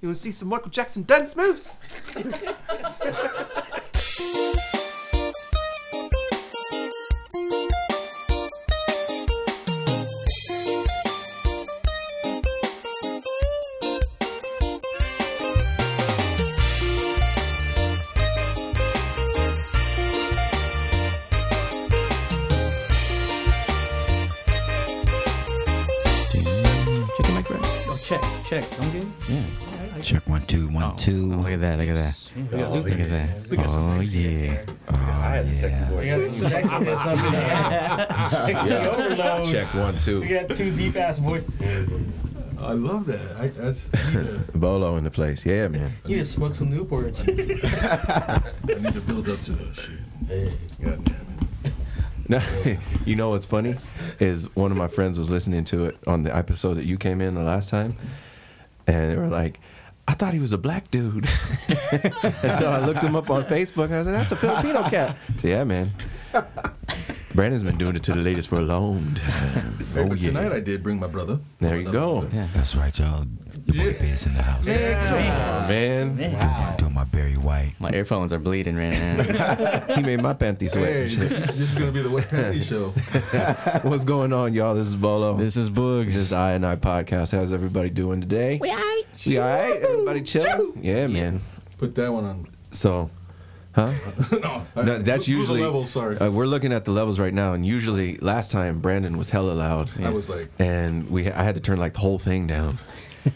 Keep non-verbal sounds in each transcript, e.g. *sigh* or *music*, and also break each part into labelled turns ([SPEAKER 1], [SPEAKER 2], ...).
[SPEAKER 1] You want to see some Michael Jackson dance moves?
[SPEAKER 2] Check my breath.
[SPEAKER 3] Oh, check, check. I'm good.
[SPEAKER 2] Yeah.
[SPEAKER 4] Check one, two, one, two.
[SPEAKER 2] Oh, look at that. Look at that.
[SPEAKER 3] We got Luke.
[SPEAKER 2] Look at that.
[SPEAKER 3] We got
[SPEAKER 2] Oh,
[SPEAKER 3] sexy in
[SPEAKER 2] yeah.
[SPEAKER 3] there.
[SPEAKER 4] Oh,
[SPEAKER 5] I had the sexy voice.
[SPEAKER 3] We got some
[SPEAKER 6] *laughs*
[SPEAKER 3] sexiness up in there. Sexy overload.
[SPEAKER 5] Check one,
[SPEAKER 3] We
[SPEAKER 5] two.
[SPEAKER 3] got two deep ass voice.
[SPEAKER 7] I love that. I, that's I need, to,
[SPEAKER 5] Bolo in the place. Yeah, man.
[SPEAKER 3] You just smoked some
[SPEAKER 7] *laughs*
[SPEAKER 3] Newports.
[SPEAKER 7] I need to build up to that shit. God damn it.
[SPEAKER 5] *laughs* No, you know what's funny is one of my friends was listening to it on the episode that you came in the last time, and they were like, "I thought he was a black dude," *laughs* and so I looked him up on Facebook, and I was like, "That's a Filipino cat." So, yeah,
[SPEAKER 7] *laughs*
[SPEAKER 5] man. Brandon's been doing it to the ladies for a long time.
[SPEAKER 7] Hey, but tonight I did bring my brother.
[SPEAKER 5] Oh, there you go,
[SPEAKER 2] Yeah.
[SPEAKER 4] That's right, y'all. The boy is in the house.
[SPEAKER 5] man.
[SPEAKER 4] I'm doing my Barry White.
[SPEAKER 2] My earphones are bleeding right now.
[SPEAKER 5] He made my panties
[SPEAKER 7] Hey,
[SPEAKER 5] sweat.
[SPEAKER 7] this, is, this is gonna be the
[SPEAKER 5] *laughs*
[SPEAKER 7] Wet Patty Show.
[SPEAKER 5] What's going on, y'all? This is Bolo.
[SPEAKER 2] *laughs* this is
[SPEAKER 5] This
[SPEAKER 2] Boogs.
[SPEAKER 5] is I and I podcast. How's everybody doing today? We alright. We alright. Everybody chill. Yeah, man.
[SPEAKER 7] Put that one on. *laughs*
[SPEAKER 5] So, huh?
[SPEAKER 7] no, I-
[SPEAKER 5] No, that's
[SPEAKER 7] who- who the
[SPEAKER 5] usually
[SPEAKER 7] level. Sorry,
[SPEAKER 5] Uh, we're looking at the levels right now, and usually last time Brandon was hella loud.
[SPEAKER 7] I was like,
[SPEAKER 5] and we I had to turn like the whole thing down.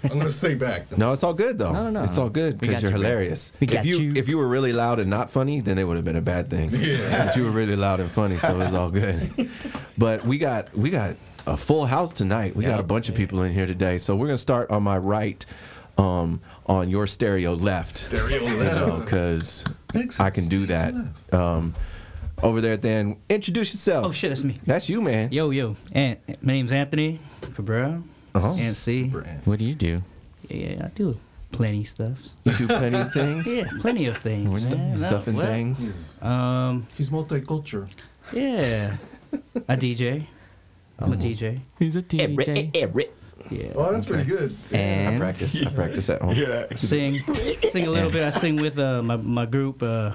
[SPEAKER 7] I'm gonna
[SPEAKER 5] *laughs*
[SPEAKER 7] say back.
[SPEAKER 5] No, it's all good though.
[SPEAKER 2] No, no, no.
[SPEAKER 5] It's all good
[SPEAKER 2] We
[SPEAKER 5] because
[SPEAKER 2] got
[SPEAKER 5] you're
[SPEAKER 2] you, Brandon.
[SPEAKER 5] hilarious.
[SPEAKER 2] We got
[SPEAKER 5] if you,
[SPEAKER 2] you.
[SPEAKER 5] if you were really loud and not funny, then it would have been a bad thing.
[SPEAKER 7] *laughs* Yeah.
[SPEAKER 5] But you were really loud and funny, so it's all
[SPEAKER 8] *laughs*
[SPEAKER 5] good. but we got we got a full house tonight. We got a bunch of people in here today. So we're gonna start on my right, um, on your stereo left.
[SPEAKER 7] Stereo
[SPEAKER 5] you know,
[SPEAKER 7] left.
[SPEAKER 5] because
[SPEAKER 7] Makes
[SPEAKER 5] I can do that.
[SPEAKER 7] sense.
[SPEAKER 5] Um, over there, then introduce yourself.
[SPEAKER 8] Oh shit, it's me.
[SPEAKER 5] That's you, man.
[SPEAKER 8] Yo, yo, and my name's Anthony Cabrera.
[SPEAKER 5] Uh-huh.
[SPEAKER 8] And see,
[SPEAKER 7] Brand.
[SPEAKER 2] What do you do?
[SPEAKER 8] yeah, I do plenty stuff.
[SPEAKER 5] You do plenty of
[SPEAKER 8] *laughs*
[SPEAKER 5] things.
[SPEAKER 8] Yeah, plenty of
[SPEAKER 5] We're
[SPEAKER 8] things.
[SPEAKER 5] stu-
[SPEAKER 8] man.
[SPEAKER 5] stuffing
[SPEAKER 8] Oh,
[SPEAKER 7] *laughs*
[SPEAKER 8] well,
[SPEAKER 5] things.
[SPEAKER 8] Um,
[SPEAKER 7] He's multicultural.
[SPEAKER 8] yeah, I DJ. I'm a DJ.
[SPEAKER 2] He's a DJ.
[SPEAKER 8] Yeah,
[SPEAKER 7] Oh, that's pretty good.
[SPEAKER 5] I
[SPEAKER 2] And
[SPEAKER 5] practice. I practice at home.
[SPEAKER 8] sing, sing a little bit. I sing with uh, my my group, uh,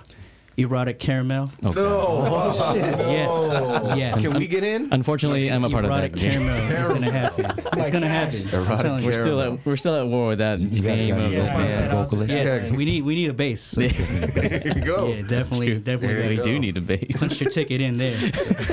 [SPEAKER 8] Erotic Caramel.
[SPEAKER 7] No, oh, shit.
[SPEAKER 8] Yes, yes.
[SPEAKER 5] Can we get in?
[SPEAKER 2] unfortunately, I'm a part of that
[SPEAKER 8] Erotic
[SPEAKER 2] game.
[SPEAKER 8] Caramel. It's gonna happen. It's gonna happen. I'm
[SPEAKER 5] Erotic
[SPEAKER 8] telling you.
[SPEAKER 2] *laughs* We're still at we're still at war with that
[SPEAKER 4] You guys
[SPEAKER 2] name
[SPEAKER 4] got
[SPEAKER 2] of
[SPEAKER 4] a
[SPEAKER 2] the
[SPEAKER 3] yeah.
[SPEAKER 2] band.
[SPEAKER 3] Yeah.
[SPEAKER 4] vocalist.
[SPEAKER 8] Yes, we need we need a bass.
[SPEAKER 5] There you go.
[SPEAKER 8] yeah, definitely, definitely.
[SPEAKER 2] We
[SPEAKER 8] gotta
[SPEAKER 2] do need a bass.
[SPEAKER 8] punch your ticket in there. *laughs*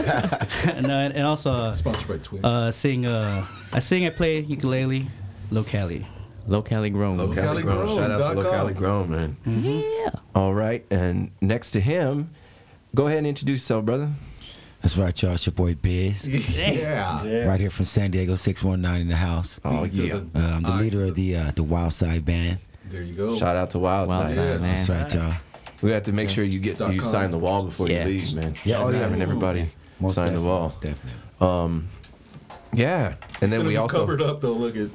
[SPEAKER 8] no, and, and also
[SPEAKER 7] *laughs*
[SPEAKER 8] uh,
[SPEAKER 7] Sponsored by Twig.
[SPEAKER 8] uh, sing. Uh, I sing. I play ukulele, locally.
[SPEAKER 2] *laughs* Locally grown.
[SPEAKER 5] Locally grown. Shout out to
[SPEAKER 7] Localigrown.com.
[SPEAKER 5] Locally grown, man. Yeah. All right, and next to him, go ahead and introduce yourself, brother.
[SPEAKER 4] That's right, y'all. It's your boy Biz.
[SPEAKER 7] *laughs* yeah.
[SPEAKER 4] Right here from San Diego, 619 in the house. Uh,
[SPEAKER 5] Oh
[SPEAKER 7] To
[SPEAKER 5] yeah.
[SPEAKER 7] the-
[SPEAKER 4] I'm the
[SPEAKER 7] eye
[SPEAKER 4] leader
[SPEAKER 7] to
[SPEAKER 4] of the uh, the Wild Side Band.
[SPEAKER 7] There you go.
[SPEAKER 5] Shout out to Wildside.
[SPEAKER 2] Wildside,
[SPEAKER 7] Yes.
[SPEAKER 2] man.
[SPEAKER 4] That's right, y'all.
[SPEAKER 5] We have to make sure you get
[SPEAKER 7] Dot
[SPEAKER 5] you
[SPEAKER 7] com.
[SPEAKER 5] sign the wall before
[SPEAKER 2] Yeah.
[SPEAKER 5] you leave, man.
[SPEAKER 4] Yeah, oh,
[SPEAKER 5] Just
[SPEAKER 4] yeah.
[SPEAKER 5] having everybody
[SPEAKER 4] Most
[SPEAKER 5] sign the
[SPEAKER 4] definitely,
[SPEAKER 5] wall.
[SPEAKER 4] Most definitely.
[SPEAKER 5] Yeah, and
[SPEAKER 7] It's
[SPEAKER 5] then
[SPEAKER 7] gonna
[SPEAKER 5] we
[SPEAKER 7] be
[SPEAKER 5] also
[SPEAKER 7] covered up though. Look at.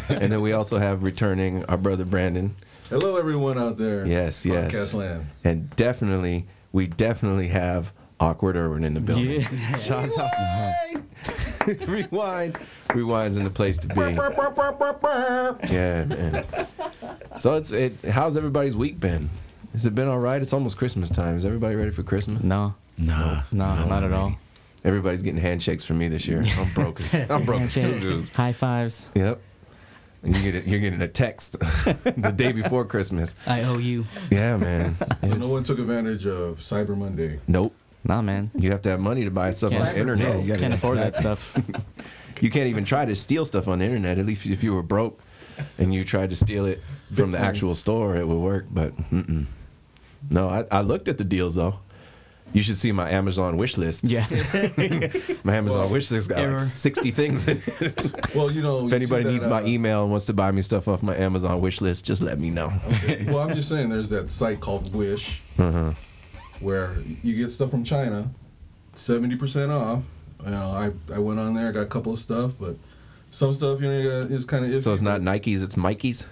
[SPEAKER 5] *laughs* and then we also have returning our brother Brandon.
[SPEAKER 7] Hello, everyone out there.
[SPEAKER 5] Yes, yes.
[SPEAKER 7] Podcast land.
[SPEAKER 5] And definitely, we definitely have Awkward Irwin in the building. *laughs* Shout out. Rewind. Rewind's in the place to be. yeah, man. So it's it. How's everybody's week been? Has it been all right? It's almost Christmas time. Is everybody ready for Christmas?
[SPEAKER 2] No,
[SPEAKER 4] Nah.
[SPEAKER 2] no, not at all.
[SPEAKER 5] Everybody's getting handshakes from me this year. I'm broken. I'm broken. Two dudes.
[SPEAKER 2] High fives.
[SPEAKER 5] Yep. And you get a, you're getting a text the day before Christmas.
[SPEAKER 8] I owe you.
[SPEAKER 5] Yeah, man.
[SPEAKER 7] So no one took advantage of Cyber Monday.
[SPEAKER 5] Nope.
[SPEAKER 2] Nah, man.
[SPEAKER 5] You have to have money to buy stuff on the internet.
[SPEAKER 4] Yeah, you gotta-
[SPEAKER 2] Can't afford that stuff.
[SPEAKER 5] You can't even try to steal stuff on the internet. At least if you were broke and you tried to steal it from the actual store, it would work. But mm-mm. no, I, I looked at the deals though. You should see my Amazon wish list.
[SPEAKER 2] Yeah.
[SPEAKER 5] my Amazon
[SPEAKER 7] Well,
[SPEAKER 5] wish list got
[SPEAKER 8] error.
[SPEAKER 5] like sixty things. in it.
[SPEAKER 7] Well, you uh, know,
[SPEAKER 5] if anybody needs my email and wants to buy me stuff off my Amazon wish list, just let me know.
[SPEAKER 7] *laughs* well, I'm just saying, there's that site called Wish,
[SPEAKER 5] Uh-huh.
[SPEAKER 7] where you get stuff from China, seventy percent off. You know, I I went on there, got a couple of stuff, but some stuff you know is kind of
[SPEAKER 5] So it's not Mm. Nikes, it's Mikey's.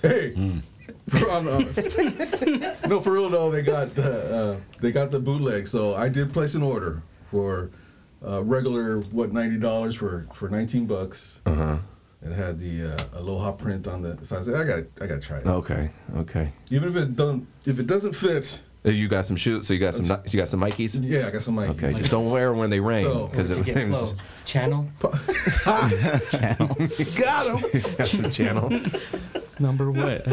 [SPEAKER 7] Hey. For-
[SPEAKER 5] *laughs*
[SPEAKER 7] I'm- I'm- no, for real though, they got the uh, they got the bootleg. So I did place an order for uh, regular what ninety dollars for for nineteen bucks.
[SPEAKER 5] Uh huh.
[SPEAKER 7] It had the uh, aloha print on the side. I said, I got, I got to try it.
[SPEAKER 5] Okay, okay.
[SPEAKER 7] Even if it don't, if it doesn't fit,
[SPEAKER 5] Uh, You got some shoes, so you got some Ni- you got some Nikes.
[SPEAKER 7] yeah, I got some Nike.
[SPEAKER 5] Okay, just don't wear them when they rain
[SPEAKER 7] So-
[SPEAKER 5] because
[SPEAKER 3] To
[SPEAKER 5] it
[SPEAKER 3] get flow.
[SPEAKER 5] *laughs*
[SPEAKER 3] Channel. *laughs*
[SPEAKER 7] got them.
[SPEAKER 5] channel
[SPEAKER 2] Number what?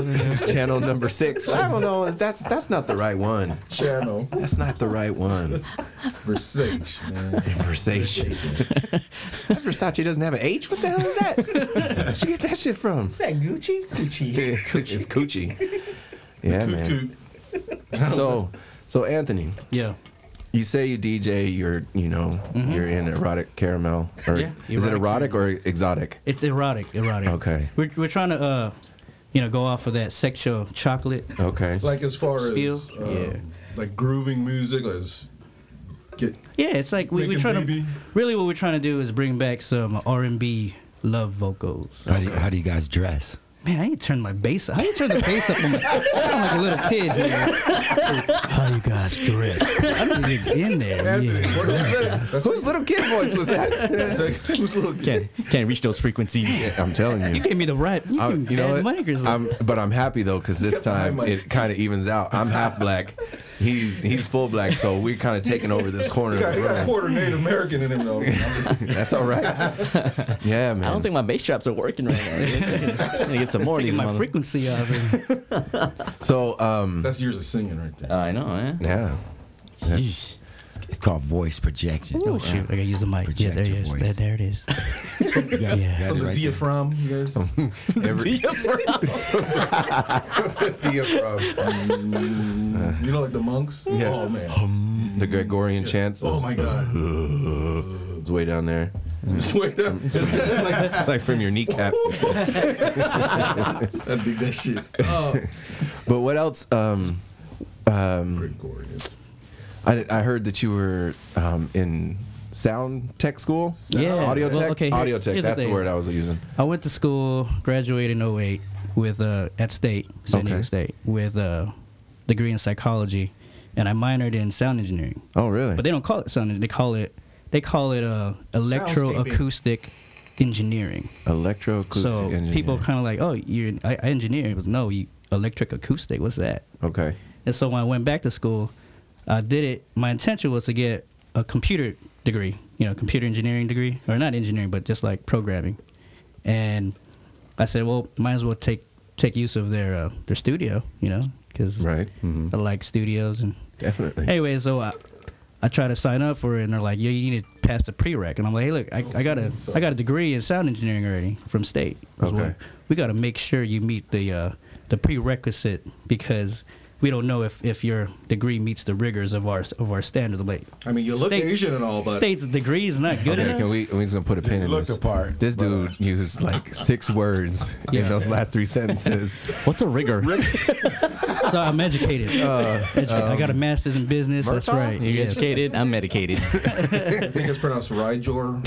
[SPEAKER 5] channel number six. I don't know. That's that's not the right one.
[SPEAKER 7] Channel
[SPEAKER 5] That's not the right one.
[SPEAKER 7] Versace, man.
[SPEAKER 5] Versace.
[SPEAKER 3] *laughs*
[SPEAKER 5] that Versace doesn't have an H. What the hell is that? Where'd you get that shit from?
[SPEAKER 3] Is that Gucci? Gucci.
[SPEAKER 5] *laughs* it's
[SPEAKER 3] *laughs*
[SPEAKER 5] coochie. Yeah, man.
[SPEAKER 7] Cuckoo.
[SPEAKER 5] So, so Anthony,
[SPEAKER 8] Yeah.
[SPEAKER 5] you say you DJ. You're, you know, you're in erotic caramel. Or
[SPEAKER 8] Yeah,
[SPEAKER 5] is it
[SPEAKER 8] erotic
[SPEAKER 5] erotic or exotic?
[SPEAKER 8] It's erotic, erotic.
[SPEAKER 5] Okay.
[SPEAKER 8] We're, we're trying to, uh, you know, go off of that sexual chocolate.
[SPEAKER 5] Okay.
[SPEAKER 7] Like as far
[SPEAKER 8] Spiel?
[SPEAKER 7] as um, like grooving music, as get
[SPEAKER 8] Yeah, it's like we, we're
[SPEAKER 7] Making
[SPEAKER 8] trying
[SPEAKER 7] baby.
[SPEAKER 8] to. Really, what we're trying to do is bring back some R and B love vocals.
[SPEAKER 4] How do, you, how do you guys dress?
[SPEAKER 8] Man, I ain't turned my bass. up. I ain't turned the bass up. On my, I sound like a little kid. Man. How you guys dress? I need to get in there. Yeah.
[SPEAKER 7] That's
[SPEAKER 5] Whose little kid voice was
[SPEAKER 7] *laughs*
[SPEAKER 5] that?
[SPEAKER 7] It's like, who's little kid?
[SPEAKER 2] *laughs* Can't can't reach those frequencies.
[SPEAKER 5] I'm telling
[SPEAKER 8] You
[SPEAKER 5] you.
[SPEAKER 8] gave me the right. You,
[SPEAKER 5] I-
[SPEAKER 8] can
[SPEAKER 5] you know
[SPEAKER 8] add
[SPEAKER 5] what?
[SPEAKER 8] Micers up.
[SPEAKER 5] I'm, but I'm happy though because this time
[SPEAKER 7] mic.
[SPEAKER 5] it kind of evens out. I'm half black. He's he's full black, so we're kind of taking over this corner
[SPEAKER 7] He
[SPEAKER 5] of
[SPEAKER 7] got,
[SPEAKER 5] the
[SPEAKER 7] he got a
[SPEAKER 5] room.
[SPEAKER 7] quarter Native American in him though. I'm just,
[SPEAKER 5] That's all right. Yeah, man.
[SPEAKER 2] I don't think my bass traps are working right *laughs* now. I'm gonna get some more of
[SPEAKER 8] taking
[SPEAKER 2] these.
[SPEAKER 8] my
[SPEAKER 2] mother-
[SPEAKER 8] frequency out of it.
[SPEAKER 5] so. Um,
[SPEAKER 7] that's years of singing right
[SPEAKER 9] Uh,
[SPEAKER 7] there.
[SPEAKER 2] I know, eh? man.
[SPEAKER 5] yeah. That's-
[SPEAKER 4] It's called voice projection.
[SPEAKER 8] Oh shoot! I gotta use the mic. yeah,
[SPEAKER 4] Project
[SPEAKER 8] there it
[SPEAKER 4] your
[SPEAKER 8] is.
[SPEAKER 4] uh, voice.
[SPEAKER 8] There, there
[SPEAKER 4] *laughs*
[SPEAKER 8] it is.
[SPEAKER 4] You got, you got it
[SPEAKER 7] From the
[SPEAKER 4] right there.
[SPEAKER 7] diaphragm, you guys.
[SPEAKER 5] every, *laughs*
[SPEAKER 7] you know, like the monks.
[SPEAKER 5] Yeah.
[SPEAKER 7] Oh man.
[SPEAKER 5] the Gregorian chants.
[SPEAKER 7] Oh my god.
[SPEAKER 5] It's way down there.
[SPEAKER 7] Just wait up. like,
[SPEAKER 5] It's like from your kneecaps. and shit. *laughs*
[SPEAKER 7] I dig that shit. Oh,
[SPEAKER 5] But what else? Um, um,
[SPEAKER 7] Gregorian.
[SPEAKER 5] I, did- I heard that you were um, in sound tech school.
[SPEAKER 8] Yeah.
[SPEAKER 5] Audio
[SPEAKER 8] Well,
[SPEAKER 5] tech.
[SPEAKER 8] okay, here-
[SPEAKER 5] audio tech.
[SPEAKER 8] here's the
[SPEAKER 5] That's the
[SPEAKER 8] thing.
[SPEAKER 5] word I was using.
[SPEAKER 8] I went to school, graduated in 08 with uh, at State, San Diego
[SPEAKER 5] Okay.
[SPEAKER 8] State, with a degree in psychology, and I minored in sound engineering.
[SPEAKER 5] Oh really?
[SPEAKER 8] But they don't call it sound; engineering, they call it they call it uh, electroacoustic engineering.
[SPEAKER 5] Electroacoustic
[SPEAKER 8] so
[SPEAKER 5] engineering.
[SPEAKER 8] people kind of like, oh, you're I, I engineer, but no, you electric acoustic. What's that?
[SPEAKER 5] Okay.
[SPEAKER 8] And so when I went back to school, I did it. My intention was to get a computer degree, you know, computer engineering degree, or not engineering, but just like programming. And I said, well, might as well take take use of their uh, their studio, you know, because
[SPEAKER 5] Right. Mhm.
[SPEAKER 8] I like studios. And
[SPEAKER 5] Definitely.
[SPEAKER 8] anyway, so I I try to sign up for it, and they're like, yeah, you need to pass the prereq. And I'm like, hey, look, I, I got a I got a degree in sound engineering already from state.
[SPEAKER 5] Okay.
[SPEAKER 8] Well, we got to make sure you meet the uh, the prerequisite because we don't know if, if your degree meets the rigors of our of our standard. Like
[SPEAKER 7] I mean, you look
[SPEAKER 8] State-
[SPEAKER 7] Asian and all, but
[SPEAKER 8] state's degree is not good
[SPEAKER 5] Okay,
[SPEAKER 8] enough.
[SPEAKER 5] can we? We're just gonna put a pin in
[SPEAKER 4] looked
[SPEAKER 5] this.
[SPEAKER 4] apart, uh,
[SPEAKER 5] This dude used like
[SPEAKER 4] *laughs*
[SPEAKER 5] six words in those last three sentences.
[SPEAKER 2] What's a rigor?
[SPEAKER 8] so I'm educated. Educated. I got a master's in business. That's
[SPEAKER 5] Uh, um, Murtaugh?
[SPEAKER 8] right.
[SPEAKER 2] You're
[SPEAKER 8] Yes.
[SPEAKER 2] educated. I'm medicated.
[SPEAKER 7] I think it's pronounced Rijor.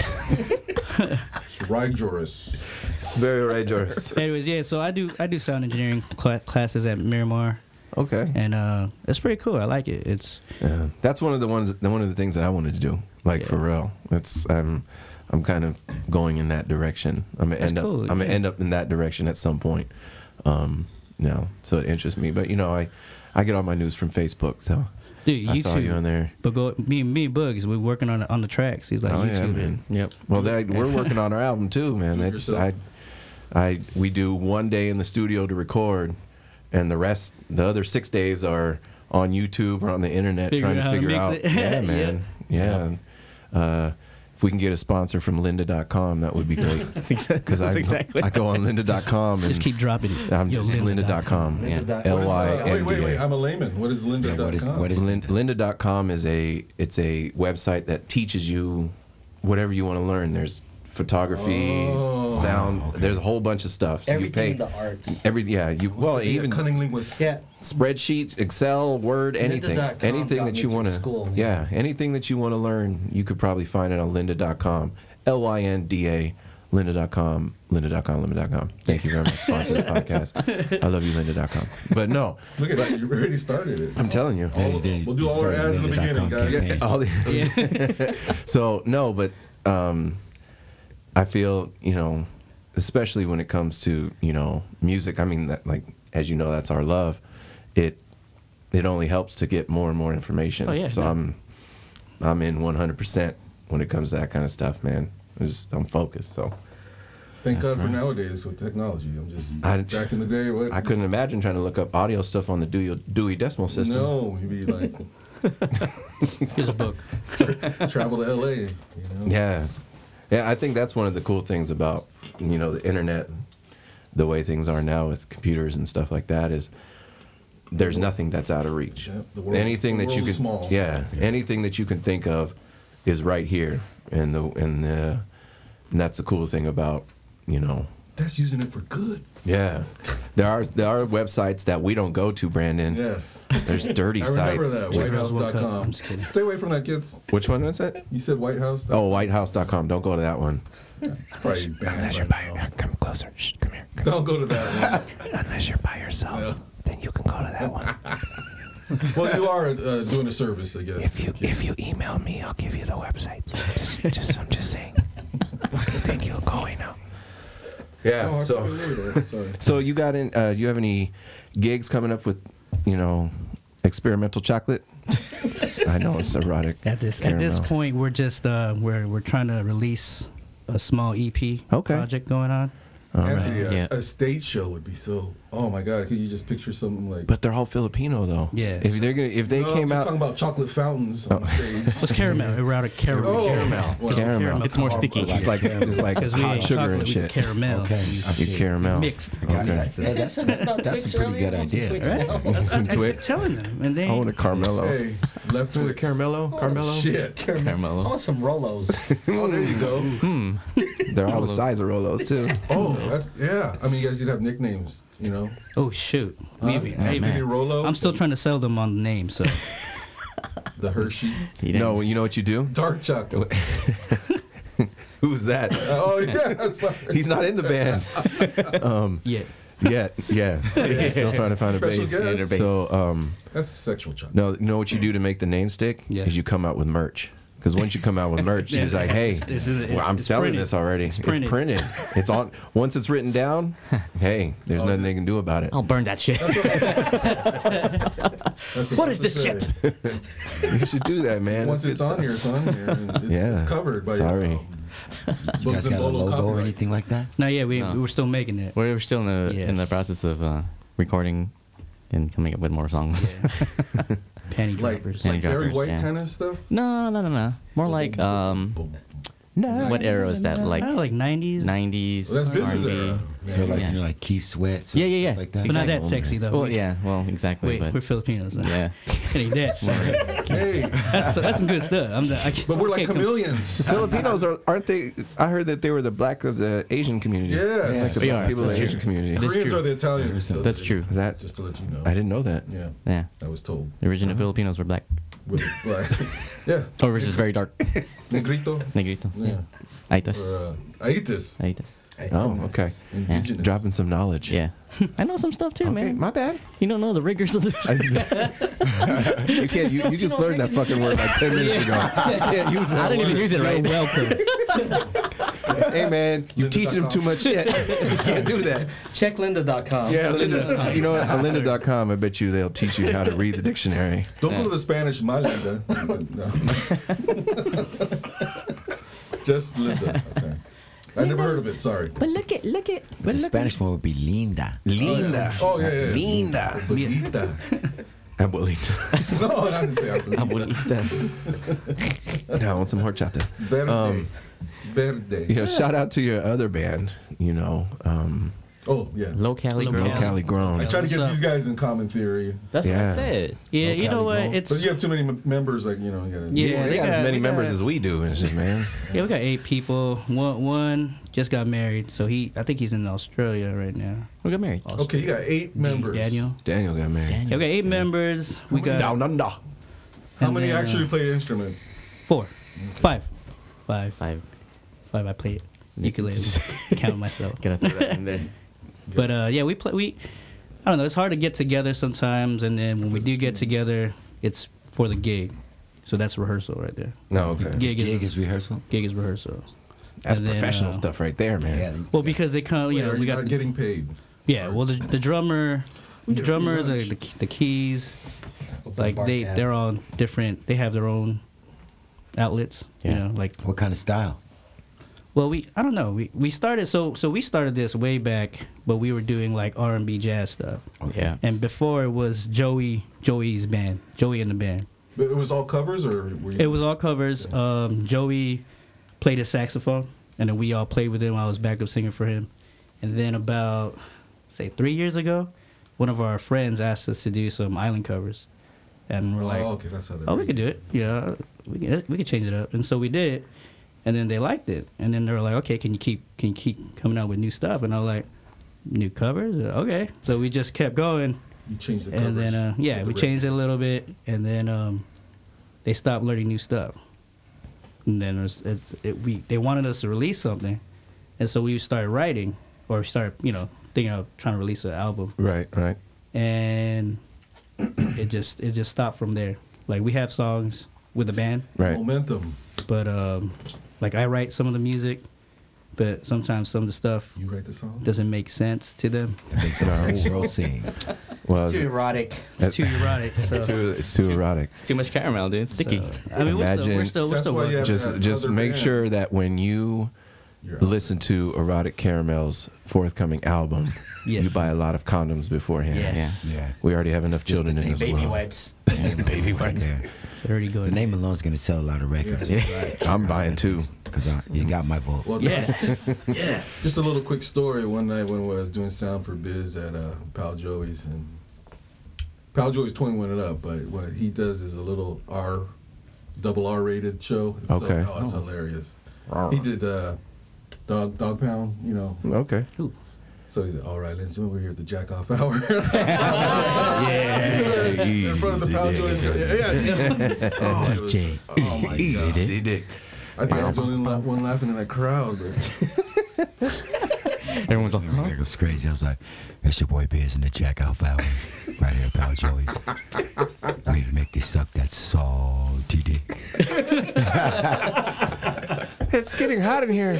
[SPEAKER 7] Rijoris.
[SPEAKER 5] It's very rigorous.
[SPEAKER 8] Anyways, yeah. So I do I do sound engineering cla classes at Miramar,
[SPEAKER 5] Okay.
[SPEAKER 8] and uh, it's pretty cool. I like it. It's
[SPEAKER 5] Yeah. That's one of the ones. the- One of the things that I wanted to do. Like for real. It's I'm. I'm kind of going in that direction. I'm gonna end up.
[SPEAKER 8] cool,
[SPEAKER 5] I'm gonna
[SPEAKER 8] yeah.
[SPEAKER 5] end up in that direction at some point. Um. No. So it interests me. But you know, I, I get all my news from Facebook. So
[SPEAKER 8] dude.
[SPEAKER 5] I
[SPEAKER 8] YouTube.
[SPEAKER 5] saw you on there.
[SPEAKER 8] But go, me, and me and Bugs, we're working on on the tracks. He's like,
[SPEAKER 5] Oh
[SPEAKER 8] YouTube
[SPEAKER 5] yeah,
[SPEAKER 8] it.
[SPEAKER 5] man.
[SPEAKER 9] *laughs*
[SPEAKER 2] yep.
[SPEAKER 5] Well, that, we're working on our album too, man.
[SPEAKER 7] Do it
[SPEAKER 5] That's I,
[SPEAKER 7] yourself.
[SPEAKER 5] I we do one day in the studio to record, and the rest, the other six days are on YouTube or on the internet
[SPEAKER 8] Figuring
[SPEAKER 5] trying to
[SPEAKER 8] out how to
[SPEAKER 5] figure
[SPEAKER 8] mix
[SPEAKER 5] out.
[SPEAKER 8] it. *laughs*
[SPEAKER 5] Yeah, man. Yeah. Uh, if we can get a sponsor from Lynda.com, that would be
[SPEAKER 8] *laughs*
[SPEAKER 5] great. Because I,
[SPEAKER 2] exactly
[SPEAKER 5] I go on Lynda.com and
[SPEAKER 8] Just keep dropping it.
[SPEAKER 5] I'm
[SPEAKER 8] Yo,
[SPEAKER 5] just Lynda.com.
[SPEAKER 3] Lynda.com.
[SPEAKER 5] L
[SPEAKER 7] Uh,
[SPEAKER 5] Y
[SPEAKER 7] wait,
[SPEAKER 5] N D
[SPEAKER 7] wait, wait.
[SPEAKER 5] A.
[SPEAKER 7] I'm a layman. What is Linda?
[SPEAKER 4] Yeah, what is
[SPEAKER 7] dot com?
[SPEAKER 4] what is
[SPEAKER 5] Lynda. Lynda.com is a it's a website that teaches you whatever you want to learn. There's photography,
[SPEAKER 7] Oh.
[SPEAKER 5] sound. There's a whole bunch of stuff. So
[SPEAKER 3] Everything
[SPEAKER 5] you
[SPEAKER 3] in
[SPEAKER 5] pay
[SPEAKER 3] the arts.
[SPEAKER 5] every yeah. You well
[SPEAKER 7] Be a
[SPEAKER 5] even
[SPEAKER 7] Oh, cunning linguist.
[SPEAKER 3] Yeah.
[SPEAKER 5] spreadsheets, Excel, Word, anything,
[SPEAKER 3] Lynda.com
[SPEAKER 5] anything
[SPEAKER 3] got
[SPEAKER 5] that
[SPEAKER 3] me
[SPEAKER 5] you
[SPEAKER 3] through
[SPEAKER 5] want
[SPEAKER 3] school,
[SPEAKER 5] to
[SPEAKER 3] man.
[SPEAKER 5] yeah, anything that you want to learn, you could probably find it on Lynda.com. L Y N D A. Lynda.com, Lynda.com, Lynda.com. Thank you very much, sponsor the
[SPEAKER 3] *laughs*
[SPEAKER 5] podcast. I love you, Lynda.com. But no,
[SPEAKER 7] Look at that. You already started it.
[SPEAKER 5] I'm telling you.
[SPEAKER 7] All of them. We'll do all our ads in the beginning, guys.
[SPEAKER 5] Yeah, all *laughs* the- so no, but um, I feel you know especially when it comes to you know music. I mean, that like as you know, that's our love. It it only helps to get more and more information.
[SPEAKER 8] Oh, yeah,
[SPEAKER 5] so
[SPEAKER 8] yeah.
[SPEAKER 5] I'm I'm in 100 percent when it comes to that kind of stuff, man. I'm just I'm focused. So
[SPEAKER 7] Thank God for nowadays with technology. I'm just
[SPEAKER 5] I-
[SPEAKER 7] back in the day. What?
[SPEAKER 5] I couldn't imagine trying to look up audio stuff on the Dewey, Dewey Decimal System.
[SPEAKER 7] No, you'd be like
[SPEAKER 8] Here's a book.
[SPEAKER 7] travel to LA. You know?
[SPEAKER 5] Yeah. Yeah, I think that's one of the cool things about, you know, the internet, the way things are now with computers and stuff like that is there's nothing that's out of reach.
[SPEAKER 7] Yep, the world-
[SPEAKER 5] anything
[SPEAKER 7] the
[SPEAKER 5] that you
[SPEAKER 7] world
[SPEAKER 5] could
[SPEAKER 7] is small.
[SPEAKER 5] Yeah, anything that you can think of is right here and the and the and that's the cool thing about, you know,
[SPEAKER 7] That's using it for good.
[SPEAKER 5] yeah. There are there are websites that we don't go to, Brandon.
[SPEAKER 7] Yes.
[SPEAKER 5] There's dirty
[SPEAKER 7] I remember
[SPEAKER 5] sites.
[SPEAKER 7] that.
[SPEAKER 5] Which-
[SPEAKER 8] I'm
[SPEAKER 7] WhiteHouse.com.
[SPEAKER 8] just kidding.
[SPEAKER 7] Stay away from that, kids.
[SPEAKER 5] Which one was it?
[SPEAKER 7] You said White House.
[SPEAKER 5] Oh, whitehouse.com. Don't go to that one.
[SPEAKER 7] It's probably banned
[SPEAKER 2] Unless
[SPEAKER 7] by
[SPEAKER 2] you're by
[SPEAKER 7] now.
[SPEAKER 2] yourself. Come closer. Shh, come here. Come
[SPEAKER 7] Don't go to that
[SPEAKER 2] here. Unless you're by yourself,
[SPEAKER 7] Yeah.
[SPEAKER 2] then you can go to
[SPEAKER 5] *laughs*
[SPEAKER 2] that one.
[SPEAKER 7] one. well, you are uh, doing a service, I guess.
[SPEAKER 2] If you if you email me, I'll give you the website. Just, just I'm just
[SPEAKER 5] *laughs*
[SPEAKER 2] saying. Okay, thank you. Go away now.
[SPEAKER 5] Yeah.
[SPEAKER 7] Oh, I
[SPEAKER 5] so
[SPEAKER 7] probably remember that. *laughs* Sorry.
[SPEAKER 5] So you got in? Uh, you have any gigs coming up with, you know, experimental chocolate? I know it's erotic.
[SPEAKER 8] *laughs* At this at this
[SPEAKER 5] caramel.
[SPEAKER 8] point, we're just uh, we're we're trying to release a small EP
[SPEAKER 5] Okay.
[SPEAKER 8] project going on.
[SPEAKER 7] Anthony, a,
[SPEAKER 2] Yeah.
[SPEAKER 7] uh, a stage show would be so. Oh my God! Could you just picture something like?
[SPEAKER 5] but they're all Filipino though.
[SPEAKER 8] Yeah.
[SPEAKER 5] If they're gonna, if they
[SPEAKER 7] No, I'm
[SPEAKER 5] came
[SPEAKER 7] just
[SPEAKER 5] out, Oh.
[SPEAKER 7] talking about chocolate fountains on
[SPEAKER 8] It's
[SPEAKER 5] *laughs*
[SPEAKER 7] stage.
[SPEAKER 8] caramel, erotic caramel.
[SPEAKER 7] caramel. Well,
[SPEAKER 5] Caramel.
[SPEAKER 2] It's more sticky.
[SPEAKER 5] it's like it's like
[SPEAKER 8] Because we
[SPEAKER 5] hot
[SPEAKER 8] ain't
[SPEAKER 5] sugar
[SPEAKER 8] chocolate,
[SPEAKER 5] and
[SPEAKER 8] we
[SPEAKER 5] shit.
[SPEAKER 8] Caramel.
[SPEAKER 4] Okay. I
[SPEAKER 5] Your
[SPEAKER 4] see.
[SPEAKER 5] caramel
[SPEAKER 8] Mixed.
[SPEAKER 4] I got
[SPEAKER 5] Okay.
[SPEAKER 4] it. Hey,
[SPEAKER 6] Said
[SPEAKER 4] that-
[SPEAKER 6] something about
[SPEAKER 4] that's
[SPEAKER 6] Twix
[SPEAKER 4] a pretty
[SPEAKER 6] earlier.
[SPEAKER 4] good
[SPEAKER 6] I want some
[SPEAKER 4] idea.
[SPEAKER 6] Twix
[SPEAKER 8] Right?
[SPEAKER 6] now.
[SPEAKER 5] Some Twix.
[SPEAKER 8] Telling them, and they
[SPEAKER 5] I want a Carmelo.
[SPEAKER 7] hey, left
[SPEAKER 5] Is it
[SPEAKER 7] twist.
[SPEAKER 5] Carmelo. Carmelo.
[SPEAKER 7] Shit.
[SPEAKER 6] I want some Rolos.
[SPEAKER 7] Oh, there you
[SPEAKER 5] *laughs*
[SPEAKER 7] go.
[SPEAKER 5] They're all the size of Rolos
[SPEAKER 8] *laughs*
[SPEAKER 5] too.
[SPEAKER 7] Oh, that- yeah. I mean, you guys did have nicknames, you know.
[SPEAKER 8] Oh shoot!
[SPEAKER 7] Huh?
[SPEAKER 8] Maybe.
[SPEAKER 5] Oh,
[SPEAKER 8] Hey,
[SPEAKER 7] Did he
[SPEAKER 8] man.
[SPEAKER 7] Rolo?
[SPEAKER 8] I'm still trying to sell them on the name, so
[SPEAKER 7] the Hershey
[SPEAKER 5] No, you know what you do?
[SPEAKER 7] dark
[SPEAKER 5] *laughs*
[SPEAKER 7] chocolate.
[SPEAKER 5] Who's that?
[SPEAKER 7] oh yeah, I'm sorry.
[SPEAKER 5] He's not in the
[SPEAKER 7] *laughs*
[SPEAKER 5] band.
[SPEAKER 8] yeah.
[SPEAKER 5] yet. Yeah. Still trying to find
[SPEAKER 7] Special
[SPEAKER 5] a
[SPEAKER 7] guest.
[SPEAKER 5] bass. So um.
[SPEAKER 7] That's sexual chocolate.
[SPEAKER 5] No, you know what you do to make the name stick
[SPEAKER 8] Yeah.
[SPEAKER 5] is you come out with merch. Because once you come out with
[SPEAKER 8] *laughs*
[SPEAKER 5] merch, it's like, hey,
[SPEAKER 8] It's- it's- it's-
[SPEAKER 5] well, I'm
[SPEAKER 8] it's
[SPEAKER 5] selling
[SPEAKER 8] printed.
[SPEAKER 5] this already. It's
[SPEAKER 8] printed.
[SPEAKER 5] printed. It's
[SPEAKER 8] *laughs*
[SPEAKER 5] on. Once it's written down, hey,
[SPEAKER 8] Oh.
[SPEAKER 5] there's nothing they can do about it.
[SPEAKER 2] I'll burn that shit.
[SPEAKER 7] That's
[SPEAKER 2] What is this shit?
[SPEAKER 5] You should do that, man.
[SPEAKER 7] Once
[SPEAKER 5] That's good
[SPEAKER 7] it's on
[SPEAKER 5] stuff.
[SPEAKER 7] here, it's on here. and It's,
[SPEAKER 5] Yeah.
[SPEAKER 7] it's covered by
[SPEAKER 5] Sorry.
[SPEAKER 7] Um,
[SPEAKER 4] You guys got a logo or anything like that?
[SPEAKER 8] No, yeah, we
[SPEAKER 9] No.
[SPEAKER 8] we were still making it.
[SPEAKER 9] We're we're still in the in the
[SPEAKER 8] Yes.
[SPEAKER 9] process of uh, recording and coming up with more songs.
[SPEAKER 8] Panty
[SPEAKER 7] Like,
[SPEAKER 8] droppers.
[SPEAKER 9] Penny
[SPEAKER 7] like Barry
[SPEAKER 9] droppers,
[SPEAKER 7] White
[SPEAKER 9] yeah.
[SPEAKER 7] kind of stuff.
[SPEAKER 9] *laughs* no, no, no, no. More like um,
[SPEAKER 7] Boom.
[SPEAKER 9] what era is that? Like
[SPEAKER 8] Kinda like 90s,
[SPEAKER 9] nineties
[SPEAKER 7] Well, that's business
[SPEAKER 9] R&B.
[SPEAKER 7] era.
[SPEAKER 4] So like
[SPEAKER 9] Yeah.
[SPEAKER 4] you know, like Keith Sweat. so
[SPEAKER 9] Yeah, yeah,
[SPEAKER 4] stuff
[SPEAKER 9] yeah.
[SPEAKER 4] Like oh, that.
[SPEAKER 8] but not that
[SPEAKER 9] Exactly.
[SPEAKER 8] sexy though.
[SPEAKER 9] Well,
[SPEAKER 8] We-
[SPEAKER 9] yeah. Well, exactly.
[SPEAKER 8] Wait,
[SPEAKER 9] but
[SPEAKER 8] we're Filipinos. Now. *laughs*
[SPEAKER 9] yeah.
[SPEAKER 8] Ain't that sexy.
[SPEAKER 7] Hey,
[SPEAKER 8] that's, that's some good stuff. I'm not, I can't-
[SPEAKER 7] but we're
[SPEAKER 8] I
[SPEAKER 7] like
[SPEAKER 8] can't com-
[SPEAKER 7] chameleons.
[SPEAKER 5] Filipinos are, aren't they? I heard that they were the black of the Asian community.
[SPEAKER 7] Yeah.
[SPEAKER 5] Like the
[SPEAKER 9] We
[SPEAKER 5] black
[SPEAKER 9] are,
[SPEAKER 5] people of the
[SPEAKER 9] that's
[SPEAKER 5] Asian
[SPEAKER 9] true.
[SPEAKER 5] community.
[SPEAKER 9] That's
[SPEAKER 7] Koreans
[SPEAKER 9] true.
[SPEAKER 7] are the Italians. so
[SPEAKER 9] That's
[SPEAKER 7] they-
[SPEAKER 9] true.
[SPEAKER 5] Is that?
[SPEAKER 7] Just to let you know.
[SPEAKER 5] I didn't know that.
[SPEAKER 7] Yeah,
[SPEAKER 9] Yeah.
[SPEAKER 7] I was told.
[SPEAKER 9] The original Filipinos were black.
[SPEAKER 7] With black. *laughs* yeah.
[SPEAKER 9] Or which is very dark.
[SPEAKER 7] Negrito.
[SPEAKER 9] *laughs* Negritos.
[SPEAKER 7] Yeah.
[SPEAKER 9] Yeah. Aitos.
[SPEAKER 7] Or uh, Aitis.
[SPEAKER 9] Aitos.
[SPEAKER 5] Oh, okay.
[SPEAKER 7] Indigenous.
[SPEAKER 5] Dropping some knowledge.
[SPEAKER 9] Yeah. I know some stuff too,
[SPEAKER 5] Okay,
[SPEAKER 9] man.
[SPEAKER 5] my bad.
[SPEAKER 7] *laughs*
[SPEAKER 9] you don't know the rigors of this.
[SPEAKER 5] You can't. You, you just learned that fucking word like ten minutes ago. You can't use
[SPEAKER 9] I
[SPEAKER 5] that
[SPEAKER 9] didn't even
[SPEAKER 5] word.
[SPEAKER 9] use it right.
[SPEAKER 8] Welcome.
[SPEAKER 9] *laughs*
[SPEAKER 5] Hey man, you
[SPEAKER 7] Linda
[SPEAKER 5] teaching them
[SPEAKER 7] dot
[SPEAKER 5] too
[SPEAKER 7] com.
[SPEAKER 5] much shit.
[SPEAKER 7] *laughs*
[SPEAKER 5] You can't do that.
[SPEAKER 6] Check lynda.com.
[SPEAKER 5] Yeah, Linda. Uh, You know what? On Lynda.com, I bet you they'll teach you how to read the dictionary.
[SPEAKER 7] Don't go to the Spanish, my Linda. *laughs* No. Just Linda. Okay. I never heard of it. Sorry.
[SPEAKER 9] But look at look at.
[SPEAKER 4] The Spanish one would be Linda.
[SPEAKER 5] Linda.
[SPEAKER 7] Oh yeah, yeah. yeah.
[SPEAKER 5] Linda.
[SPEAKER 7] Bonita.
[SPEAKER 5] *laughs* Abuelita.
[SPEAKER 7] *laughs* No, I didn't say Abuelita.
[SPEAKER 9] Abuelita.
[SPEAKER 5] Now I want some horchata.
[SPEAKER 7] Verde.
[SPEAKER 5] Um,
[SPEAKER 7] Verde.
[SPEAKER 5] You know, shout out to your other band. You know, um,
[SPEAKER 7] Oh yeah.
[SPEAKER 9] Low Cali
[SPEAKER 8] Low
[SPEAKER 9] girl.
[SPEAKER 8] Cali.
[SPEAKER 5] Cali Grown.
[SPEAKER 7] I try to
[SPEAKER 8] What's
[SPEAKER 7] get
[SPEAKER 8] up?
[SPEAKER 7] these guys in common theory.
[SPEAKER 9] That's what
[SPEAKER 5] Yeah.
[SPEAKER 9] I said.
[SPEAKER 8] Yeah, you know what?
[SPEAKER 4] Locality,
[SPEAKER 8] It's
[SPEAKER 7] But you have too many m- members, like you know. You gotta,
[SPEAKER 8] yeah.
[SPEAKER 5] They got as many
[SPEAKER 8] we
[SPEAKER 5] members
[SPEAKER 8] got-
[SPEAKER 5] as we do, and it's just, man.
[SPEAKER 8] Yeah, we got eight people. One one just got married, so he I think he's in Australia right now.
[SPEAKER 9] We got married.
[SPEAKER 7] Okay, you got eight members.
[SPEAKER 8] Daniel.
[SPEAKER 5] Daniel got married.
[SPEAKER 8] Yeah, we got eight members. We got
[SPEAKER 5] Down under.
[SPEAKER 7] How
[SPEAKER 8] and
[SPEAKER 7] many
[SPEAKER 8] then, uh,
[SPEAKER 7] actually play instruments?
[SPEAKER 8] Four. Five. Five.
[SPEAKER 9] Five.
[SPEAKER 8] Five. I played ukulele.
[SPEAKER 9] *laughs*
[SPEAKER 8] Count myself.
[SPEAKER 9] Gotta throw that in there.
[SPEAKER 8] But uh, yeah, we play. We I don't know. It's hard to get together sometimes, and then when we do get together, it's for the gig. So that's rehearsal right there.
[SPEAKER 5] No, okay.
[SPEAKER 8] Gig is
[SPEAKER 4] Gig is rehearsal.
[SPEAKER 8] gig is rehearsal.
[SPEAKER 5] That's
[SPEAKER 8] And then,
[SPEAKER 5] professional
[SPEAKER 8] uh,
[SPEAKER 5] stuff right there, man.
[SPEAKER 4] Yeah.
[SPEAKER 8] Well, because they come, you know,
[SPEAKER 7] Wait,
[SPEAKER 8] Oh, we
[SPEAKER 7] you're
[SPEAKER 8] got
[SPEAKER 7] not
[SPEAKER 8] the-
[SPEAKER 7] getting paid.
[SPEAKER 8] yeah. Well, the, the drummer,
[SPEAKER 7] We get
[SPEAKER 8] the
[SPEAKER 7] free
[SPEAKER 8] drummer, the,
[SPEAKER 7] lunch.
[SPEAKER 8] the the keys,
[SPEAKER 6] Open
[SPEAKER 8] like
[SPEAKER 6] bar
[SPEAKER 8] they
[SPEAKER 6] tab.
[SPEAKER 8] they're all different. They have their own outlets. You
[SPEAKER 9] Yeah.
[SPEAKER 8] know, like
[SPEAKER 4] What kind of style?
[SPEAKER 8] Well, we I don't know. We we started so so we started this way back, but we were doing like R and B jazz stuff.
[SPEAKER 9] *laughs* Yeah.
[SPEAKER 8] And before it was Joey Joey's band, Joey and the band.
[SPEAKER 7] But it was all covers, or were you,
[SPEAKER 8] It was all covers. Um, Joey played his saxophone, and then we all played with him. I was backup singer for him. And then about say three years ago, one of our friends asked us to do some island covers, and we're
[SPEAKER 7] Oh,
[SPEAKER 8] like,
[SPEAKER 7] okay, that's how they.
[SPEAKER 8] oh, we
[SPEAKER 7] read.
[SPEAKER 8] could do it. Yeah, we could, we could change it up. And so we did, and then they liked it. And then they were like, okay, can you keep can you keep coming out with new stuff? And I was like, new covers, okay. So we just kept going,
[SPEAKER 7] You changed the covers.
[SPEAKER 8] and then uh,
[SPEAKER 7] with
[SPEAKER 8] yeah,
[SPEAKER 7] the
[SPEAKER 8] we
[SPEAKER 7] red.
[SPEAKER 8] changed it a little bit, and then um, they stopped learning new stuff. And then it was, it's it, we they wanted us to release something, and so we started writing or started you know thinking of trying to release an album
[SPEAKER 5] Right, right.
[SPEAKER 8] and it just it just stopped from there. Like we have songs with the band,
[SPEAKER 5] Right.
[SPEAKER 7] Momentum.
[SPEAKER 8] but um, like I write some of the music, but sometimes some of the stuff
[SPEAKER 7] You write the song.
[SPEAKER 8] doesn't make sense to them.
[SPEAKER 4] It's a sexual scene.
[SPEAKER 5] Well,
[SPEAKER 6] It's
[SPEAKER 5] it's
[SPEAKER 6] too
[SPEAKER 5] too,
[SPEAKER 6] erotic.
[SPEAKER 8] It's too erotic. So,
[SPEAKER 5] it's too, erotic.
[SPEAKER 9] It's too much caramel, dude. It's sticky.
[SPEAKER 8] I mean, we're still we're
[SPEAKER 5] Imagine-
[SPEAKER 8] still we're
[SPEAKER 7] That's
[SPEAKER 8] still
[SPEAKER 7] why you
[SPEAKER 8] working.
[SPEAKER 7] have-
[SPEAKER 5] Just,
[SPEAKER 7] Another
[SPEAKER 5] just make
[SPEAKER 7] band.
[SPEAKER 5] sure that when you
[SPEAKER 7] You're out.
[SPEAKER 5] listen to Erotic Caramel's forthcoming
[SPEAKER 7] *laughs*
[SPEAKER 5] album,
[SPEAKER 8] Yes.
[SPEAKER 5] you buy a lot of condoms beforehand.
[SPEAKER 6] Yes.
[SPEAKER 4] Yeah.
[SPEAKER 5] We already have enough children in
[SPEAKER 4] name.
[SPEAKER 5] this
[SPEAKER 6] Baby
[SPEAKER 5] world.
[SPEAKER 6] wipes.
[SPEAKER 4] *laughs* Baby right there.
[SPEAKER 8] It's already
[SPEAKER 4] The
[SPEAKER 8] going.
[SPEAKER 4] name alone's gonna sell a lot of records.
[SPEAKER 7] Yeah.
[SPEAKER 5] *laughs* I'm buying two. Mm-hmm.
[SPEAKER 4] Cause I, you got my vote.
[SPEAKER 7] Well,
[SPEAKER 6] Yes. yes.
[SPEAKER 7] *laughs* Just a little quick story. One night when I was doing sound for Biz at uh, Pal Joey's, and Pal Joey's 21 and up, but what he does is a little R, double R rated show. It's so-
[SPEAKER 5] Okay.
[SPEAKER 7] oh, it's hilarious. He did uh, Dog Dog Pound, you know.
[SPEAKER 5] Okay.
[SPEAKER 7] So he's like, all right, let's do it. We're here at the jack off hour. *laughs*
[SPEAKER 5] Yeah.
[SPEAKER 7] in front of the Pal Joey's. *laughs* Yeah, yeah. Oh, it was-
[SPEAKER 4] DJ.
[SPEAKER 7] oh my God.
[SPEAKER 5] Easy dick.
[SPEAKER 7] I think I was the only la- one laughing in that crowd, but
[SPEAKER 9] Everyone's like,
[SPEAKER 4] I
[SPEAKER 9] huh?
[SPEAKER 5] Uh-huh.
[SPEAKER 4] goes crazy. I was like, "It's your boy Biz in the Jack Alpha
[SPEAKER 5] *laughs*
[SPEAKER 4] Hour, right here at Pal Joey's. Ready to make this suck that salty dick."
[SPEAKER 5] It's getting hot in here.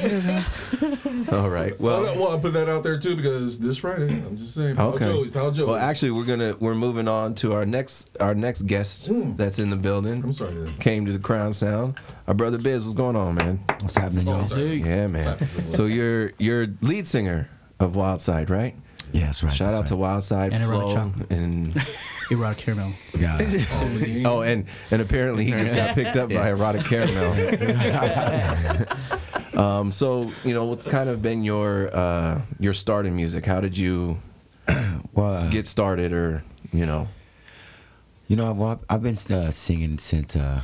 [SPEAKER 5] All right.
[SPEAKER 4] Oh.
[SPEAKER 7] well,
[SPEAKER 5] Well,
[SPEAKER 7] I want to put that out there too because this Friday, I'm just saying, Pal
[SPEAKER 5] Okay.
[SPEAKER 7] Joey's, Pal Joey's.
[SPEAKER 5] well, actually, we're gonna we're moving on to our next our next guest
[SPEAKER 7] Mm.
[SPEAKER 5] that's in the building.
[SPEAKER 7] I'm sorry. To,
[SPEAKER 5] Came to the Crown Sound. Our brother Biz, what's going on, man?
[SPEAKER 4] What's happening,
[SPEAKER 7] oh, I'm
[SPEAKER 4] y'all?
[SPEAKER 7] sorry.
[SPEAKER 5] Yeah, man. So you're you're lead singer of Wildside, right?
[SPEAKER 4] yeah, that's right.
[SPEAKER 5] Shout out to Wildside
[SPEAKER 8] And Erotic
[SPEAKER 5] Flow
[SPEAKER 8] Chocolate.
[SPEAKER 5] and
[SPEAKER 8] *laughs* Erotic caramel.
[SPEAKER 4] to God.
[SPEAKER 5] *laughs* oh and and apparently he just got picked up by Erotic Caramel. um, so you know what's kind of been your uh, your start in music? How did you
[SPEAKER 4] Well, uh,
[SPEAKER 5] get started, or you know?
[SPEAKER 4] you know, I've, I've been uh, singing since uh,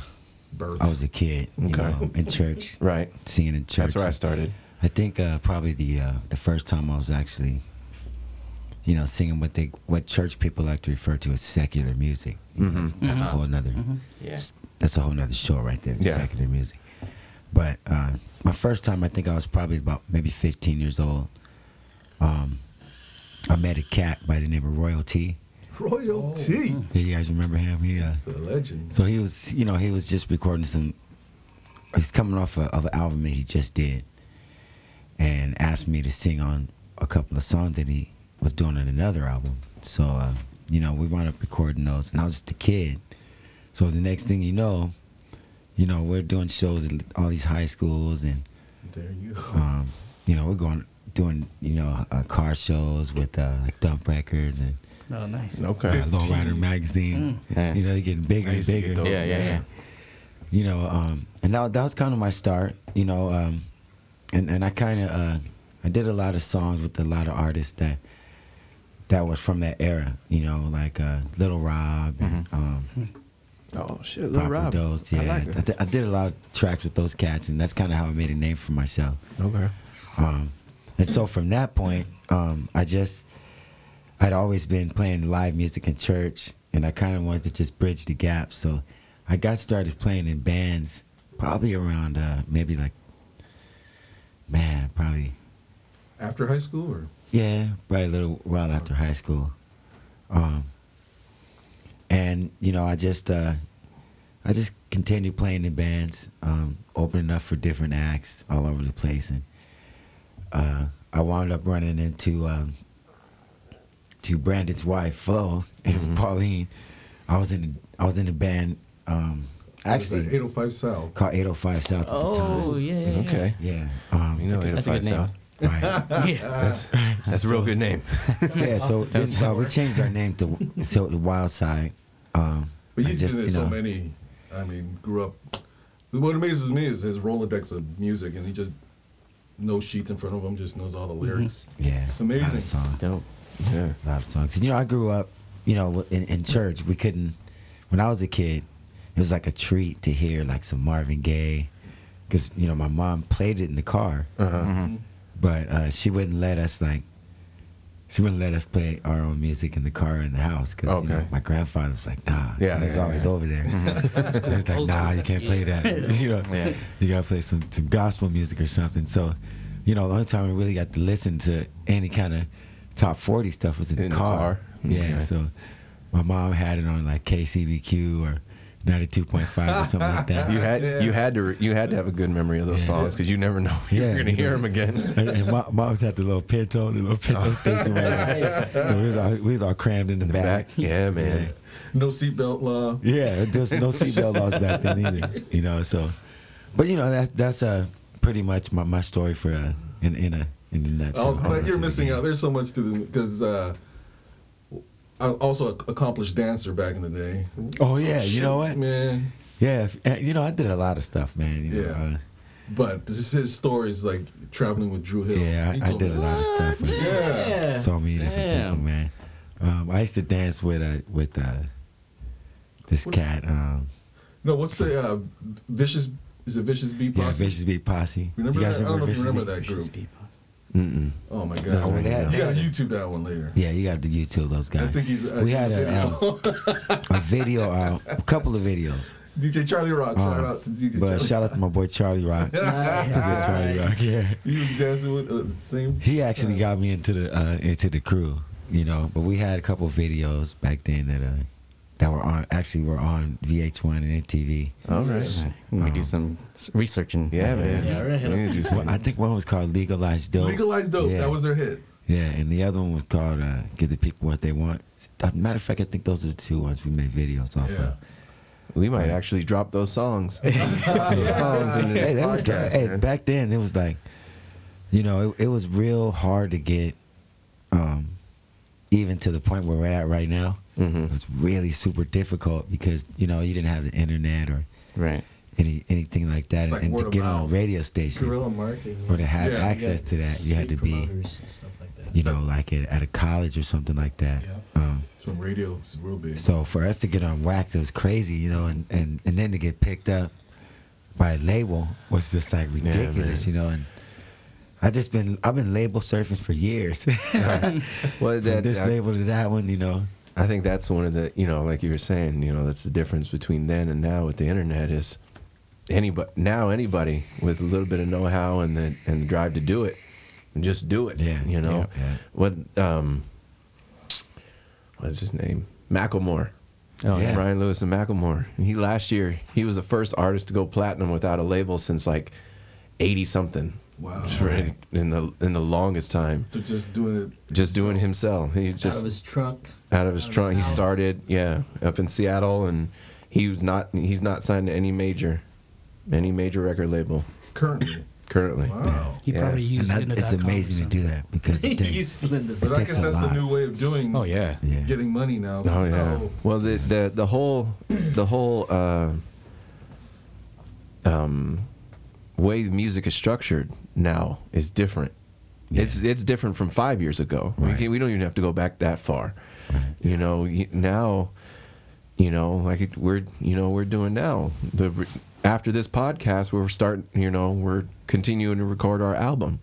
[SPEAKER 7] Birth.
[SPEAKER 4] I was a kid. You
[SPEAKER 5] Okay.
[SPEAKER 4] know, in church,
[SPEAKER 5] *laughs* Right.
[SPEAKER 4] singing in church.
[SPEAKER 5] That's where I started.
[SPEAKER 4] I think uh, probably the uh, the first time I was actually, you know, singing what they what church people like to refer to as secular music. You
[SPEAKER 5] Mm-hmm.
[SPEAKER 4] know, That's, that's a whole nother.
[SPEAKER 9] Yeah.
[SPEAKER 4] s- That's a whole nother show right there.
[SPEAKER 5] Uh-huh. Yeah.
[SPEAKER 4] Secular music. But uh, my first time, I think I was probably about maybe 15 years old. Um, I met a cat by the name of Royalty.
[SPEAKER 7] Royalty.
[SPEAKER 4] You guys remember him? He uh,
[SPEAKER 7] It's a legend.
[SPEAKER 4] oh, hmm. so he was, you know, he was just recording some. He's coming off a, of an album that he just did, and asked me to sing on a couple of songs that he was doing on another album. So, uh, you know, we wound up recording those, and I was just a kid. So the next thing you know, you know, we're doing shows at all these high schools, and
[SPEAKER 7] There you go.
[SPEAKER 4] um, you know, we're going doing, you know, uh, car shows with uh, like Dump Records and
[SPEAKER 8] Oh, nice.
[SPEAKER 5] Okay.
[SPEAKER 4] uh, Lowrider Magazine.
[SPEAKER 9] Yeah.
[SPEAKER 4] You know, they're getting bigger
[SPEAKER 5] I
[SPEAKER 4] and
[SPEAKER 5] used to get
[SPEAKER 4] bigger
[SPEAKER 5] those.
[SPEAKER 9] Yeah, yeah, yeah.
[SPEAKER 4] you know, um, and that, that was kind of my start, you know, um, and and I kind of uh, I did a lot of songs with a lot of artists that that was from that era, you know, like uh, Little Rob and um,
[SPEAKER 5] Oh shit, Lil
[SPEAKER 4] Proper
[SPEAKER 5] Hmm. Rob.
[SPEAKER 4] Dose. Yeah, I,
[SPEAKER 5] like that.
[SPEAKER 4] did- I did a lot of tracks with those cats, and that's kind of how I made a name for myself.
[SPEAKER 5] Okay.
[SPEAKER 4] Um, and so from that point, um, I just I'd always been playing live music in church, and I kind of wanted to just bridge the gap. So I got started playing in bands probably around uh, maybe like man, probably
[SPEAKER 7] After high school, or
[SPEAKER 4] yeah, probably a little while after high school. Um, and you know, I just uh, I just continued playing in bands, um, opening up for different acts all over the place, and uh, I wound up running into um, to Brandon's wife, Flo, and *laughs* Pauline. I was in the, I was in the band. Um, actually,
[SPEAKER 7] 805 South.
[SPEAKER 4] called 805 South at the time.
[SPEAKER 6] Oh yeah. yeah, yeah.
[SPEAKER 5] Okay.
[SPEAKER 4] Yeah. Um,
[SPEAKER 5] You know,
[SPEAKER 9] That's a
[SPEAKER 5] 805
[SPEAKER 9] good name.
[SPEAKER 5] South.
[SPEAKER 4] right.
[SPEAKER 5] That's, that's a real good *laughs* name.
[SPEAKER 4] yeah, so then, uh, we changed our name to so the Wild Side. Um,
[SPEAKER 7] But
[SPEAKER 4] I
[SPEAKER 7] you
[SPEAKER 4] just,
[SPEAKER 7] did
[SPEAKER 4] you
[SPEAKER 7] so
[SPEAKER 4] know,
[SPEAKER 7] many. I mean, grew up. What amazes me is his Rolodex of music, and he just no sheets in front of him, just knows all the lyrics.
[SPEAKER 4] Mm-hmm. yeah, A lot
[SPEAKER 7] Amazing.
[SPEAKER 4] of songs,
[SPEAKER 9] Dope.
[SPEAKER 5] Yeah.
[SPEAKER 4] a lot of songs. And, you know, I grew up, you know, in, in church. We couldn't. When I was a kid, it was like a treat to hear like some Marvin Gaye, because you know my mom played it in the car,
[SPEAKER 5] Uh-huh.
[SPEAKER 4] but uh, she wouldn't let us like. She wouldn't let us play our own music in the car in the house because you know,
[SPEAKER 5] Okay.
[SPEAKER 4] my grandfather was like, "Nah,
[SPEAKER 5] Yeah,
[SPEAKER 4] and he was
[SPEAKER 5] yeah,
[SPEAKER 4] always
[SPEAKER 5] yeah.
[SPEAKER 4] over
[SPEAKER 5] *laughs*
[SPEAKER 4] there." so it's like,
[SPEAKER 8] Old
[SPEAKER 4] "Nah,
[SPEAKER 8] school.
[SPEAKER 4] you can't play that." *laughs* you know,
[SPEAKER 9] Yeah.
[SPEAKER 4] you gotta play some, some gospel music or something. So, you know, the only time we really got to listen to any kind of top forty stuff was in,
[SPEAKER 5] In
[SPEAKER 4] the
[SPEAKER 5] the
[SPEAKER 4] car.
[SPEAKER 5] car?
[SPEAKER 4] Yeah.
[SPEAKER 5] Okay.
[SPEAKER 4] So, my mom had it on like KCBQ or ninety two point five or something like that.
[SPEAKER 5] *laughs* You had you had to re- you had to have a good memory of those songs because you never know when
[SPEAKER 4] Yeah,
[SPEAKER 5] you're gonna
[SPEAKER 4] you
[SPEAKER 5] hear
[SPEAKER 4] know.
[SPEAKER 5] them again.
[SPEAKER 4] and, and my mom's had the little Pinto, the little Pinto station. Right So we was, all, we was all crammed in the, back. *laughs*
[SPEAKER 5] Back, yeah, man.
[SPEAKER 7] No seatbelt law.
[SPEAKER 4] Yeah, there's no seatbelt laws back then either. You know, so, but you know that's that's uh, pretty much my, my story for uh, in in a in a
[SPEAKER 7] I
[SPEAKER 4] nutshell.
[SPEAKER 7] was, but you're
[SPEAKER 4] Yeah.
[SPEAKER 7] missing out. There's so much to them because uh, I was also an accomplished dancer back in the day.
[SPEAKER 4] Oh yeah, you know what?
[SPEAKER 7] man.
[SPEAKER 4] Yeah, if, uh, you know I did a lot of stuff, man. You know,
[SPEAKER 7] Yeah.
[SPEAKER 4] uh,
[SPEAKER 7] But this his stories like traveling with Drew Hill.
[SPEAKER 4] yeah,
[SPEAKER 7] He
[SPEAKER 4] I, I
[SPEAKER 7] told
[SPEAKER 4] did a
[SPEAKER 7] me
[SPEAKER 4] lot of stuff.
[SPEAKER 7] that.
[SPEAKER 4] With
[SPEAKER 7] Yeah.
[SPEAKER 4] so many different people,
[SPEAKER 9] Damn.
[SPEAKER 4] man. Um, I used to dance with uh, with uh, this cat. Um,
[SPEAKER 7] No, what's the uh, vicious? Is it vicious beat?
[SPEAKER 4] yeah,
[SPEAKER 7] Posse?
[SPEAKER 4] Vicious Beat Posse.
[SPEAKER 7] Remember
[SPEAKER 4] you
[SPEAKER 7] that? I
[SPEAKER 4] guys
[SPEAKER 7] don't know if you
[SPEAKER 4] Vicious
[SPEAKER 7] remember
[SPEAKER 4] Beat?
[SPEAKER 7] that group.
[SPEAKER 5] Mm-mm.
[SPEAKER 7] Oh my god.
[SPEAKER 5] No,
[SPEAKER 4] Oh, that-
[SPEAKER 7] You gotta YouTube that one later.
[SPEAKER 4] Yeah, you got to YouTube those
[SPEAKER 7] I
[SPEAKER 4] guys.
[SPEAKER 7] think he's. Uh,
[SPEAKER 4] we had a,
[SPEAKER 7] video. *laughs*
[SPEAKER 4] um, a video out, a couple of videos.
[SPEAKER 7] DJ Charlie Rock. shout
[SPEAKER 4] uh,
[SPEAKER 7] out to DJ
[SPEAKER 4] But
[SPEAKER 7] Charlie.
[SPEAKER 4] shout out to my boy Charlie
[SPEAKER 7] *laughs*
[SPEAKER 4] Rock. Charlie Rock, yeah.
[SPEAKER 7] you was dancing with uh, the same.
[SPEAKER 4] He actually got me into the uh, into the crew, you know. But we had a couple of videos back then that uh, that were on actually were on VH1 and MTV.
[SPEAKER 5] All right.
[SPEAKER 9] Alright, Let me do some s- research and
[SPEAKER 5] Yeah, man.
[SPEAKER 6] Yeah, right.
[SPEAKER 5] We need to do
[SPEAKER 4] Well, *laughs*
[SPEAKER 5] something.
[SPEAKER 4] I think one was called Legalized Dope.
[SPEAKER 7] Legalized dope.
[SPEAKER 4] Yeah.
[SPEAKER 7] That was their hit.
[SPEAKER 4] yeah, and the other one was called uh, Give the People What They Want. As a matter of fact, I think those are the two ones we made videos off
[SPEAKER 7] Yeah.
[SPEAKER 4] of.
[SPEAKER 5] We might actually drop those songs. those songs in this
[SPEAKER 4] Hey, they were,
[SPEAKER 5] podcast,
[SPEAKER 4] hey,
[SPEAKER 5] man.
[SPEAKER 4] back then it was like, you know, it, it was real hard to get, um, even to the point where we're at right now. It
[SPEAKER 7] Mm-hmm.
[SPEAKER 5] Mhm.
[SPEAKER 4] was really super difficult because you know you didn't have the internet or
[SPEAKER 9] Right.
[SPEAKER 4] any anything like that,
[SPEAKER 7] It's like
[SPEAKER 4] and
[SPEAKER 7] word
[SPEAKER 4] to
[SPEAKER 7] of
[SPEAKER 4] get on a
[SPEAKER 7] mouth.
[SPEAKER 4] radio station
[SPEAKER 6] Guerrilla marketing.
[SPEAKER 4] or to have
[SPEAKER 7] Yeah, you
[SPEAKER 4] access to that, you had to be,
[SPEAKER 6] Promoters and stuff like that.
[SPEAKER 4] you know, like at, at a college or something like that.
[SPEAKER 6] Yeah.
[SPEAKER 4] Um,
[SPEAKER 7] So radio was real big.
[SPEAKER 4] so for us to get on wax, it was crazy, you know, and, and, and then to get picked up by a label was just like ridiculous,
[SPEAKER 5] man.
[SPEAKER 4] you know. And I just been I've been label surfing for years, *laughs*
[SPEAKER 5] Well,
[SPEAKER 4] from
[SPEAKER 5] that,
[SPEAKER 4] this
[SPEAKER 5] that-
[SPEAKER 4] label to that one, you know.
[SPEAKER 5] I think that's one of the you know, like you were saying, you know, that's the difference between then and now with the internet is anybody now anybody with a little bit of know how and the and the drive to do it, and just do it.
[SPEAKER 4] Yeah,
[SPEAKER 5] You know.
[SPEAKER 4] yeah, yeah.
[SPEAKER 5] What um what's his name? Macklemore.
[SPEAKER 9] Oh,
[SPEAKER 4] Yeah.
[SPEAKER 5] Ryan Lewis and Macklemore. And he last year he was the first artist to go platinum without a label since like eighty something.
[SPEAKER 7] Wow.
[SPEAKER 5] It's really- In the in the longest time.
[SPEAKER 7] They're just doing it.
[SPEAKER 5] Just doing himself. He
[SPEAKER 6] Out
[SPEAKER 5] just
[SPEAKER 6] of his trunk.
[SPEAKER 5] out of his
[SPEAKER 6] Out of
[SPEAKER 5] trunk.
[SPEAKER 6] his
[SPEAKER 5] He
[SPEAKER 6] house.
[SPEAKER 5] started, yeah, up in Seattle, and he was not. He's not signed to any major, any major record label
[SPEAKER 7] currently.
[SPEAKER 5] currently.
[SPEAKER 7] Wow.
[SPEAKER 8] He
[SPEAKER 5] Yeah.
[SPEAKER 8] probably used
[SPEAKER 4] And
[SPEAKER 8] it in
[SPEAKER 4] that,
[SPEAKER 8] the
[SPEAKER 4] it's
[SPEAKER 8] dot com or
[SPEAKER 4] amazing to
[SPEAKER 8] something.
[SPEAKER 4] do that
[SPEAKER 8] *laughs*
[SPEAKER 4] because it
[SPEAKER 6] *laughs* you
[SPEAKER 4] takes,
[SPEAKER 5] *laughs*
[SPEAKER 6] slid
[SPEAKER 7] But I
[SPEAKER 4] takes
[SPEAKER 7] guess
[SPEAKER 4] a
[SPEAKER 7] that's the
[SPEAKER 4] lot.
[SPEAKER 7] new way of doing.
[SPEAKER 9] Oh yeah.
[SPEAKER 4] yeah.
[SPEAKER 7] Getting money now.
[SPEAKER 5] Oh yeah.
[SPEAKER 7] Oh,
[SPEAKER 5] Well, the the the whole the whole uh, um way the music is structured now is different. It's it's different from five years ago. We,
[SPEAKER 4] Right.
[SPEAKER 5] can, we don't even have to go back that far. You know y- now, you know like it, we're you know we're doing now the re- after this podcast we're starting you know we're continuing to record our album.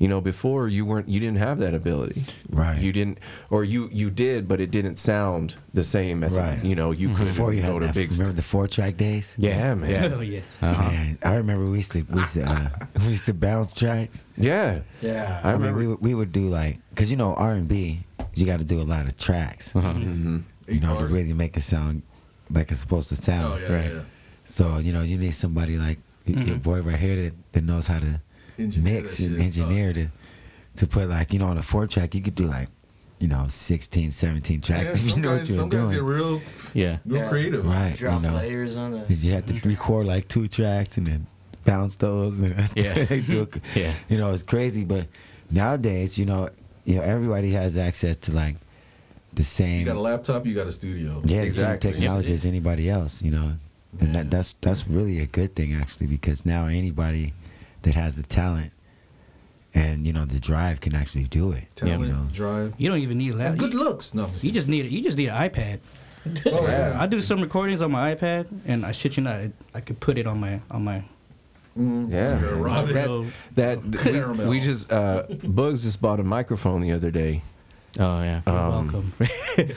[SPEAKER 5] You know before you weren't you didn't have that ability.
[SPEAKER 4] Right.
[SPEAKER 5] You didn't or you you did but it didn't sound the same as
[SPEAKER 4] Right.
[SPEAKER 5] you know
[SPEAKER 9] Mm-hmm.
[SPEAKER 5] you couldn't
[SPEAKER 4] Before you
[SPEAKER 5] go
[SPEAKER 4] had
[SPEAKER 5] to
[SPEAKER 4] that,
[SPEAKER 5] big
[SPEAKER 4] remember
[SPEAKER 5] st-
[SPEAKER 4] the four track days?
[SPEAKER 5] yeah man
[SPEAKER 8] *laughs* Oh yeah.
[SPEAKER 4] Man, I remember we used to we used to, uh, *laughs* we used to bounce tracks.
[SPEAKER 5] yeah
[SPEAKER 6] Yeah.
[SPEAKER 5] I
[SPEAKER 4] I mean,
[SPEAKER 5] remember
[SPEAKER 4] we would, we would do like, cause you know R and B, you got to do a lot
[SPEAKER 5] Uh-huh.
[SPEAKER 4] of tracks, Mm-hmm. you know, to
[SPEAKER 7] Mm-hmm. bars.
[SPEAKER 4] really make it sound like it's supposed to sound.
[SPEAKER 7] Oh, yeah, yeah.
[SPEAKER 4] So you know, you need somebody like y- your
[SPEAKER 5] Mm-hmm.
[SPEAKER 8] Mhm.
[SPEAKER 4] boy right here that, that knows how to
[SPEAKER 7] Engineer
[SPEAKER 4] mix
[SPEAKER 7] that
[SPEAKER 4] and
[SPEAKER 7] shit.
[SPEAKER 4] engineer to to put like you know on a four track you could do like you know 16, 17 tracks if *laughs*
[SPEAKER 7] Yeah,
[SPEAKER 4] you
[SPEAKER 7] some
[SPEAKER 4] know
[SPEAKER 7] guys,
[SPEAKER 4] what you're
[SPEAKER 7] some guys get
[SPEAKER 4] doing.
[SPEAKER 7] real,
[SPEAKER 9] Yeah.
[SPEAKER 7] real
[SPEAKER 6] Yeah.
[SPEAKER 7] creative.
[SPEAKER 4] Right, you
[SPEAKER 6] Drop
[SPEAKER 4] know,
[SPEAKER 6] layers on a.
[SPEAKER 4] you have to record like two tracks and then bounce those and *laughs*
[SPEAKER 9] Yeah.
[SPEAKER 4] do a-
[SPEAKER 9] Yeah.
[SPEAKER 4] you know it's crazy but nowadays you know you know everybody has access to like the
[SPEAKER 7] You
[SPEAKER 4] same
[SPEAKER 7] got a laptop, you got a studio.
[SPEAKER 4] yeah
[SPEAKER 5] Exactly.
[SPEAKER 4] the same technology as anybody else you know and that, that's that's really a good thing actually because now anybody that has the talent and you know the drive can actually do it
[SPEAKER 7] Talent,
[SPEAKER 4] you know
[SPEAKER 7] drive,
[SPEAKER 8] You don't even need a
[SPEAKER 7] and
[SPEAKER 8] lap.
[SPEAKER 7] good
[SPEAKER 8] You,
[SPEAKER 7] looks. No, I'm
[SPEAKER 8] you just need you just need an iPad.
[SPEAKER 7] kidding. oh, yeah.
[SPEAKER 8] I do some recordings on my iPad, and I shit you not, I, I could put it on my on my.
[SPEAKER 7] Mm,
[SPEAKER 5] Yeah.
[SPEAKER 7] you're erotic.
[SPEAKER 8] Hello.
[SPEAKER 5] That we,
[SPEAKER 7] Caramel.
[SPEAKER 5] we just uh, Bugs just bought a microphone the other day.
[SPEAKER 9] Oh yeah.
[SPEAKER 5] Um,
[SPEAKER 8] welcome.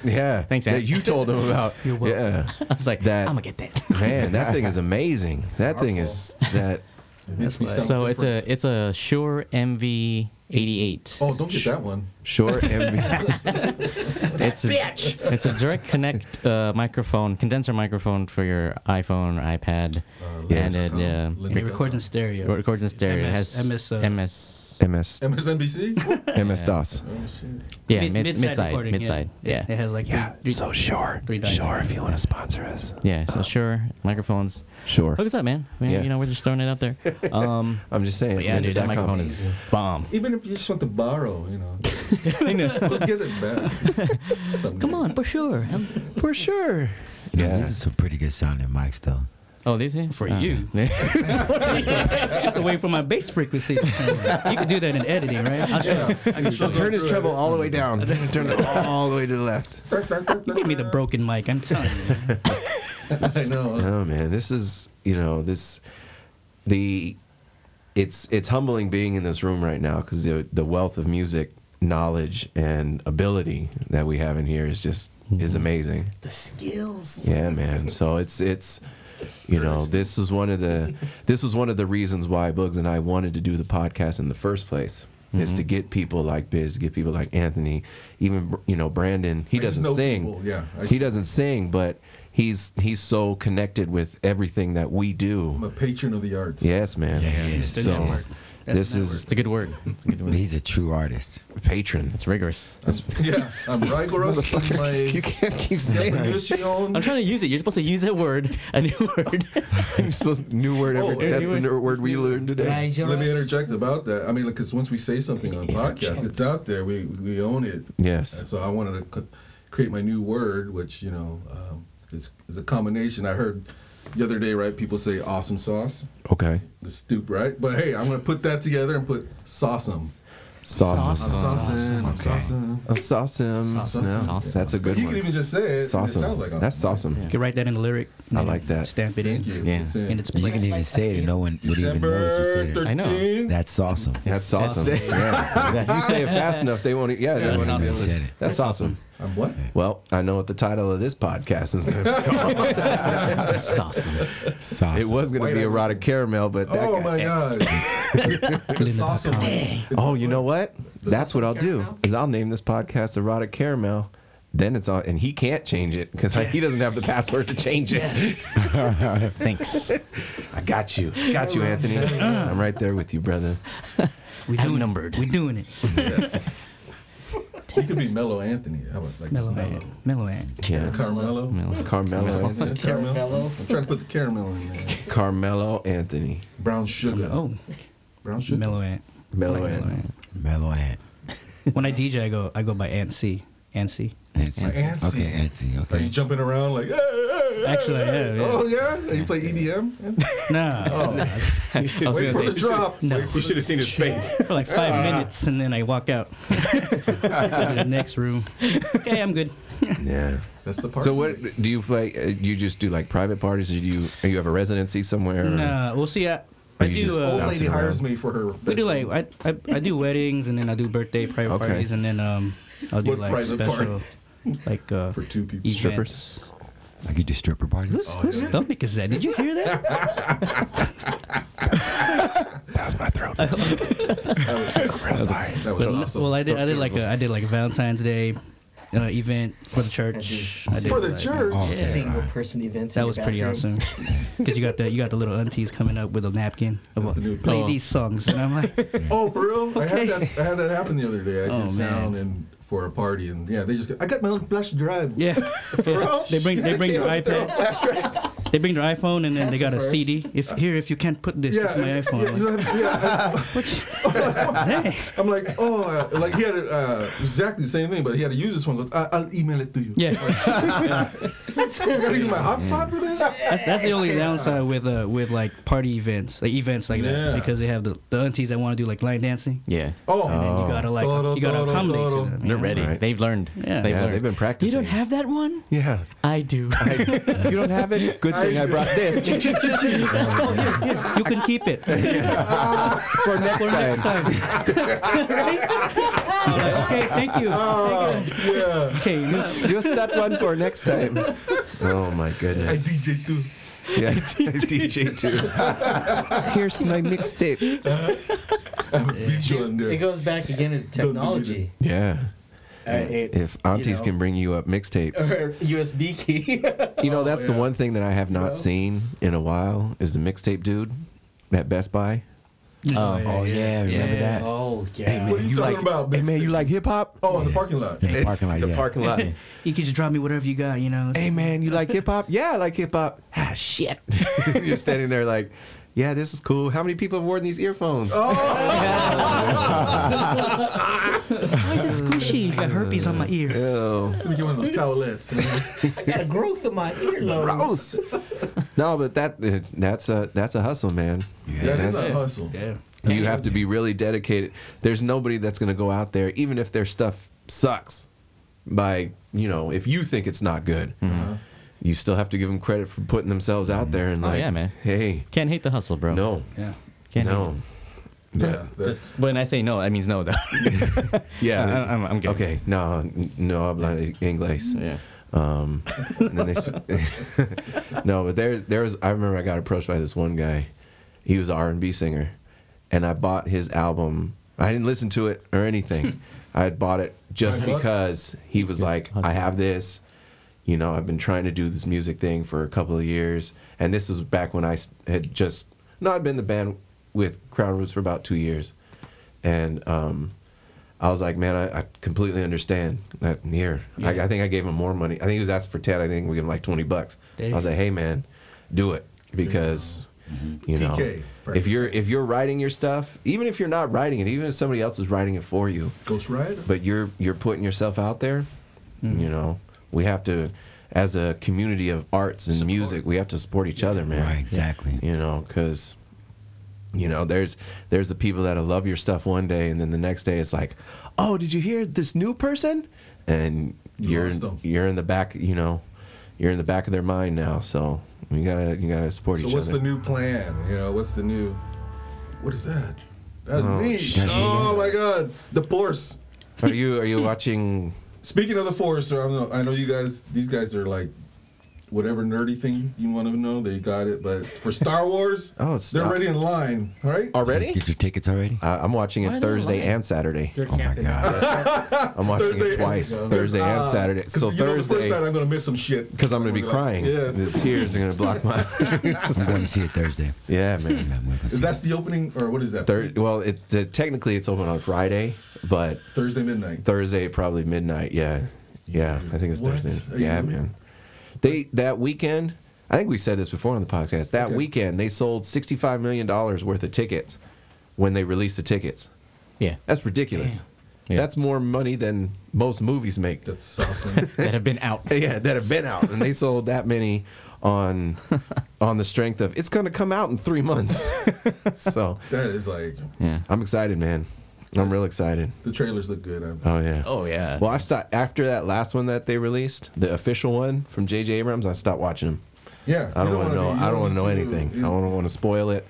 [SPEAKER 5] Yeah,
[SPEAKER 9] Thanks,
[SPEAKER 5] that
[SPEAKER 9] Ant.
[SPEAKER 5] you told
[SPEAKER 9] *laughs*
[SPEAKER 5] him about.
[SPEAKER 8] You're welcome.
[SPEAKER 5] Yeah,
[SPEAKER 9] I was like,
[SPEAKER 5] that-
[SPEAKER 9] I'm gonna get that.
[SPEAKER 5] *laughs* man, that thing is amazing. That thing is that.
[SPEAKER 7] It makes me sound
[SPEAKER 9] So it's
[SPEAKER 7] different.
[SPEAKER 9] a it's a Shure MV88.
[SPEAKER 7] Oh, don't get that one.
[SPEAKER 5] Sure, MV.
[SPEAKER 9] it's a, bitch. *laughs* It's a direct connect uh, microphone, condenser microphone for your iPhone or iPad,
[SPEAKER 7] Uh,
[SPEAKER 9] and
[SPEAKER 5] Yes.
[SPEAKER 9] it uh,
[SPEAKER 8] It records in stereo.
[SPEAKER 9] it records in stereo.
[SPEAKER 8] MS,
[SPEAKER 9] it has
[SPEAKER 8] MS, uh,
[SPEAKER 9] MS
[SPEAKER 5] MS
[SPEAKER 9] *laughs*
[SPEAKER 7] MSNBC.
[SPEAKER 5] MS DOS.
[SPEAKER 7] oh shit.
[SPEAKER 9] yeah,
[SPEAKER 8] Mid-
[SPEAKER 9] mid, mid,
[SPEAKER 8] mid-side
[SPEAKER 9] side
[SPEAKER 8] recording,
[SPEAKER 9] mid side, yeah.
[SPEAKER 8] It
[SPEAKER 9] yeah.
[SPEAKER 8] has like
[SPEAKER 2] Yeah,
[SPEAKER 8] three-
[SPEAKER 2] so sure.
[SPEAKER 8] three dice.
[SPEAKER 2] Sure, if you want to sponsor us.
[SPEAKER 9] so Shure microphones.
[SPEAKER 5] Sure.
[SPEAKER 9] Hook us up, man. I mean,
[SPEAKER 5] Yeah.
[SPEAKER 9] You know, we're just throwing it out there.
[SPEAKER 5] *laughs*
[SPEAKER 9] Um,
[SPEAKER 5] I'm just saying.
[SPEAKER 9] but yeah, dude, that
[SPEAKER 5] Mid.com.
[SPEAKER 9] microphone is bomb.
[SPEAKER 7] Even if you just want to borrow, you know,
[SPEAKER 9] *laughs* I know.
[SPEAKER 7] we'll get it
[SPEAKER 9] *laughs*
[SPEAKER 7] back. Someday.
[SPEAKER 9] Come on, for sure. Um,
[SPEAKER 2] For sure.
[SPEAKER 4] You know,
[SPEAKER 5] Yeah.
[SPEAKER 4] these are some pretty good sounding mics though
[SPEAKER 9] Oh, these here?
[SPEAKER 8] For
[SPEAKER 9] Oh. *laughs*
[SPEAKER 8] you. Just away from my bass frequency. you can do that in editing, right? I'll show you. I can show you.
[SPEAKER 5] Turn his treble all the way down. Turn it all the way to the left.
[SPEAKER 8] Give me the broken mic. I'm telling you. man.
[SPEAKER 7] *laughs* I know.
[SPEAKER 5] Oh man, this is you know this the it's it's humbling being in this room right now because the the wealth of music knowledge and ability that we have in here is just is amazing.
[SPEAKER 6] Mm-hmm. The skills.
[SPEAKER 5] Yeah, man. So it's it's you know this is one of the this was one of the reasons why Bugs and I wanted to do the podcast in the first place is
[SPEAKER 6] Mm-hmm.
[SPEAKER 5] to get people like Biz, get people like Anthony, even you know Brandon. He
[SPEAKER 7] I just
[SPEAKER 5] doesn't
[SPEAKER 7] know
[SPEAKER 5] sing.
[SPEAKER 7] people, yeah. I-
[SPEAKER 5] he doesn't sing, but he's he's so connected with everything that we
[SPEAKER 7] I'm
[SPEAKER 5] do.
[SPEAKER 7] a patron of the arts.
[SPEAKER 5] Yes, man.
[SPEAKER 4] Yeah, he is.
[SPEAKER 8] It's the
[SPEAKER 5] So
[SPEAKER 8] network. That's
[SPEAKER 5] this
[SPEAKER 8] the
[SPEAKER 5] is
[SPEAKER 9] It's a good
[SPEAKER 5] *laughs*
[SPEAKER 9] word. It's a good word.
[SPEAKER 4] he's a true artist
[SPEAKER 5] patron.
[SPEAKER 9] It's rigorous.
[SPEAKER 7] *laughs*
[SPEAKER 5] *laughs*
[SPEAKER 7] Yeah, I'm rigorous in my
[SPEAKER 5] can't keep
[SPEAKER 7] definition.
[SPEAKER 9] I'm trying to use it. You're supposed to use that word, a new *laughs*
[SPEAKER 5] *laughs*
[SPEAKER 9] word.
[SPEAKER 5] You're supposed new word every
[SPEAKER 7] Oh,
[SPEAKER 5] day. That's the
[SPEAKER 7] anyway.
[SPEAKER 5] new word we learned today.
[SPEAKER 7] Let me interject about that. I mean, because once we say something on podcast, it's out there. We we own it. And
[SPEAKER 5] Yes.
[SPEAKER 7] so I wanted to c- create my new word, which you know um, is is a combination. I heard the other day, right? People say awesome sauce,
[SPEAKER 5] Okay.
[SPEAKER 7] the stoop, right? But hey, I'm gonna put that together and put sauceum.
[SPEAKER 5] Sauce.
[SPEAKER 7] I'm saucing. I'm saucing.
[SPEAKER 5] Oh, Sawsum.
[SPEAKER 9] Sawsum.
[SPEAKER 5] No,
[SPEAKER 9] Sawsum.
[SPEAKER 5] That's a good
[SPEAKER 7] you
[SPEAKER 5] one.
[SPEAKER 7] can even just say it. and It
[SPEAKER 5] Sawsum.
[SPEAKER 7] sounds like awesome.
[SPEAKER 5] That's awesome.
[SPEAKER 8] You can write that in the lyric. and
[SPEAKER 5] I
[SPEAKER 8] then
[SPEAKER 5] like that.
[SPEAKER 8] Stamp it in.
[SPEAKER 7] Thank you.
[SPEAKER 9] Yeah.
[SPEAKER 7] It's in.
[SPEAKER 8] And it's
[SPEAKER 4] you can even say it and no one would even notice
[SPEAKER 7] December
[SPEAKER 4] you said it
[SPEAKER 9] I know.
[SPEAKER 7] 13th.
[SPEAKER 4] that's awesome
[SPEAKER 5] That's awesome. Yeah. If you say it fast enough, they won't. e-, Yeah, they
[SPEAKER 9] that's
[SPEAKER 5] won't even
[SPEAKER 9] awesome.
[SPEAKER 5] listen.
[SPEAKER 4] Said it.
[SPEAKER 5] That's awesome.
[SPEAKER 7] I'm what?
[SPEAKER 5] Well, I know what the title of this podcast is going to be.
[SPEAKER 9] That's awesome.
[SPEAKER 4] sauce
[SPEAKER 5] It was going to be erotic caramel, but that
[SPEAKER 7] Oh
[SPEAKER 5] got
[SPEAKER 7] my
[SPEAKER 5] X'd.
[SPEAKER 7] god. it's awesome.
[SPEAKER 5] Oh, you know what? That's what I'll do. Is I'll name this podcast erotic caramel. Then it's on, and he can't change it because he doesn't have the password to change it.
[SPEAKER 9] Thanks.
[SPEAKER 5] I got you, got you, Anthony. I'm right there with you, brother.
[SPEAKER 8] We
[SPEAKER 9] I'm
[SPEAKER 8] doing it.
[SPEAKER 9] numbered.
[SPEAKER 8] We doing it.
[SPEAKER 7] You could be Mellow Anthony. How about like
[SPEAKER 8] Mellow
[SPEAKER 7] just Mellow?
[SPEAKER 8] man. Mellow man.
[SPEAKER 5] Yeah,
[SPEAKER 7] Carmelo.
[SPEAKER 5] Carmelo,
[SPEAKER 7] Yeah,
[SPEAKER 5] Anthony.
[SPEAKER 7] Carmelo. I'm trying to put the caramel in there.
[SPEAKER 5] Carmelo Anthony,
[SPEAKER 7] Brown sugar.
[SPEAKER 8] Oh,
[SPEAKER 7] Brown sugar.
[SPEAKER 8] mellow ant.
[SPEAKER 5] Mellow
[SPEAKER 8] Mellow
[SPEAKER 5] Anthony.
[SPEAKER 8] ant.
[SPEAKER 4] mellow ant
[SPEAKER 8] When I DJ, I go I go by Ant C. Ant C.
[SPEAKER 4] Antsy.
[SPEAKER 7] Antsy.
[SPEAKER 4] okay antsy
[SPEAKER 7] Are you
[SPEAKER 4] okay
[SPEAKER 7] jumping around like? Hey, hey, hey,
[SPEAKER 8] Actually, I
[SPEAKER 7] hey,
[SPEAKER 8] have,
[SPEAKER 7] hey."
[SPEAKER 8] yeah.
[SPEAKER 7] Oh yeah. You play
[SPEAKER 8] *laughs*
[SPEAKER 7] EDM?
[SPEAKER 8] No,
[SPEAKER 7] Oh. Wait for the drop.
[SPEAKER 8] No.
[SPEAKER 7] Wait for the-
[SPEAKER 3] have seen his face.
[SPEAKER 8] *laughs* for like five
[SPEAKER 7] Ah.
[SPEAKER 8] minutes, and then I
[SPEAKER 7] *laughs*
[SPEAKER 8] walk out to the next room. Okay, I'm good.
[SPEAKER 5] Yeah.
[SPEAKER 7] That's the part.
[SPEAKER 5] So what do you play? Uh, do you just do like private parties? Or do you are you have a residency somewhere? or-
[SPEAKER 8] No, uh, we'll see. I, I
[SPEAKER 5] Are you just
[SPEAKER 8] do.
[SPEAKER 7] Old
[SPEAKER 8] Uh,
[SPEAKER 5] bouncing
[SPEAKER 7] lady hires
[SPEAKER 5] around?
[SPEAKER 7] me for her.
[SPEAKER 8] we do like I, I, I do weddings, and then I do birthday private
[SPEAKER 5] Okay.
[SPEAKER 8] parties, and then um I'll do
[SPEAKER 7] What
[SPEAKER 8] like
[SPEAKER 7] private
[SPEAKER 8] special
[SPEAKER 7] party?
[SPEAKER 8] like uh
[SPEAKER 7] for two people.
[SPEAKER 8] events.
[SPEAKER 5] Strippers?
[SPEAKER 4] i could do stripper parties
[SPEAKER 8] Whose, whose stomach is that? Did you hear
[SPEAKER 7] *laughs*
[SPEAKER 8] that?
[SPEAKER 2] That was my throat. I'm real sorry.
[SPEAKER 7] That was
[SPEAKER 8] Well,
[SPEAKER 7] awesome.
[SPEAKER 8] well, I did. I did like a, I did like a Valentine's Day uh, event for the church.
[SPEAKER 6] I
[SPEAKER 7] For the church?
[SPEAKER 4] Oh,
[SPEAKER 8] Yeah.
[SPEAKER 6] Single person events. in
[SPEAKER 8] That
[SPEAKER 6] your
[SPEAKER 8] was pretty
[SPEAKER 6] bathroom.
[SPEAKER 8] awesome. *laughs* Because you got the you got the little aunties coming up with a napkin. About,
[SPEAKER 7] the new
[SPEAKER 8] play
[SPEAKER 9] Oh.
[SPEAKER 8] these songs, and I'm like,
[SPEAKER 7] Oh, for real? I
[SPEAKER 8] Okay.
[SPEAKER 7] had that. I had that happen the other day. I
[SPEAKER 8] Oh,
[SPEAKER 7] did
[SPEAKER 8] man.
[SPEAKER 7] sound and for a party, and yeah, they just. Go, I got my own flash drive. *laughs*
[SPEAKER 8] yeah. They bring they bring their iPad. They bring their iPhone, and then they
[SPEAKER 6] That's
[SPEAKER 8] got
[SPEAKER 6] a
[SPEAKER 8] a
[SPEAKER 6] first.
[SPEAKER 8] CD. If here, if you can't put this,
[SPEAKER 7] Yeah,
[SPEAKER 8] it's my
[SPEAKER 7] and-
[SPEAKER 8] iPhone.
[SPEAKER 7] *laughs* yeah, you don't have- yeah, I- *laughs*
[SPEAKER 8] Hey,
[SPEAKER 7] I'm like, oh, uh, like he had a, uh, exactly the same thing, but he had to use this one. Goes, I- I'll email it to *laughs* you.
[SPEAKER 8] yeah.
[SPEAKER 7] I gotta use my hotspot for this.
[SPEAKER 8] That's, that's the only downside with uh with like party events, like events like
[SPEAKER 7] Yeah.
[SPEAKER 8] that, because they have the, the aunties that want to do like line dancing,
[SPEAKER 9] Yeah.
[SPEAKER 7] Oh,
[SPEAKER 8] and then you gotta like
[SPEAKER 7] Toro,
[SPEAKER 8] you gotta
[SPEAKER 7] toro,
[SPEAKER 8] accommodate
[SPEAKER 7] toro.
[SPEAKER 8] to them. you
[SPEAKER 9] They're
[SPEAKER 8] know?
[SPEAKER 9] ready.
[SPEAKER 5] Right.
[SPEAKER 9] They've learned.
[SPEAKER 8] Yeah.
[SPEAKER 9] They've
[SPEAKER 5] yeah,
[SPEAKER 9] learned.
[SPEAKER 5] they've been practicing.
[SPEAKER 8] that one?
[SPEAKER 5] Yeah.
[SPEAKER 9] I
[SPEAKER 5] *laughs*
[SPEAKER 9] do.
[SPEAKER 5] you don't have it? Good thing I,
[SPEAKER 7] *laughs*
[SPEAKER 5] brought this. *laughs*
[SPEAKER 8] You can keep
[SPEAKER 9] *laughs*
[SPEAKER 8] it.
[SPEAKER 5] For next time.
[SPEAKER 7] *laughs*
[SPEAKER 8] I'm like, okay, thank you.
[SPEAKER 7] yeah.
[SPEAKER 8] Okay, this-
[SPEAKER 5] Use that one for next time. Oh my
[SPEAKER 7] I
[SPEAKER 5] goodness.
[SPEAKER 7] DJ too.
[SPEAKER 5] Yeah, *laughs* DJ too. Here's my mixtape.
[SPEAKER 7] Beat you on there.
[SPEAKER 6] It goes back again to technology.
[SPEAKER 5] Yeah.
[SPEAKER 6] Uh, it-
[SPEAKER 5] If aunties
[SPEAKER 6] know.
[SPEAKER 5] can bring you up mixtapes.
[SPEAKER 6] *laughs*
[SPEAKER 7] *laughs*
[SPEAKER 6] or USB key.
[SPEAKER 5] You know, that's the
[SPEAKER 7] Oh, yeah.
[SPEAKER 5] one thing that I have not
[SPEAKER 6] know?
[SPEAKER 5] seen in a while is the mixtape dude at Best Buy.
[SPEAKER 9] Oh.
[SPEAKER 4] Oh yeah, remember
[SPEAKER 8] Yeah.
[SPEAKER 4] that?
[SPEAKER 6] *laughs* oh yeah.
[SPEAKER 5] Hey, man,
[SPEAKER 7] What are you talking
[SPEAKER 5] like,
[SPEAKER 7] about,
[SPEAKER 5] Hey, man,
[SPEAKER 7] mixtape?
[SPEAKER 5] you like hip hop?
[SPEAKER 7] Oh, in the parking lot.
[SPEAKER 4] In the parking lot,
[SPEAKER 5] The
[SPEAKER 4] yeah.
[SPEAKER 5] parking
[SPEAKER 4] *laughs*
[SPEAKER 5] lot.
[SPEAKER 8] you can just drop me whatever you got, you know.
[SPEAKER 5] hey, man, you like
[SPEAKER 9] *laughs*
[SPEAKER 5] hip hop? Yeah, I like hip hop. Ah, shit. *laughs* You're standing there like, yeah, this is cool. How many people have worn these earphones?
[SPEAKER 9] Oh.
[SPEAKER 8] Why is it squishy? I got herpes on my ear.
[SPEAKER 5] Ew.
[SPEAKER 7] Let me get one of those towelettes. man.
[SPEAKER 6] I got a growth in my earlobe.
[SPEAKER 5] Gross. no, but that uh, that's a that's a hustle, man.
[SPEAKER 7] that is
[SPEAKER 5] That's-
[SPEAKER 7] a hustle.
[SPEAKER 8] Yeah.
[SPEAKER 5] You have to be really dedicated. There's nobody that's going to go out there, even if their stuff sucks. By you know, if you think it's not good,
[SPEAKER 9] Mm-hmm.
[SPEAKER 5] you still have to give them credit for putting themselves out there and
[SPEAKER 9] Uh-huh. Oh,
[SPEAKER 5] like,
[SPEAKER 9] yeah, man.
[SPEAKER 5] hey,
[SPEAKER 9] Can't hate the hustle, bro.
[SPEAKER 5] no,
[SPEAKER 8] Yeah.
[SPEAKER 9] Can't hate
[SPEAKER 5] no,
[SPEAKER 7] Yeah, that's
[SPEAKER 9] it. When I say no, that means no,
[SPEAKER 5] *laughs*
[SPEAKER 9] though.
[SPEAKER 5] yeah,
[SPEAKER 9] I'm, I'm kidding.
[SPEAKER 5] okay, no, n- no, habla inglés.
[SPEAKER 9] Yeah.
[SPEAKER 5] Um, and then they, s- *laughs* no, but there, there was. I remember I got approached by this one guy. He was an R and B singer, and I bought his album. I didn't listen to it or
[SPEAKER 9] *laughs*
[SPEAKER 5] anything. I had bought it just
[SPEAKER 7] Five bucks?
[SPEAKER 5] because he was like, "I have this." You know, I've been trying to do this music thing for a couple of years, and this was back when I s- had just not been in the band with Crown Roots for about two years, and um, I was like, man, I, I completely understand. That here, I, I think I gave him more money. I think he was asking for ten. I think we gave him like twenty bucks. I was like, hey, man, do it because you know
[SPEAKER 7] PK,
[SPEAKER 5] if you're if you're writing your stuff, even if you're not writing it, even if somebody else is writing it for you,
[SPEAKER 7] Ghost Rider.
[SPEAKER 5] but you're you're putting yourself out there.
[SPEAKER 7] Mm-hmm.
[SPEAKER 5] You know, we have to, as a community of arts and music, we have to support each other, man
[SPEAKER 4] Right, exactly.
[SPEAKER 5] you know because you know there's there's the people that'll love your stuff one day and then the next day it's like oh did you hear this new person and
[SPEAKER 7] You
[SPEAKER 5] you are
[SPEAKER 7] lost them.
[SPEAKER 5] you're in the back you know you're in the back of their mind now so you gotta you gotta support
[SPEAKER 7] So
[SPEAKER 5] each
[SPEAKER 7] what's
[SPEAKER 5] other
[SPEAKER 7] the new plan? You know, what's the new? What is that? That's me.
[SPEAKER 4] shit.
[SPEAKER 7] Oh my God, the force.
[SPEAKER 5] are you are you watching
[SPEAKER 7] Speaking of the force, sir, I know, I know you guys. These guys are like, whatever nerdy thing you want to know, they got it. But for
[SPEAKER 5] *laughs*
[SPEAKER 7] Star Wars,
[SPEAKER 5] Oh, it's
[SPEAKER 7] they're
[SPEAKER 5] not-
[SPEAKER 7] already in line, all right?
[SPEAKER 4] Let's
[SPEAKER 5] already
[SPEAKER 4] get your tickets already.
[SPEAKER 5] I i'm watching
[SPEAKER 6] Why are
[SPEAKER 5] it
[SPEAKER 6] they
[SPEAKER 5] thursday
[SPEAKER 6] lying?
[SPEAKER 5] and saturday
[SPEAKER 6] They're
[SPEAKER 4] Oh my
[SPEAKER 6] camping.
[SPEAKER 4] god.
[SPEAKER 5] i'm watching
[SPEAKER 7] Thursday
[SPEAKER 5] it
[SPEAKER 7] and-
[SPEAKER 5] twice
[SPEAKER 7] There's,
[SPEAKER 5] thursday and
[SPEAKER 7] uh,
[SPEAKER 5] saturday
[SPEAKER 7] 'cause
[SPEAKER 5] so
[SPEAKER 7] you know the first
[SPEAKER 5] thursday
[SPEAKER 7] night I'm gonna miss some shit
[SPEAKER 5] because i'm gonna be
[SPEAKER 7] Like,
[SPEAKER 5] crying the
[SPEAKER 7] Yes,
[SPEAKER 5] tears are gonna block
[SPEAKER 7] *laughs*
[SPEAKER 5] my
[SPEAKER 4] I'm going to see it Thursday.
[SPEAKER 5] yeah man
[SPEAKER 4] Yeah, I'm going to see
[SPEAKER 7] that's
[SPEAKER 4] it.
[SPEAKER 7] the opening, or what is that?
[SPEAKER 5] Thir- well, it uh, technically it's open on Friday, but
[SPEAKER 7] Thursday midnight.
[SPEAKER 5] Thursday probably midnight. Yeah, yeah, I think it's
[SPEAKER 7] What? Are
[SPEAKER 5] Thursday. Yeah,
[SPEAKER 7] you-
[SPEAKER 5] man. They that weekend. I think we said this before on the podcast. That
[SPEAKER 7] Okay.
[SPEAKER 5] weekend they sold sixty-five million dollars worth of tickets when they released the tickets.
[SPEAKER 9] Yeah.
[SPEAKER 5] That's ridiculous.
[SPEAKER 9] Yeah.
[SPEAKER 5] That's more money than most movies make.
[SPEAKER 7] That's
[SPEAKER 5] *laughs*
[SPEAKER 7] awesome.
[SPEAKER 9] That have been out.
[SPEAKER 5] yeah, that have been out, and they sold that many on on the strength of it's going to come out in three months. *laughs* so
[SPEAKER 7] that is like
[SPEAKER 9] Yeah.
[SPEAKER 5] I'm excited, man. I'm real excited.
[SPEAKER 7] the trailers look good. I'm,
[SPEAKER 5] Oh yeah.
[SPEAKER 9] Oh, yeah.
[SPEAKER 5] Well, I stopped after that last one that they released, the official one from J.J. Abrams. I stopped watching them.
[SPEAKER 7] yeah,
[SPEAKER 5] I
[SPEAKER 7] you
[SPEAKER 5] don't want to
[SPEAKER 7] wanna
[SPEAKER 5] know.
[SPEAKER 7] be- you
[SPEAKER 5] I don't want to know
[SPEAKER 7] need
[SPEAKER 5] anything. I don't want to spoil it.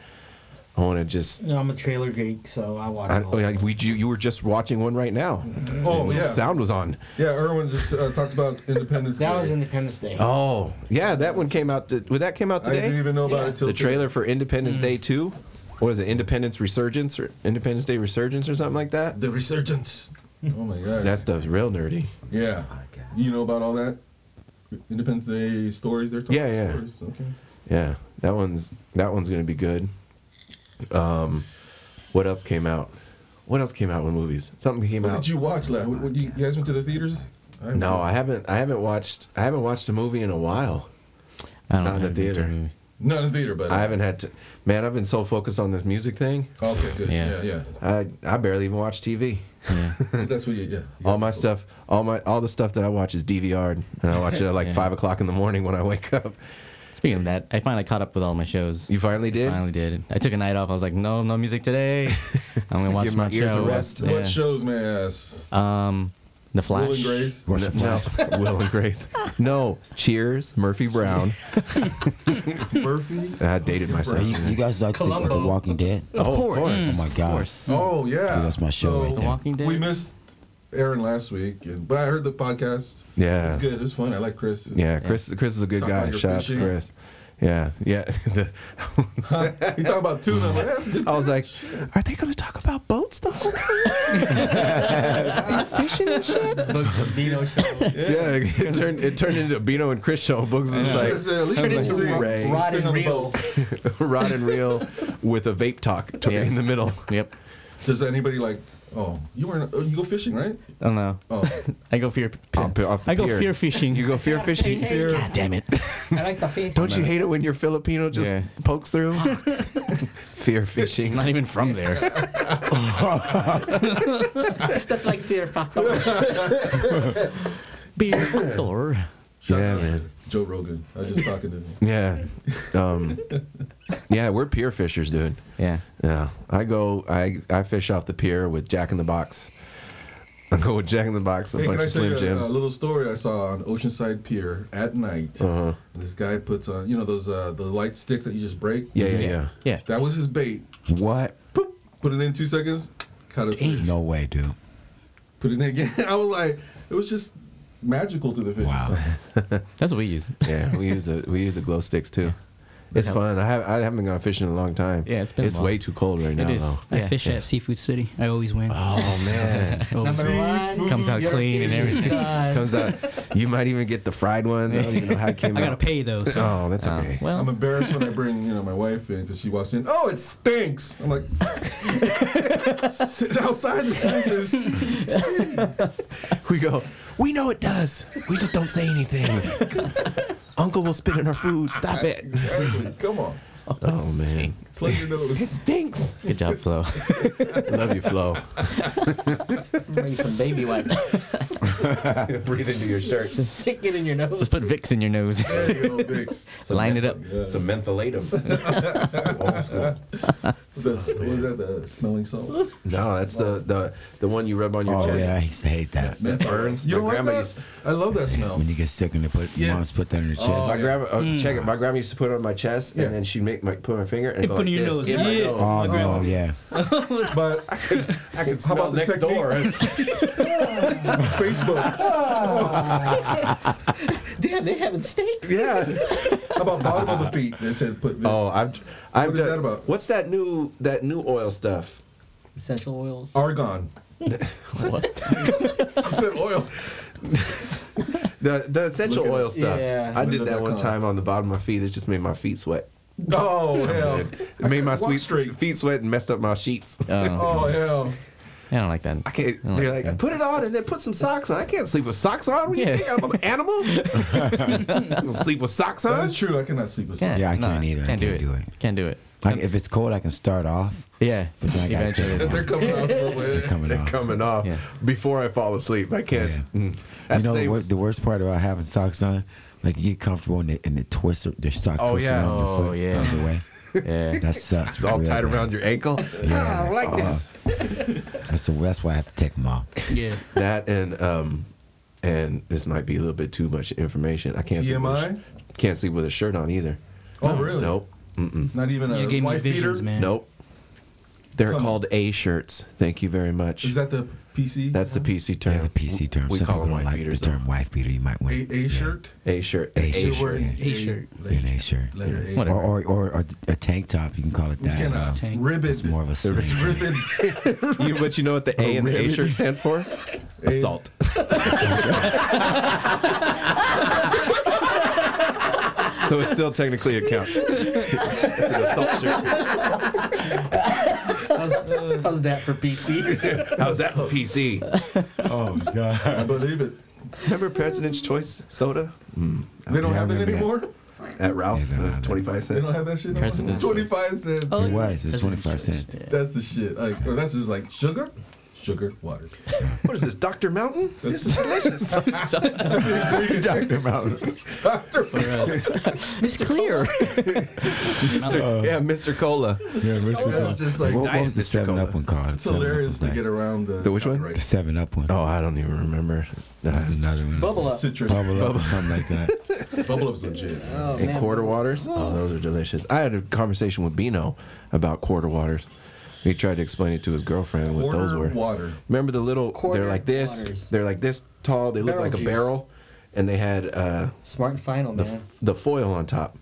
[SPEAKER 5] I want to just.
[SPEAKER 6] No, I'm a trailer geek, so I watch.
[SPEAKER 5] I,
[SPEAKER 6] all
[SPEAKER 5] oh, yeah,
[SPEAKER 6] of
[SPEAKER 5] we you, you were just watching one right now.
[SPEAKER 7] Oh
[SPEAKER 5] The
[SPEAKER 7] yeah,
[SPEAKER 5] sound was on.
[SPEAKER 7] yeah. Erwin just uh, talked about Independence.
[SPEAKER 6] it. that
[SPEAKER 7] Day.
[SPEAKER 6] was
[SPEAKER 5] *laughs*
[SPEAKER 6] Independence Day.
[SPEAKER 5] Oh yeah, that one came out. To, well, that came out
[SPEAKER 7] I didn't
[SPEAKER 5] today.
[SPEAKER 7] even know about it till
[SPEAKER 5] The trailer for
[SPEAKER 7] Mm.
[SPEAKER 5] Independence Day Two. What is it? Independence Resurgence or Independence Day Resurgence or something like that. *laughs*
[SPEAKER 7] The resurgence. Oh my god.
[SPEAKER 5] That stuff's real nerdy.
[SPEAKER 7] yeah. You know about all that? Independence Day stories. They're talking
[SPEAKER 5] Yeah, yeah.
[SPEAKER 7] stories. Okay.
[SPEAKER 5] Yeah, that one's that one's gonna be good. Um, what else came out? What else came out with movies? Something came
[SPEAKER 7] What
[SPEAKER 5] out.
[SPEAKER 7] did you watch? Like, what, what, you, you guys went to the theaters? I
[SPEAKER 5] no, I haven't. I haven't watched. I haven't watched a movie in a while.
[SPEAKER 9] I don't
[SPEAKER 5] Not in the
[SPEAKER 9] have been to
[SPEAKER 5] theater.
[SPEAKER 9] a movie.
[SPEAKER 7] not in the theater, but
[SPEAKER 5] I haven't had to. Man, I've been so focused on this music thing.
[SPEAKER 7] Okay, good.
[SPEAKER 9] Yeah.
[SPEAKER 7] Yeah, yeah.
[SPEAKER 5] I I barely even watch TV. *laughs*
[SPEAKER 9] Yeah.
[SPEAKER 7] That's what you. Yeah. You
[SPEAKER 5] All my stuff, all my all the stuff that I watch is DVR'd, and I watch it at like
[SPEAKER 7] *laughs*
[SPEAKER 9] Yeah.
[SPEAKER 5] five o'clock in the morning when I wake up.
[SPEAKER 9] Speaking of that, I finally caught up with all my shows.
[SPEAKER 5] You finally did.
[SPEAKER 9] Finally did. I took a night off. I was like, no, no music
[SPEAKER 5] *laughs*
[SPEAKER 9] today. I'm gonna watch
[SPEAKER 5] Give
[SPEAKER 9] my,
[SPEAKER 5] my ears a
[SPEAKER 9] show.
[SPEAKER 5] rest.
[SPEAKER 7] What
[SPEAKER 9] Yeah.
[SPEAKER 7] shows, may I ask?
[SPEAKER 9] Um, The Flash.
[SPEAKER 7] Will and
[SPEAKER 5] *laughs*
[SPEAKER 7] Grace.
[SPEAKER 5] No, no, Will and Grace. No, Cheers, Murphy Brown.
[SPEAKER 7] Murphy.
[SPEAKER 5] I dated myself.
[SPEAKER 4] Are you, you guys like the, the
[SPEAKER 6] Columbo.
[SPEAKER 4] Walking Dead?
[SPEAKER 5] Of course.
[SPEAKER 9] Mm.
[SPEAKER 4] Oh my god!
[SPEAKER 5] Hmm.
[SPEAKER 7] Oh yeah.
[SPEAKER 4] Dude, that's my show right
[SPEAKER 9] The Walking Dead.
[SPEAKER 7] We missed Aaron last week, and but I heard the podcast.
[SPEAKER 5] Yeah.
[SPEAKER 7] It's good. It's fun. I like Chris. It's-
[SPEAKER 5] Yeah, Chris. Chris is a good
[SPEAKER 7] Talk
[SPEAKER 5] guy.
[SPEAKER 7] about your
[SPEAKER 5] Shout out to
[SPEAKER 7] fishing.
[SPEAKER 5] Chris. Yeah, yeah. *laughs* The-
[SPEAKER 7] *laughs* you talk about tuna. I'm like, that's good.
[SPEAKER 5] I was like, are they gonna talk about boats the whole time? And fishing and shit.
[SPEAKER 6] Look, Sabino show.
[SPEAKER 5] *laughs* Yeah, it turned it turned into a Beano and Chris show. Books is
[SPEAKER 7] Chris
[SPEAKER 5] like
[SPEAKER 7] said, at least
[SPEAKER 5] I'm
[SPEAKER 7] we
[SPEAKER 5] like,
[SPEAKER 7] can see
[SPEAKER 5] Ray.
[SPEAKER 7] it.
[SPEAKER 6] Rod
[SPEAKER 7] Sitting
[SPEAKER 6] and
[SPEAKER 7] on the
[SPEAKER 6] reel.
[SPEAKER 7] boat.
[SPEAKER 5] rod and reel
[SPEAKER 7] *laughs*
[SPEAKER 5] with a vape talk to- in the
[SPEAKER 9] *laughs*
[SPEAKER 5] middle.
[SPEAKER 9] Yep.
[SPEAKER 7] Does anybody like? Oh, you weren't. Oh, you go fishing, right?
[SPEAKER 9] I don't know.
[SPEAKER 5] *laughs*
[SPEAKER 7] Oh,
[SPEAKER 9] I go fear.
[SPEAKER 5] Off the- off the
[SPEAKER 9] I go
[SPEAKER 5] pier.
[SPEAKER 9] fear fishing.
[SPEAKER 5] You go fear fishing.
[SPEAKER 9] God damn
[SPEAKER 5] *laughs*
[SPEAKER 9] it.
[SPEAKER 6] I like the face.
[SPEAKER 5] Don't you hate it when your Filipino just
[SPEAKER 9] Yeah.
[SPEAKER 5] pokes through? *laughs* fear
[SPEAKER 9] She's *laughs*
[SPEAKER 5] fishing.
[SPEAKER 9] not even from there.
[SPEAKER 6] Stuff like fear factor.
[SPEAKER 5] *laughs*
[SPEAKER 9] Beer door.
[SPEAKER 7] shout
[SPEAKER 5] Yeah,
[SPEAKER 7] out
[SPEAKER 5] man.
[SPEAKER 7] Joe Rogan. I was just talking to him.
[SPEAKER 5] Yeah. Um, yeah, we're pier fishers, dude.
[SPEAKER 9] Yeah.
[SPEAKER 5] Yeah, I go. I I fish off the pier with Jack in the Box. I go with Jack in the Box, *laughs* a
[SPEAKER 7] Hey,
[SPEAKER 5] bunch
[SPEAKER 7] can I
[SPEAKER 5] of
[SPEAKER 7] tell
[SPEAKER 5] Slim
[SPEAKER 7] you a, a
[SPEAKER 5] Jims.
[SPEAKER 7] little story I saw on Oceanside Pier at night?
[SPEAKER 5] Uh-huh.
[SPEAKER 7] This guy puts on, you know, those uh, the light sticks that you just break.
[SPEAKER 5] Yeah, yeah, yeah.
[SPEAKER 9] Yeah.
[SPEAKER 7] That was his bait.
[SPEAKER 4] What?
[SPEAKER 7] Boop, put it in two seconds. Caught a fish.
[SPEAKER 4] No way, dude.
[SPEAKER 7] Put it in again. *laughs* I was like, it was just magical to the fish.
[SPEAKER 4] Wow.
[SPEAKER 9] That's what we use.
[SPEAKER 5] Yeah, we use the we use the glow sticks too. It's
[SPEAKER 9] helps.
[SPEAKER 5] fun. I have I haven't gone fishing in a long time.
[SPEAKER 9] Yeah, it's been a
[SPEAKER 5] It's
[SPEAKER 9] while.
[SPEAKER 5] way too cold right now.
[SPEAKER 9] is. *laughs*
[SPEAKER 5] Though.
[SPEAKER 8] I
[SPEAKER 9] Oh. Yeah.
[SPEAKER 8] fish at Seafood City. I always win.
[SPEAKER 5] Oh
[SPEAKER 9] *laughs*
[SPEAKER 5] man,
[SPEAKER 8] Always.
[SPEAKER 6] Number one.
[SPEAKER 9] Comes out clean and
[SPEAKER 6] Uh,
[SPEAKER 9] everything.
[SPEAKER 5] comes out. You might even get the fried ones. I don't even know
[SPEAKER 9] *laughs*
[SPEAKER 5] how it came
[SPEAKER 8] I gotta
[SPEAKER 5] out.
[SPEAKER 8] pay though. So.
[SPEAKER 5] Oh, that's
[SPEAKER 9] Uh,
[SPEAKER 5] okay.
[SPEAKER 7] *laughs* I'm
[SPEAKER 9] well,
[SPEAKER 7] embarrassed when I bring you know my wife in because she walks in. Oh, it stinks. I'm like, *laughs* sit outside the senses.
[SPEAKER 5] We go. We know it does. We just don't say
[SPEAKER 9] *laughs*
[SPEAKER 5] anything. Uncle will spit in our food. Stop it.
[SPEAKER 9] *laughs*
[SPEAKER 7] Exactly. Come on,
[SPEAKER 5] Oh man,
[SPEAKER 7] plug your
[SPEAKER 5] it
[SPEAKER 7] *laughs* nose.
[SPEAKER 5] stinks.
[SPEAKER 9] good job, Flo.
[SPEAKER 5] Love you, Flo.
[SPEAKER 6] Bring some baby wipes.
[SPEAKER 5] *laughs* Breathe into your
[SPEAKER 4] *laughs*
[SPEAKER 5] shirt.
[SPEAKER 6] Stick it in your
[SPEAKER 9] *laughs*
[SPEAKER 6] nose.
[SPEAKER 9] Just put Vicks in your
[SPEAKER 5] *laughs*
[SPEAKER 9] nose.
[SPEAKER 7] There you go, Vicks.
[SPEAKER 9] Line it up.
[SPEAKER 7] Yeah.
[SPEAKER 5] a mentholatum.
[SPEAKER 4] *laughs*
[SPEAKER 5] *laughs* Old school.
[SPEAKER 7] The, what is that? The smelling salt.
[SPEAKER 5] No, that's the, the the one you rub on your
[SPEAKER 4] Oh
[SPEAKER 5] chest.
[SPEAKER 4] yeah, I used to hate that.
[SPEAKER 5] That burns. my
[SPEAKER 7] You don't like
[SPEAKER 5] grandma
[SPEAKER 7] that?
[SPEAKER 5] used
[SPEAKER 7] I love that smell.
[SPEAKER 4] When you get sick and they put
[SPEAKER 7] Yeah.
[SPEAKER 4] moms put that in your chest.
[SPEAKER 5] my
[SPEAKER 7] yeah.
[SPEAKER 5] grandma oh, check it. My grandma used to put it on my chest
[SPEAKER 7] Yeah.
[SPEAKER 5] and then she'd make my put my finger and
[SPEAKER 8] And
[SPEAKER 5] go
[SPEAKER 8] put
[SPEAKER 5] like
[SPEAKER 8] it in your
[SPEAKER 5] this in
[SPEAKER 8] nose.
[SPEAKER 5] my
[SPEAKER 8] Yeah.
[SPEAKER 5] nose.
[SPEAKER 4] Oh no, yeah.
[SPEAKER 7] But
[SPEAKER 5] I can smell
[SPEAKER 7] about the
[SPEAKER 5] next
[SPEAKER 7] technique? *laughs*
[SPEAKER 5] door. *laughs*
[SPEAKER 7] Facebook.
[SPEAKER 5] Ah.
[SPEAKER 6] Damn, they're having steak.
[SPEAKER 5] yeah.
[SPEAKER 7] How about bottom of the feet? They said put.
[SPEAKER 5] *laughs*
[SPEAKER 7] Vicks.
[SPEAKER 5] Oh, I've I've
[SPEAKER 7] What is
[SPEAKER 5] done,
[SPEAKER 7] that about?
[SPEAKER 5] What's that new that new oil stuff?
[SPEAKER 6] Essential oils.
[SPEAKER 7] argon. *laughs* what? you said oil.
[SPEAKER 5] The the essential
[SPEAKER 7] Look it
[SPEAKER 5] oil
[SPEAKER 7] up.
[SPEAKER 5] stuff.
[SPEAKER 6] Yeah.
[SPEAKER 5] I did that one
[SPEAKER 7] Window.com.
[SPEAKER 5] time on the bottom of my feet. It just made my feet sweat.
[SPEAKER 7] Oh hell.
[SPEAKER 5] It
[SPEAKER 7] I
[SPEAKER 5] made my
[SPEAKER 7] couldn't walk
[SPEAKER 5] sweet
[SPEAKER 7] straight.
[SPEAKER 5] feet sweat and messed up my sheets.
[SPEAKER 9] Oh,
[SPEAKER 7] Oh hell.
[SPEAKER 9] I don't like that.
[SPEAKER 5] I can't.
[SPEAKER 9] Oh,
[SPEAKER 5] they're like,
[SPEAKER 9] okay.
[SPEAKER 5] put it on and then put some socks on. I can't sleep with socks on. What do you
[SPEAKER 9] Yeah.
[SPEAKER 5] think? I'm an *laughs* animal. I'm gonna sleep with socks on.
[SPEAKER 7] That's true. I cannot sleep with
[SPEAKER 4] Yeah, I
[SPEAKER 9] no,
[SPEAKER 4] can't either. I
[SPEAKER 9] Can't do
[SPEAKER 4] can't
[SPEAKER 9] it.
[SPEAKER 4] do it.
[SPEAKER 9] Can't do it.
[SPEAKER 4] Like if it's cold, I can start off.
[SPEAKER 9] Yeah.
[SPEAKER 4] But then I gotta take
[SPEAKER 9] Eventually.
[SPEAKER 4] it
[SPEAKER 7] They're
[SPEAKER 4] off.
[SPEAKER 7] coming out somewhere.
[SPEAKER 4] coming
[SPEAKER 5] They're
[SPEAKER 4] off.
[SPEAKER 5] coming off
[SPEAKER 9] Yeah.
[SPEAKER 5] before I fall asleep. I can't.
[SPEAKER 4] Yeah.
[SPEAKER 5] Mm.
[SPEAKER 4] You
[SPEAKER 5] That's
[SPEAKER 4] know
[SPEAKER 5] the
[SPEAKER 4] the
[SPEAKER 5] same.
[SPEAKER 4] worst, the worst part about having socks on, like you get comfortable and it, and it twists ar- their sock
[SPEAKER 5] Oh,
[SPEAKER 4] twists
[SPEAKER 5] yeah.
[SPEAKER 4] around
[SPEAKER 9] Oh,
[SPEAKER 4] your foot
[SPEAKER 9] yeah.
[SPEAKER 4] the other
[SPEAKER 5] *laughs*
[SPEAKER 4] way.
[SPEAKER 9] Yeah.
[SPEAKER 4] That sucks.
[SPEAKER 5] it's all
[SPEAKER 4] real
[SPEAKER 5] tied
[SPEAKER 4] bad.
[SPEAKER 5] around your ankle. Ah, *laughs* I don't like
[SPEAKER 4] Oh.
[SPEAKER 5] this.
[SPEAKER 4] That's the- that's why I have to take them off.
[SPEAKER 5] *laughs*
[SPEAKER 8] Yeah.
[SPEAKER 5] That and um, and this might be a little bit too much information. I can't sleep. With a
[SPEAKER 7] TMI.
[SPEAKER 5] sh- can't sleep with a shirt on either.
[SPEAKER 7] Oh really?
[SPEAKER 5] Nope. Mm-mm.
[SPEAKER 7] Not even
[SPEAKER 8] You
[SPEAKER 7] a
[SPEAKER 8] just gave me
[SPEAKER 7] wife
[SPEAKER 8] visions,
[SPEAKER 7] beater.
[SPEAKER 8] man.
[SPEAKER 5] Nope. They're
[SPEAKER 7] Come-
[SPEAKER 5] called A shirts. Thank you very much.
[SPEAKER 7] Is that the PC?
[SPEAKER 5] That's the PC term.
[SPEAKER 4] Yeah, the PC term.
[SPEAKER 5] We
[SPEAKER 4] Some
[SPEAKER 5] call
[SPEAKER 4] people
[SPEAKER 5] them
[SPEAKER 4] don't
[SPEAKER 5] white
[SPEAKER 4] like
[SPEAKER 5] beaters.
[SPEAKER 4] the term "wife beater." You might
[SPEAKER 7] a,
[SPEAKER 4] want
[SPEAKER 7] a shirt.
[SPEAKER 5] A shirt.
[SPEAKER 4] A
[SPEAKER 5] A
[SPEAKER 4] shirt.
[SPEAKER 5] shirt.
[SPEAKER 7] A
[SPEAKER 8] shirt.
[SPEAKER 4] yeah, an A shirt,
[SPEAKER 7] Letter A.
[SPEAKER 9] Whatever.
[SPEAKER 4] or or, or or a tank top. You can call it
[SPEAKER 7] You
[SPEAKER 4] that. As well.
[SPEAKER 7] cannot.
[SPEAKER 8] Tank.
[SPEAKER 7] Ribbon.
[SPEAKER 4] It's more of a sling.
[SPEAKER 7] It's ribbon.
[SPEAKER 5] *laughs* You, but you know what the A and the A
[SPEAKER 7] ribbon.
[SPEAKER 5] shirt stand for? Assault. *laughs* So it still technically accounts. it's an assault shirt.
[SPEAKER 6] How's, how's that for PC?
[SPEAKER 5] How's that for PC?
[SPEAKER 3] Oh
[SPEAKER 7] I
[SPEAKER 3] god.
[SPEAKER 7] believe it.
[SPEAKER 5] Remember President's Choice soda
[SPEAKER 7] They don't
[SPEAKER 4] Yeah, I
[SPEAKER 7] have it
[SPEAKER 4] remember that.
[SPEAKER 7] anymore.
[SPEAKER 5] at Ralph's?
[SPEAKER 4] Yeah,
[SPEAKER 5] It was
[SPEAKER 4] no, no.
[SPEAKER 5] 25
[SPEAKER 7] They don't
[SPEAKER 5] cents.
[SPEAKER 7] have that shit.
[SPEAKER 9] President's
[SPEAKER 7] Anymore. Twenty-five cents.
[SPEAKER 8] Oh,
[SPEAKER 4] It was. It was 25 cents.
[SPEAKER 7] That's the shit. Like, or that's just like sugar, sugar,
[SPEAKER 6] *laughs*
[SPEAKER 7] water.
[SPEAKER 5] What is this, Dr. Mountain? *laughs* This is *laughs* delicious.
[SPEAKER 4] Dr. Mountain.
[SPEAKER 6] Miss Clear.
[SPEAKER 9] *laughs*
[SPEAKER 5] Mr. Yeah, Mr. Cola.
[SPEAKER 3] Yeah, Mr.
[SPEAKER 7] Yeah, it's
[SPEAKER 3] Cook.
[SPEAKER 7] just like
[SPEAKER 4] What, what was the
[SPEAKER 5] Mr.
[SPEAKER 4] 7 Up
[SPEAKER 5] Cola.
[SPEAKER 4] one called?
[SPEAKER 7] it's hilarious to get around the,
[SPEAKER 5] The which one?
[SPEAKER 4] The
[SPEAKER 7] copyright.
[SPEAKER 4] 7 Up one.
[SPEAKER 5] Oh, I don't even remember.
[SPEAKER 4] There's another one.
[SPEAKER 6] Bubble up.
[SPEAKER 7] Citrus.
[SPEAKER 4] Bubble Up or something like that.
[SPEAKER 7] Bubble up's legit. man.
[SPEAKER 6] Oh,
[SPEAKER 5] And
[SPEAKER 6] man.
[SPEAKER 5] quarter waters? Oh, those are delicious. I had a conversation with Bino about quarter waters. He tried to explain it to his girlfriend what those
[SPEAKER 7] Quarter
[SPEAKER 5] were.
[SPEAKER 7] water.
[SPEAKER 5] Remember the little?
[SPEAKER 6] Quarter
[SPEAKER 5] they're like this.
[SPEAKER 6] waters.
[SPEAKER 5] They're like this tall. They look
[SPEAKER 6] Barrel
[SPEAKER 5] like a
[SPEAKER 6] juice.
[SPEAKER 5] barrel, and they had uh,
[SPEAKER 6] Smart and final,
[SPEAKER 5] the
[SPEAKER 6] man.
[SPEAKER 5] the foil on top.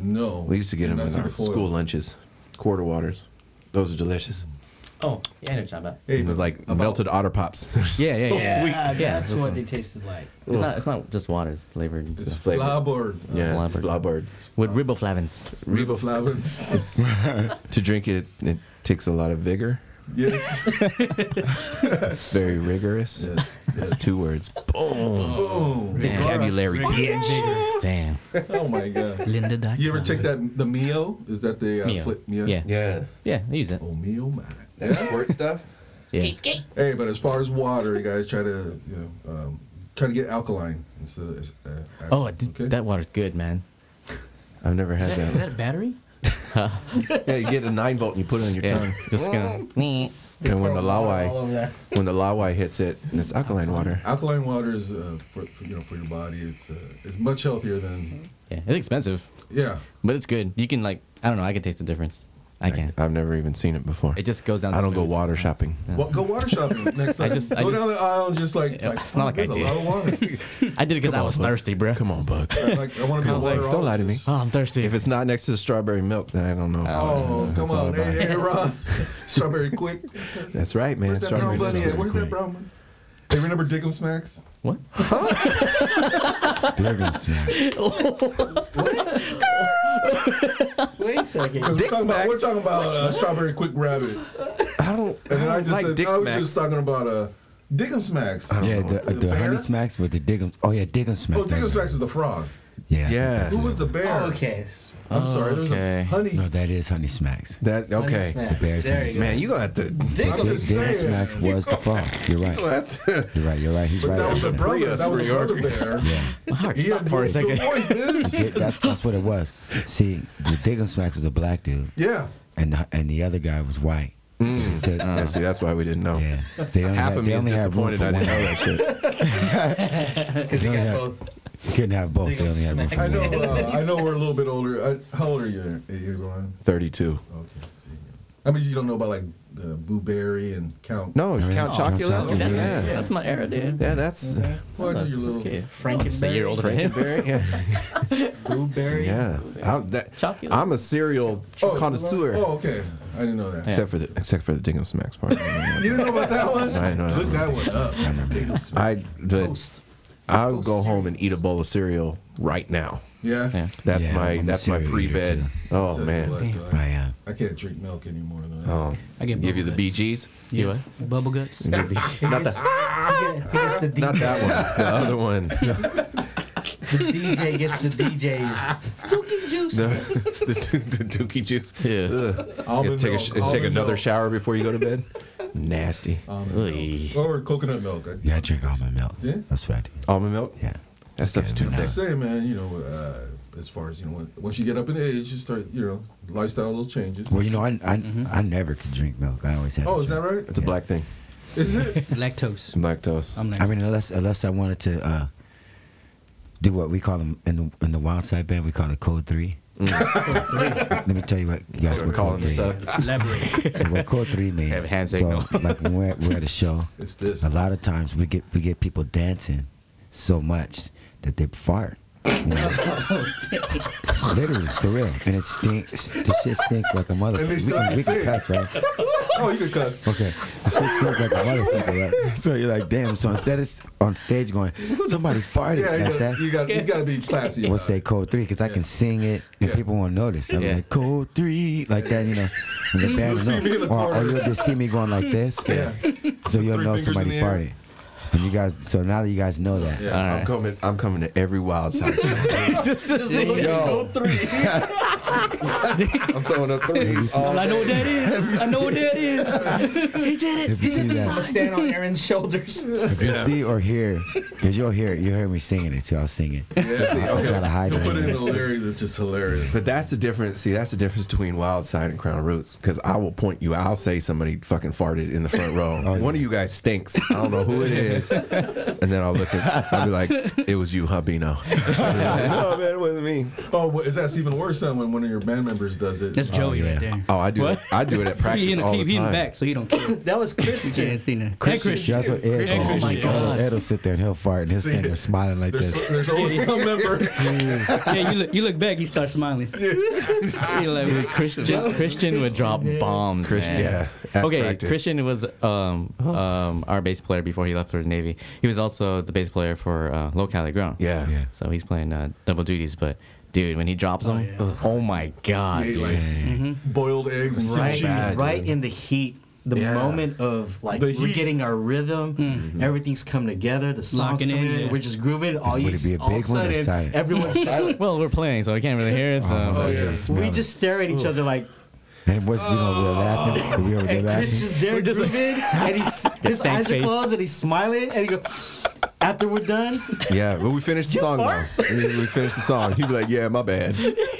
[SPEAKER 7] No.
[SPEAKER 5] We used to get them
[SPEAKER 7] Not
[SPEAKER 5] in our
[SPEAKER 7] super foil.
[SPEAKER 5] school lunches. Quarter waters. Those are delicious.
[SPEAKER 9] Oh, yeah, I know what you're talking about.
[SPEAKER 7] Hey,
[SPEAKER 5] And they're
[SPEAKER 7] but
[SPEAKER 5] like
[SPEAKER 7] about-
[SPEAKER 5] melted otter pops. *laughs*
[SPEAKER 9] Yeah, yeah,
[SPEAKER 5] so
[SPEAKER 9] yeah.
[SPEAKER 5] sweet.
[SPEAKER 6] Yeah,
[SPEAKER 9] Yeah,
[SPEAKER 6] that's
[SPEAKER 9] this
[SPEAKER 6] what
[SPEAKER 9] one.
[SPEAKER 6] they tasted like.
[SPEAKER 9] It's not, it's not just water, it's flavored. and
[SPEAKER 7] It's
[SPEAKER 9] stuff.
[SPEAKER 5] flavor.
[SPEAKER 7] flavored.
[SPEAKER 5] Yeah, it's
[SPEAKER 9] Blaubard.
[SPEAKER 5] blaubard.
[SPEAKER 9] With riboflavins.
[SPEAKER 7] Reba
[SPEAKER 5] *laughs*
[SPEAKER 7] Flavins.
[SPEAKER 5] To drink it, it takes a lot of vigor.
[SPEAKER 7] *laughs* yes. *laughs*
[SPEAKER 5] It's very rigorous. *laughs*
[SPEAKER 7] yes.
[SPEAKER 5] It's two words. Boom.
[SPEAKER 7] Boom.
[SPEAKER 9] Damn.
[SPEAKER 5] Vocabulary.
[SPEAKER 9] Damn.
[SPEAKER 7] Oh my god.
[SPEAKER 8] Linda Dyke.
[SPEAKER 7] You ever take that the Mio? Is that the uh,
[SPEAKER 9] Mio.
[SPEAKER 7] flip Mio?
[SPEAKER 9] Yeah.
[SPEAKER 5] Yeah.
[SPEAKER 9] Yeah, I use it.
[SPEAKER 7] Oh Mio, my.
[SPEAKER 5] That squirt stuff.
[SPEAKER 9] Yeah.
[SPEAKER 7] Hey, but as far as water, you guys try to you know um, try to get alkaline instead of uh, acid,
[SPEAKER 9] Oh, it did,
[SPEAKER 7] okay?
[SPEAKER 9] that water's good, man.
[SPEAKER 5] I've never had
[SPEAKER 8] Is that, is
[SPEAKER 5] that.
[SPEAKER 8] that a battery?
[SPEAKER 5] *laughs* Yeah, you get a nine volt and you put it on your
[SPEAKER 9] Yeah.
[SPEAKER 5] tongue.
[SPEAKER 9] *laughs* Just gonna. Meh.
[SPEAKER 5] And when the
[SPEAKER 6] All
[SPEAKER 5] lawai
[SPEAKER 6] over that.
[SPEAKER 5] when the lawai hits it, and it's alkaline water.
[SPEAKER 7] alkaline water is uh, for, for you know for your body. It's uh, it's much healthier than
[SPEAKER 9] Yeah, it's expensive,
[SPEAKER 7] yeah.
[SPEAKER 9] but it's good. You can, like, I don't know, I can taste the difference. I can.
[SPEAKER 5] I've never even seen it before.
[SPEAKER 9] It just goes down
[SPEAKER 5] I don't go
[SPEAKER 9] smooth.
[SPEAKER 5] water shopping.
[SPEAKER 7] Well, go water shopping next time.
[SPEAKER 9] just-
[SPEAKER 7] go
[SPEAKER 9] I just-
[SPEAKER 7] down the aisle and just like,
[SPEAKER 9] Yeah,
[SPEAKER 7] like
[SPEAKER 9] it's not like I
[SPEAKER 7] there's a
[SPEAKER 9] did.
[SPEAKER 7] lot of water.
[SPEAKER 9] I did it because I was
[SPEAKER 5] Bugs.
[SPEAKER 9] thirsty, bro.
[SPEAKER 5] Come on, bug.
[SPEAKER 7] I, like, I want to be a
[SPEAKER 5] Like,
[SPEAKER 7] water
[SPEAKER 5] don't lie to me.
[SPEAKER 7] ologist.
[SPEAKER 9] Oh, I'm thirsty.
[SPEAKER 5] If it's not next to the strawberry milk, then I don't know.
[SPEAKER 7] Oh, come
[SPEAKER 5] That's all
[SPEAKER 7] on.
[SPEAKER 5] about-
[SPEAKER 7] Hey, hey, Ron. Strawberry quick.
[SPEAKER 5] That's right, man.
[SPEAKER 7] Where's that brown
[SPEAKER 5] Strawberry
[SPEAKER 7] bunny
[SPEAKER 5] milk.
[SPEAKER 7] at? Where's that brown bunny? Hey, remember Dick'em Smacks?
[SPEAKER 9] what?
[SPEAKER 4] Diggum Smack.
[SPEAKER 6] Wait a second.
[SPEAKER 7] Dick Smacks? We're talking about uh, Strawberry Quick Rabbit.
[SPEAKER 5] I don't. I
[SPEAKER 7] And then
[SPEAKER 5] don't
[SPEAKER 7] I just
[SPEAKER 5] Oh, like
[SPEAKER 7] said,
[SPEAKER 5] Dick
[SPEAKER 7] I was
[SPEAKER 5] Smacks.
[SPEAKER 7] just talking about uh, Dick'em Smacks.
[SPEAKER 4] Yeah, the, uh, the
[SPEAKER 7] bear?
[SPEAKER 4] Honey Smacks with the Diggum. Oh, yeah, Diggum Smack.
[SPEAKER 7] Oh, Dick'em Smacks is the frog.
[SPEAKER 4] Yeah.
[SPEAKER 5] Yeah.
[SPEAKER 4] that's
[SPEAKER 7] Who
[SPEAKER 4] it.
[SPEAKER 7] was the bear?
[SPEAKER 6] Oh, okay. It's-
[SPEAKER 7] I'm sorry. There was a
[SPEAKER 9] Okay.
[SPEAKER 7] honey.
[SPEAKER 4] No, that is Honey
[SPEAKER 7] *laughs*
[SPEAKER 4] Smacks.
[SPEAKER 5] that okay.
[SPEAKER 6] Smash.
[SPEAKER 4] bears
[SPEAKER 6] There
[SPEAKER 4] and
[SPEAKER 6] you
[SPEAKER 4] the
[SPEAKER 6] go.
[SPEAKER 5] Man, you gonna have to. *laughs*
[SPEAKER 6] Dick
[SPEAKER 7] I'm
[SPEAKER 6] of
[SPEAKER 4] Dig-
[SPEAKER 7] just
[SPEAKER 6] the
[SPEAKER 4] Diggum
[SPEAKER 7] saying.
[SPEAKER 4] Smacks was the frog. You're
[SPEAKER 5] You'll
[SPEAKER 4] right.
[SPEAKER 5] have to-
[SPEAKER 4] You're right. You're right. He's
[SPEAKER 7] but
[SPEAKER 4] right.
[SPEAKER 7] that was a
[SPEAKER 4] about that.
[SPEAKER 7] brother.
[SPEAKER 5] Prius
[SPEAKER 7] That was
[SPEAKER 5] for
[SPEAKER 7] another
[SPEAKER 5] York.
[SPEAKER 7] bear.
[SPEAKER 4] *laughs* Yeah.
[SPEAKER 9] My heart
[SPEAKER 7] He
[SPEAKER 9] stopped
[SPEAKER 7] had
[SPEAKER 9] for a
[SPEAKER 7] the- the
[SPEAKER 9] second.
[SPEAKER 4] *laughs*
[SPEAKER 7] voice, dude.
[SPEAKER 4] Dig- that's, that's what it was. See, the Diggum Smacks was a black dude,
[SPEAKER 7] Yeah.
[SPEAKER 4] and the, and the other guy was white. So the-
[SPEAKER 5] Yeah, see, that's why we didn't know.
[SPEAKER 4] yeah. They only
[SPEAKER 5] Mm. Uh, Half
[SPEAKER 4] had-
[SPEAKER 5] of
[SPEAKER 4] they only
[SPEAKER 5] me is
[SPEAKER 4] had room
[SPEAKER 5] disappointed. I
[SPEAKER 4] for
[SPEAKER 5] didn't know
[SPEAKER 4] one.
[SPEAKER 5] that shit.
[SPEAKER 4] *laughs*
[SPEAKER 6] Because he got
[SPEAKER 4] Yeah.
[SPEAKER 6] both.
[SPEAKER 4] You couldn't have both. They only had room for
[SPEAKER 7] I
[SPEAKER 6] Smacks. *laughs*
[SPEAKER 7] know.
[SPEAKER 4] one.
[SPEAKER 7] Uh, I know we're a little bit older. I, how old are you? Eight years old.
[SPEAKER 5] Thirty-two.
[SPEAKER 7] Okay. See. I mean, you don't know about like uh, Boo Berry and Count.
[SPEAKER 5] No,
[SPEAKER 4] yeah.
[SPEAKER 5] Count
[SPEAKER 4] Count
[SPEAKER 5] Chocula.
[SPEAKER 4] Chocula.
[SPEAKER 5] Yeah.
[SPEAKER 9] That's,
[SPEAKER 5] yeah,
[SPEAKER 9] that's my era, dude.
[SPEAKER 5] that's
[SPEAKER 7] Well, I know you're little.
[SPEAKER 9] Okay.
[SPEAKER 6] Frankenberry.
[SPEAKER 9] Just a year older than him.
[SPEAKER 5] Frankenberry. Yeah,
[SPEAKER 6] Blueberry.
[SPEAKER 5] yeah. I'm, that,
[SPEAKER 9] Chocula.
[SPEAKER 5] I'm a cereal
[SPEAKER 7] Oh,
[SPEAKER 5] connoisseur.
[SPEAKER 7] Oh, okay. I didn't know that.
[SPEAKER 5] Except for the except for the Dingo Smacks
[SPEAKER 7] *laughs*
[SPEAKER 5] part.
[SPEAKER 7] You didn't know about that one?
[SPEAKER 5] I didn't know that
[SPEAKER 7] Look
[SPEAKER 5] one.
[SPEAKER 7] that one up. Damn, Smith.
[SPEAKER 5] I the,
[SPEAKER 6] Toast.
[SPEAKER 5] I'll
[SPEAKER 6] Post
[SPEAKER 5] go home and eat a bowl of cereal right now.
[SPEAKER 7] Yeah.
[SPEAKER 9] Yeah.
[SPEAKER 5] That's
[SPEAKER 4] Yeah,
[SPEAKER 5] my
[SPEAKER 4] I'm a
[SPEAKER 5] that's my
[SPEAKER 4] cereal eater,
[SPEAKER 5] pre-bed. Oh
[SPEAKER 7] Tell you what,
[SPEAKER 5] man.
[SPEAKER 7] though,
[SPEAKER 4] I am.
[SPEAKER 7] uh, I can't drink milk anymore. Though.
[SPEAKER 5] Oh,
[SPEAKER 8] I get
[SPEAKER 5] give you the BGs.
[SPEAKER 9] You what?
[SPEAKER 8] Bubble guts.
[SPEAKER 5] Not that
[SPEAKER 6] He gets- he gets the
[SPEAKER 5] not
[SPEAKER 6] DJ
[SPEAKER 5] that *laughs* one. The other one.
[SPEAKER 6] The DJ gets the DJs. Cookie juice.
[SPEAKER 5] The, *laughs* the, do- the dookie juice.
[SPEAKER 9] Yeah.
[SPEAKER 5] Ugh.
[SPEAKER 7] Almond
[SPEAKER 5] take a,
[SPEAKER 7] milk,
[SPEAKER 5] sh- take
[SPEAKER 7] almond
[SPEAKER 5] another
[SPEAKER 7] milk.
[SPEAKER 5] shower before you go to bed. Nasty.
[SPEAKER 9] Oy.
[SPEAKER 7] Or coconut milk. I-
[SPEAKER 4] Yeah, I drink all my milk.
[SPEAKER 7] Yeah?
[SPEAKER 4] That's what I do.
[SPEAKER 5] Almond milk.
[SPEAKER 4] Yeah.
[SPEAKER 5] That stuff's too
[SPEAKER 7] I
[SPEAKER 5] thick.
[SPEAKER 7] say, man, you know, uh, as far as you know, when- once you get up in age, you start, you know, lifestyle little changes.
[SPEAKER 4] Well, you know, I I, I never could drink milk. I always had.
[SPEAKER 7] Mm-hmm. Oh,
[SPEAKER 4] to
[SPEAKER 7] is that
[SPEAKER 4] drink-
[SPEAKER 7] right?
[SPEAKER 5] It's a black thing.
[SPEAKER 7] Is it?
[SPEAKER 8] Lactose.
[SPEAKER 5] Lactose.
[SPEAKER 8] I'm like,
[SPEAKER 4] I mean, unless unless I wanted to uh, do what we call them in the in the wild side band, we call it code three.
[SPEAKER 7] Mm.
[SPEAKER 4] *laughs* Let me tell you what you guys
[SPEAKER 5] We're
[SPEAKER 4] what
[SPEAKER 5] calling
[SPEAKER 4] code three.
[SPEAKER 5] this up.
[SPEAKER 8] elaborate.
[SPEAKER 4] So what code three means?
[SPEAKER 9] Have hand
[SPEAKER 4] so
[SPEAKER 9] signal.
[SPEAKER 4] like when we're, we're at
[SPEAKER 7] *laughs*
[SPEAKER 4] a show,
[SPEAKER 7] It's this.
[SPEAKER 4] a lot of times we get we get people dancing so much that they fart.
[SPEAKER 7] *laughs* Oh,
[SPEAKER 4] Literally, for real. And it stinks. The shit stinks like a motherfucker.
[SPEAKER 7] And they
[SPEAKER 4] We
[SPEAKER 7] still
[SPEAKER 4] can, we can
[SPEAKER 7] sing.
[SPEAKER 4] cuss, right?
[SPEAKER 7] Oh, you can cuss.
[SPEAKER 4] Okay. The shit stinks like a motherfucker, right? *laughs* So you're like, damn. So instead of s- on stage going, somebody farted
[SPEAKER 7] Yeah,
[SPEAKER 4] at that.
[SPEAKER 7] you got, you got you got to be classy.
[SPEAKER 4] We'll
[SPEAKER 7] about
[SPEAKER 4] say
[SPEAKER 7] it.
[SPEAKER 4] Code 3 because I can sing it and
[SPEAKER 7] Yeah.
[SPEAKER 4] people won't notice. I'm
[SPEAKER 9] Yeah.
[SPEAKER 4] like, Code 3, like that, you know. And the band
[SPEAKER 7] You'll see
[SPEAKER 4] will
[SPEAKER 7] me in the
[SPEAKER 4] know. or, or
[SPEAKER 7] corner.
[SPEAKER 4] you'll just see me going like this.
[SPEAKER 7] Yeah.
[SPEAKER 4] So you'll
[SPEAKER 7] Three
[SPEAKER 4] know
[SPEAKER 7] fingers
[SPEAKER 4] somebody
[SPEAKER 7] in the air.
[SPEAKER 4] farted. And you guys, so now that you guys know that,
[SPEAKER 7] Yeah.
[SPEAKER 9] All right.
[SPEAKER 5] I'm coming. I'm coming to every wild side. show.
[SPEAKER 6] Yo. three.
[SPEAKER 5] *laughs* I'm throwing up threes. all
[SPEAKER 8] I know what that is. I know what that is. *laughs*
[SPEAKER 4] if you see that,
[SPEAKER 6] I'm gonna stand on Aaron's *laughs* shoulders.
[SPEAKER 4] if you see or hear, because you'll hear it, you'll hear me singing it too. I'll sing it.
[SPEAKER 7] Yeah, see,
[SPEAKER 4] I'll try to hide
[SPEAKER 7] You'll
[SPEAKER 4] it.
[SPEAKER 7] put it in the lyrics. It's just hilarious.
[SPEAKER 5] *laughs* But that's the difference. See, that's the difference between Wild Side and Crown Roots. Because I will point you. I'll say somebody fucking farted in the front row. One of you guys stinks. I don't know who it is. and then I'll look at. I'll be like, "It was you, Hubino." no, man, it wasn't me.
[SPEAKER 7] Oh, well, is that's even worse than when one of your band members does it?
[SPEAKER 8] That's Joey
[SPEAKER 4] yeah.
[SPEAKER 8] right there.
[SPEAKER 5] Oh, I do. It, I do it at
[SPEAKER 8] he
[SPEAKER 5] practice
[SPEAKER 8] in,
[SPEAKER 5] all
[SPEAKER 8] he,
[SPEAKER 5] the
[SPEAKER 8] he in the
[SPEAKER 5] time.
[SPEAKER 8] back, so he don't care.
[SPEAKER 6] That was Chris's
[SPEAKER 8] He ain't
[SPEAKER 6] kid.
[SPEAKER 8] seen that. Hey, Chris.
[SPEAKER 4] That's what Ed.
[SPEAKER 7] Oh,
[SPEAKER 4] does.
[SPEAKER 7] my
[SPEAKER 4] Ed, Ed will sit there and he'll fart and he'll stand there smiling like
[SPEAKER 7] There's,
[SPEAKER 4] this.
[SPEAKER 7] there's always some member.
[SPEAKER 8] *laughs* Yeah, you look, you look back, he starts smiling. You're like,
[SPEAKER 9] Christian, Christian would drop bombs.
[SPEAKER 5] Christian-
[SPEAKER 9] man.
[SPEAKER 5] yeah, at
[SPEAKER 9] Okay,
[SPEAKER 5] practice.
[SPEAKER 9] Christian was um, um, our bass player before he left for the Navy. He was also the bass player for uh, Low Cali Ground.
[SPEAKER 5] Yeah. Yeah.
[SPEAKER 9] So he's playing uh, double duties, but dude, when he drops them,
[SPEAKER 8] yeah.
[SPEAKER 9] ugh, oh my god,
[SPEAKER 7] ate
[SPEAKER 9] dude.
[SPEAKER 7] like boiled eggs and
[SPEAKER 6] Right,
[SPEAKER 7] sushi.
[SPEAKER 5] bad,
[SPEAKER 6] right in the heat. The
[SPEAKER 5] Yeah.
[SPEAKER 6] moment of like
[SPEAKER 7] The
[SPEAKER 6] we're
[SPEAKER 7] heat.
[SPEAKER 6] getting our rhythm, Mm-hmm. everything's come together, the songs
[SPEAKER 8] Locking
[SPEAKER 6] coming
[SPEAKER 8] in,
[SPEAKER 6] in,
[SPEAKER 8] yeah.
[SPEAKER 6] we're just grooving. All you,
[SPEAKER 4] Would it be a
[SPEAKER 6] all of a
[SPEAKER 4] big one or
[SPEAKER 6] sudden,
[SPEAKER 4] silent?
[SPEAKER 6] *laughs* everyone's just
[SPEAKER 9] Well, we're playing, so I can't really hear it. So.
[SPEAKER 7] Oh yeah.
[SPEAKER 6] we just stare at each other like,
[SPEAKER 4] And it was, you know, we were
[SPEAKER 8] Oh.
[SPEAKER 4] laughing. We were
[SPEAKER 6] and Chris
[SPEAKER 4] laughing.
[SPEAKER 6] just there grooving, and he's his
[SPEAKER 9] stank
[SPEAKER 6] eyes are
[SPEAKER 9] face.
[SPEAKER 6] closed and he's smiling, and he goes. After we're done,
[SPEAKER 5] Yeah, but we finished the song
[SPEAKER 6] fart?
[SPEAKER 5] though. We, we finished the song. He'd be like, "Yeah, my bad."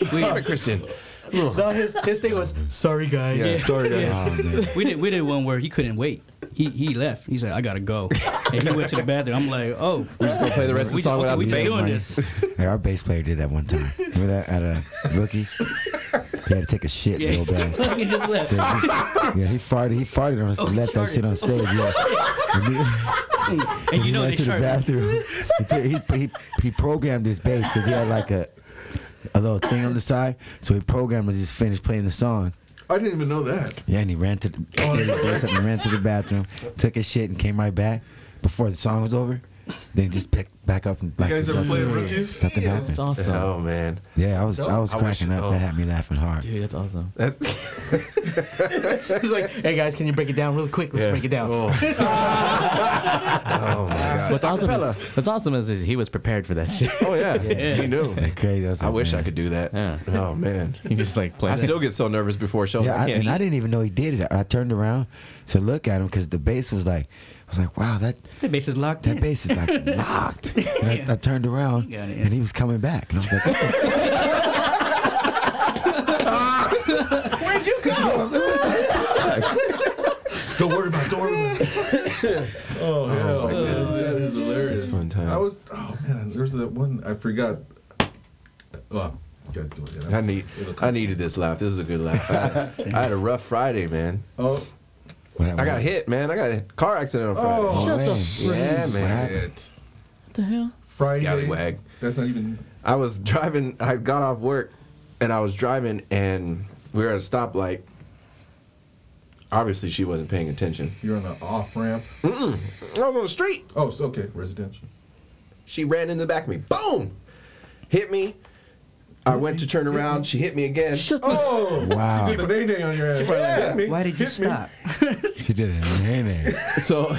[SPEAKER 5] Sorry, Christian.
[SPEAKER 6] no, his, his thing was, "Sorry guys."
[SPEAKER 5] Yeah, sorry guys.
[SPEAKER 4] Oh, man.
[SPEAKER 8] We did we did one where he couldn't wait. He he left. He said, I gotta go. And he went to the bathroom. I'm like, oh,
[SPEAKER 5] We're just gonna play the rest of
[SPEAKER 8] we,
[SPEAKER 5] the song
[SPEAKER 8] okay,
[SPEAKER 5] without
[SPEAKER 8] we
[SPEAKER 5] the bass.
[SPEAKER 8] just doing this.
[SPEAKER 4] Hey, our bass player did that one time. Remember that at uh, Rookies? He had to take a shit real bad.
[SPEAKER 8] *laughs* he just left.
[SPEAKER 4] So he- yeah, he farted. He farted on us. left that
[SPEAKER 8] Oh, farted.
[SPEAKER 4] shit on stage. Yeah. And he-
[SPEAKER 8] *laughs* And you
[SPEAKER 4] he
[SPEAKER 8] know they
[SPEAKER 4] went to the
[SPEAKER 8] sharp.
[SPEAKER 4] bathroom. He, took- he, he, he programmed his bass because he had like a a little thing on the side. So he programmed and just finished playing the song.
[SPEAKER 7] I didn't even know that.
[SPEAKER 4] Yeah, and he ran
[SPEAKER 7] *laughs*
[SPEAKER 4] to the,
[SPEAKER 7] Oh,
[SPEAKER 4] *laughs* he did something, ran to the bathroom, took his shit, and came right back before the song was over. Then just picked back up and like
[SPEAKER 7] guys ever
[SPEAKER 4] nothing,
[SPEAKER 7] played Rookies?
[SPEAKER 4] nothing happened.
[SPEAKER 9] awesome.
[SPEAKER 5] Oh man,
[SPEAKER 4] Yeah, I was I was
[SPEAKER 5] I wish-
[SPEAKER 4] cracking up.
[SPEAKER 5] oh.
[SPEAKER 4] That had me laughing hard.
[SPEAKER 9] Dude, that's
[SPEAKER 5] *laughs*
[SPEAKER 9] awesome.
[SPEAKER 5] that's
[SPEAKER 6] He's like, "Hey guys, can you break it down really quick? Let's
[SPEAKER 5] yeah.
[SPEAKER 6] break it down."
[SPEAKER 5] Oh, Oh, my god.
[SPEAKER 9] What's awesome, is, what's awesome is, is he was prepared for that *laughs* shit.
[SPEAKER 5] Oh yeah, he *laughs* knew.
[SPEAKER 4] Like crazy. I, was
[SPEAKER 5] I
[SPEAKER 4] like,
[SPEAKER 5] wish
[SPEAKER 4] man.
[SPEAKER 5] I could do that.
[SPEAKER 9] Yeah.
[SPEAKER 5] Oh man,
[SPEAKER 9] He just like
[SPEAKER 5] I
[SPEAKER 9] plays.
[SPEAKER 5] still get so nervous before shows.
[SPEAKER 4] Yeah,
[SPEAKER 5] I
[SPEAKER 4] I,
[SPEAKER 5] can't.
[SPEAKER 4] and I didn't even know he did it. I turned around to look at him because the bass was like, I was like, wow, that
[SPEAKER 8] The bass is locked
[SPEAKER 5] *laughs*
[SPEAKER 4] that
[SPEAKER 8] in.
[SPEAKER 4] bass is like locked. And I, I turned around
[SPEAKER 8] Got it, yeah.
[SPEAKER 4] and he was coming back, and I was like,
[SPEAKER 5] *laughs*
[SPEAKER 4] what the
[SPEAKER 7] Don't worry about it. Don't worry about it. *laughs* oh, hell. man. That is hilarious.
[SPEAKER 5] It's fun time.
[SPEAKER 7] I was, oh, man. There's that one. I forgot. Well, you guys do it.
[SPEAKER 5] I need. I needed this laugh. This is a good laugh. I *laughs* had, I had a rough Friday, man.
[SPEAKER 7] Oh,
[SPEAKER 4] what
[SPEAKER 5] I got hit, man. I got a car accident on Friday.
[SPEAKER 7] Oh,
[SPEAKER 4] Shut
[SPEAKER 5] yeah, man.
[SPEAKER 7] it.
[SPEAKER 9] the hell?
[SPEAKER 7] Friday.
[SPEAKER 5] Scallywag.
[SPEAKER 7] That's not even.
[SPEAKER 5] I was driving. I got off work, and I was driving, and we were at a stoplight. Obviously, she wasn't paying attention.
[SPEAKER 7] You're on an off ramp.
[SPEAKER 5] I was on the street.
[SPEAKER 7] Oh, so, okay. Residential.
[SPEAKER 5] She ran in the back of me. Boom! Hit me. I went to turn around. She hit me again.
[SPEAKER 7] Oh,
[SPEAKER 4] Wow.
[SPEAKER 7] You did the day day on your ass.
[SPEAKER 5] Yeah.
[SPEAKER 7] Hit me.
[SPEAKER 6] Why did you
[SPEAKER 7] Hit me.
[SPEAKER 6] stop?
[SPEAKER 4] She did it. in her hand.
[SPEAKER 5] So,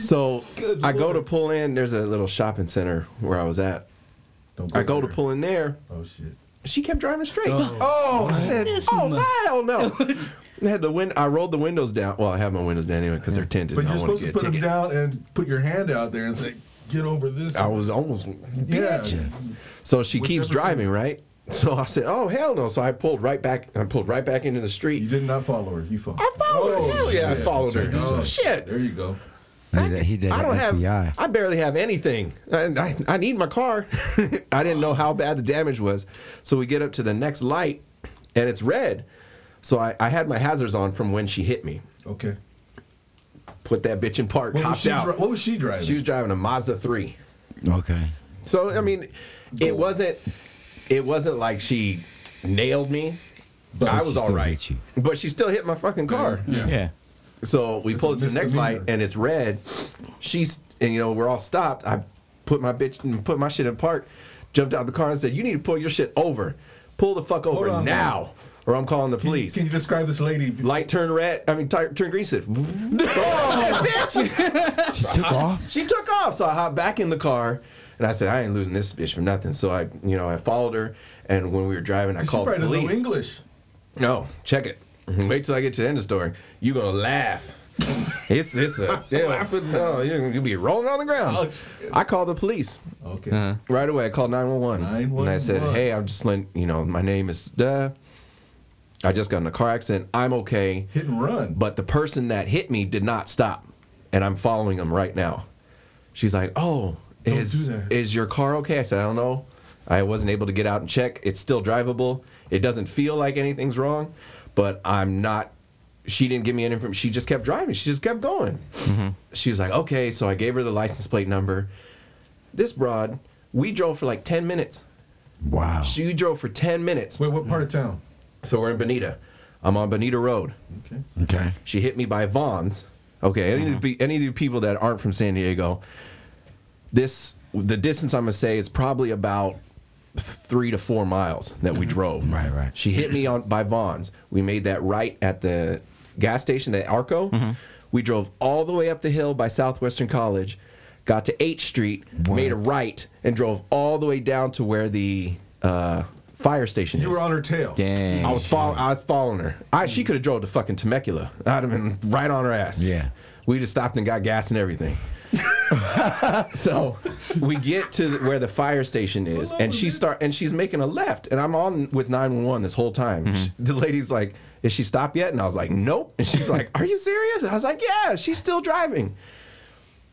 [SPEAKER 5] so I go to pull in. There's a little shopping center where I was at.
[SPEAKER 7] Don't
[SPEAKER 5] I go to
[SPEAKER 7] there.
[SPEAKER 5] pull in there.
[SPEAKER 7] Oh, shit.
[SPEAKER 5] She kept driving straight. Oh, I said, oh hell no! I had the wind. I rolled the windows down. Well, I have my windows down anyway because they're tinted.
[SPEAKER 7] But
[SPEAKER 5] and I
[SPEAKER 7] you're
[SPEAKER 5] want
[SPEAKER 7] supposed
[SPEAKER 5] to
[SPEAKER 7] to
[SPEAKER 5] get a
[SPEAKER 7] put them
[SPEAKER 5] ticket.
[SPEAKER 7] down and put your hand out there and say, "Get over this."
[SPEAKER 5] I was almost.
[SPEAKER 7] yeah.
[SPEAKER 5] So she
[SPEAKER 7] Whichever
[SPEAKER 5] keeps driving, right? *laughs* So I said, oh hell no! So I pulled right back. I pulled right back into the street.
[SPEAKER 7] You did not follow her. You followed.
[SPEAKER 5] I followed
[SPEAKER 1] Oh,
[SPEAKER 5] her. Hell yeah, I
[SPEAKER 7] shit.
[SPEAKER 5] followed her.
[SPEAKER 7] That's right.
[SPEAKER 5] Shit.
[SPEAKER 7] There you go.
[SPEAKER 4] He did- He did
[SPEAKER 5] *laughs* I
[SPEAKER 4] it
[SPEAKER 5] don't *laughs*
[SPEAKER 4] FBI.
[SPEAKER 5] have. I barely have anything. I, I, I need my car. *laughs* I didn't know how bad the damage was. So we get up to the next light, and it's red. So I, I had my hazards on from when she hit me.
[SPEAKER 7] Okay.
[SPEAKER 5] Put that bitch in park.
[SPEAKER 7] What was,
[SPEAKER 5] hopped
[SPEAKER 7] she
[SPEAKER 5] out.
[SPEAKER 7] dri- what was she driving?
[SPEAKER 5] she was driving a Mazda three.
[SPEAKER 4] okay.
[SPEAKER 1] So I mean, it wasn't it wasn't like she nailed me.
[SPEAKER 7] But
[SPEAKER 1] I
[SPEAKER 4] she
[SPEAKER 1] was
[SPEAKER 4] still
[SPEAKER 1] all right,
[SPEAKER 4] hit you.
[SPEAKER 1] but she still hit my fucking car.
[SPEAKER 7] Yeah.
[SPEAKER 9] Yeah.
[SPEAKER 1] So we
[SPEAKER 7] It's
[SPEAKER 1] pull
[SPEAKER 7] a
[SPEAKER 1] it to the next light,
[SPEAKER 7] misdemeanor.
[SPEAKER 1] and it's red. She's and you know we're all stopped. I put my bitch put my shit in park, jumped out the car and said, "You need to pull your shit over. Pull the fuck over
[SPEAKER 7] on,
[SPEAKER 1] now,
[SPEAKER 7] man.
[SPEAKER 1] or I'm calling the
[SPEAKER 7] Can-
[SPEAKER 1] police."
[SPEAKER 7] Can you describe this lady?
[SPEAKER 1] Light turn red. I mean, ti- turn green. Said,
[SPEAKER 7] *laughs*
[SPEAKER 5] Oh,
[SPEAKER 1] bitch.
[SPEAKER 4] She took off.
[SPEAKER 1] She took off. So I hopped back in the car, and I said, "I ain't losing this bitch for nothing." So I, you know, I followed her, and when we were driving, I
[SPEAKER 7] She
[SPEAKER 1] called the
[SPEAKER 7] probably doesn't know
[SPEAKER 1] police.
[SPEAKER 7] English.
[SPEAKER 1] No, Mm-hmm. check it. Wait till I get to the end of the story. You gonna laugh. *laughs* it's it's *laughs* a Oh, damn, no, you you'll be rolling on the ground.
[SPEAKER 7] Ouch.
[SPEAKER 1] I called the police
[SPEAKER 7] Okay.
[SPEAKER 1] right away. I called nine one one, and I said,
[SPEAKER 7] 911.
[SPEAKER 1] "Hey, I'm just letting you know my name is duh. I just got in a car accident. I'm okay,
[SPEAKER 7] Hit and run.
[SPEAKER 1] but the person that hit me did not stop, and I'm following him right now." She's like, "Oh,
[SPEAKER 7] Don't
[SPEAKER 1] is
[SPEAKER 7] do that.
[SPEAKER 1] is your car okay?" I said, "I don't know. I wasn't able to get out and check. It's still drivable. It doesn't feel like anything's wrong, but I'm not." She didn't give me any information. She just kept driving. She just kept going. She was like, "Okay." So I gave her the license plate number. This broad, we drove for like ten minutes.
[SPEAKER 4] Wow.
[SPEAKER 1] She drove for ten minutes.
[SPEAKER 7] Wait, what part of town?
[SPEAKER 1] So we're in Bonita. I'm on Bonita Road.
[SPEAKER 7] Okay.
[SPEAKER 4] Okay.
[SPEAKER 1] She hit me by Vaughn's. Okay, any, of
[SPEAKER 4] Uh-huh.
[SPEAKER 1] the, pe- any of the people that aren't from San Diego, this the distance I'm gonna say is probably about three to four miles that we drove.
[SPEAKER 4] Mm-hmm. Right, right.
[SPEAKER 1] She hit me on by Vaughn's. We made that right at the gas station at Arco.
[SPEAKER 4] Mm-hmm.
[SPEAKER 1] We drove all the way up the hill by Southwestern College, got to 8th Street, made a
[SPEAKER 4] What?
[SPEAKER 1] right, and drove all the way down to where the uh, fire station
[SPEAKER 7] You
[SPEAKER 1] is.
[SPEAKER 7] were on her tail.
[SPEAKER 9] Dang.
[SPEAKER 1] I was following. I was following her. I she could have drove to fucking Temecula. I'd have been right on her ass.
[SPEAKER 4] Yeah.
[SPEAKER 1] We just stopped and got gas and everything. so we get to the- where the fire station is, and she start and she's making a left, and I'm on with 911 this whole time. She- the lady's like, "Is she stopped yet?" And I was like, "Nope." And she's like, "Are you serious?" I was like, "Yeah, she's still driving."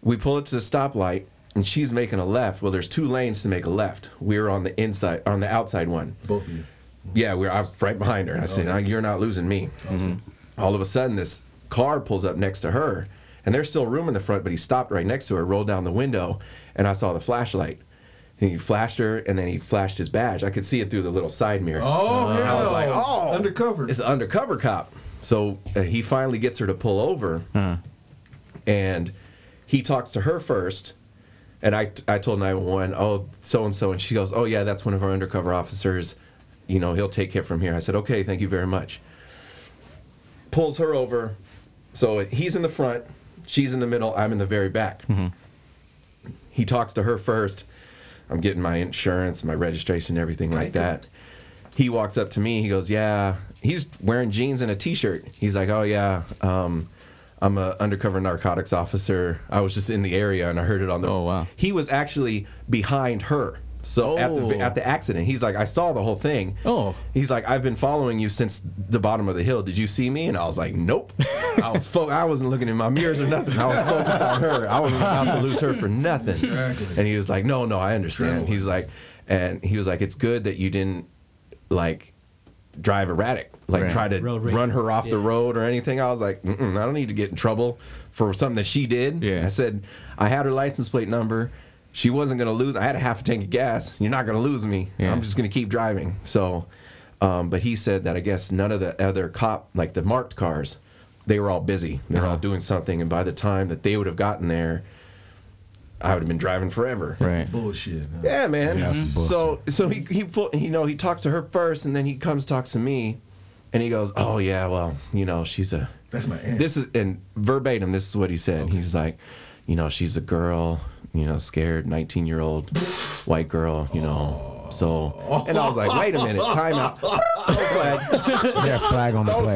[SPEAKER 1] We pull it to the stoplight, and she's making a left. Well, there's two lanes to make a left. We're on the inside, on the outside one.
[SPEAKER 7] Both of you.
[SPEAKER 1] Yeah, we were, I was right behind her. I said, "No, "You're not losing me." All of a sudden, this car pulls up next to her, and there's still room in the front, but he stopped right next to her, rolled down the window, and I saw the flashlight. And he flashed her, and then he flashed his badge. I could see it through the little side mirror.
[SPEAKER 7] Oh, yeah.
[SPEAKER 1] I was like, "Oh,
[SPEAKER 7] Undercover.
[SPEAKER 1] It's an undercover cop. So uh, he finally gets her to pull over, and he talks to her first. And I, I told 911, oh, so and so. And she goes, oh, yeah, that's one of our undercover officers. You know, he'll take it from here. I said, okay, thank you very much. Pulls her over. So he's in the front, she's in the middle, I'm in the very back.
[SPEAKER 9] Mm-hmm.
[SPEAKER 1] He talks to her first. I'm getting my insurance, my registration, everything like that. He walks up to me. He goes, "Yeah." He's wearing jeans and a t-shirt. He's like, "Oh yeah, um, I'm a undercover narcotics officer. I was just in the area and I heard it on the."
[SPEAKER 9] Oh, wow.
[SPEAKER 1] He was actually behind her. So at the
[SPEAKER 9] Oh.
[SPEAKER 1] at the accident, he's like, "I saw the whole thing."
[SPEAKER 9] Oh.
[SPEAKER 1] He's like, "I've been following you since the bottom of the hill. Did you see me?" And I was like, "Nope." I was fo- I wasn't looking in my mirrors or nothing. I was focused on her. I wasn't about to lose her for nothing.
[SPEAKER 7] Exactly.
[SPEAKER 1] And he was like, "No, no, I understand."
[SPEAKER 7] Adrenaline.
[SPEAKER 1] He's like, and he was like, "It's good that you didn't like drive erratic, like
[SPEAKER 9] Right.
[SPEAKER 1] try to
[SPEAKER 8] Road rage.
[SPEAKER 1] run her off the road or anything." I was like, Mm-mm, "I don't need to get in trouble for something that she did."
[SPEAKER 9] Yeah.
[SPEAKER 1] I said, "I had her license plate number." She wasn't gonna lose. I had a half a tank of gas. You're not gonna lose me.
[SPEAKER 9] Yeah.
[SPEAKER 1] I'm just gonna keep driving. So, um, but he said that I guess none of the other cop, like the marked cars, they were all busy. They were all
[SPEAKER 9] Uh-huh.
[SPEAKER 1] doing something, and by the time that they would have gotten there, I would have been driving forever.
[SPEAKER 9] right.
[SPEAKER 7] Bullshit. huh?
[SPEAKER 1] Yeah, man. Mm-hmm.
[SPEAKER 4] Yeah, that's some
[SPEAKER 1] so so he he pull, you know he talks to her first, and then he comes talks to me, and he goes, "Oh yeah, well you know she's a
[SPEAKER 7] That's my aunt.
[SPEAKER 1] this is and verbatim this is what he said. He's like, you know she's a girl, you know scared nineteen year old white girl, you know. So and I was like, wait a minute, time
[SPEAKER 4] *laughs*
[SPEAKER 1] out, Throw flag,
[SPEAKER 4] Yeah, flag on the
[SPEAKER 1] throw
[SPEAKER 4] play.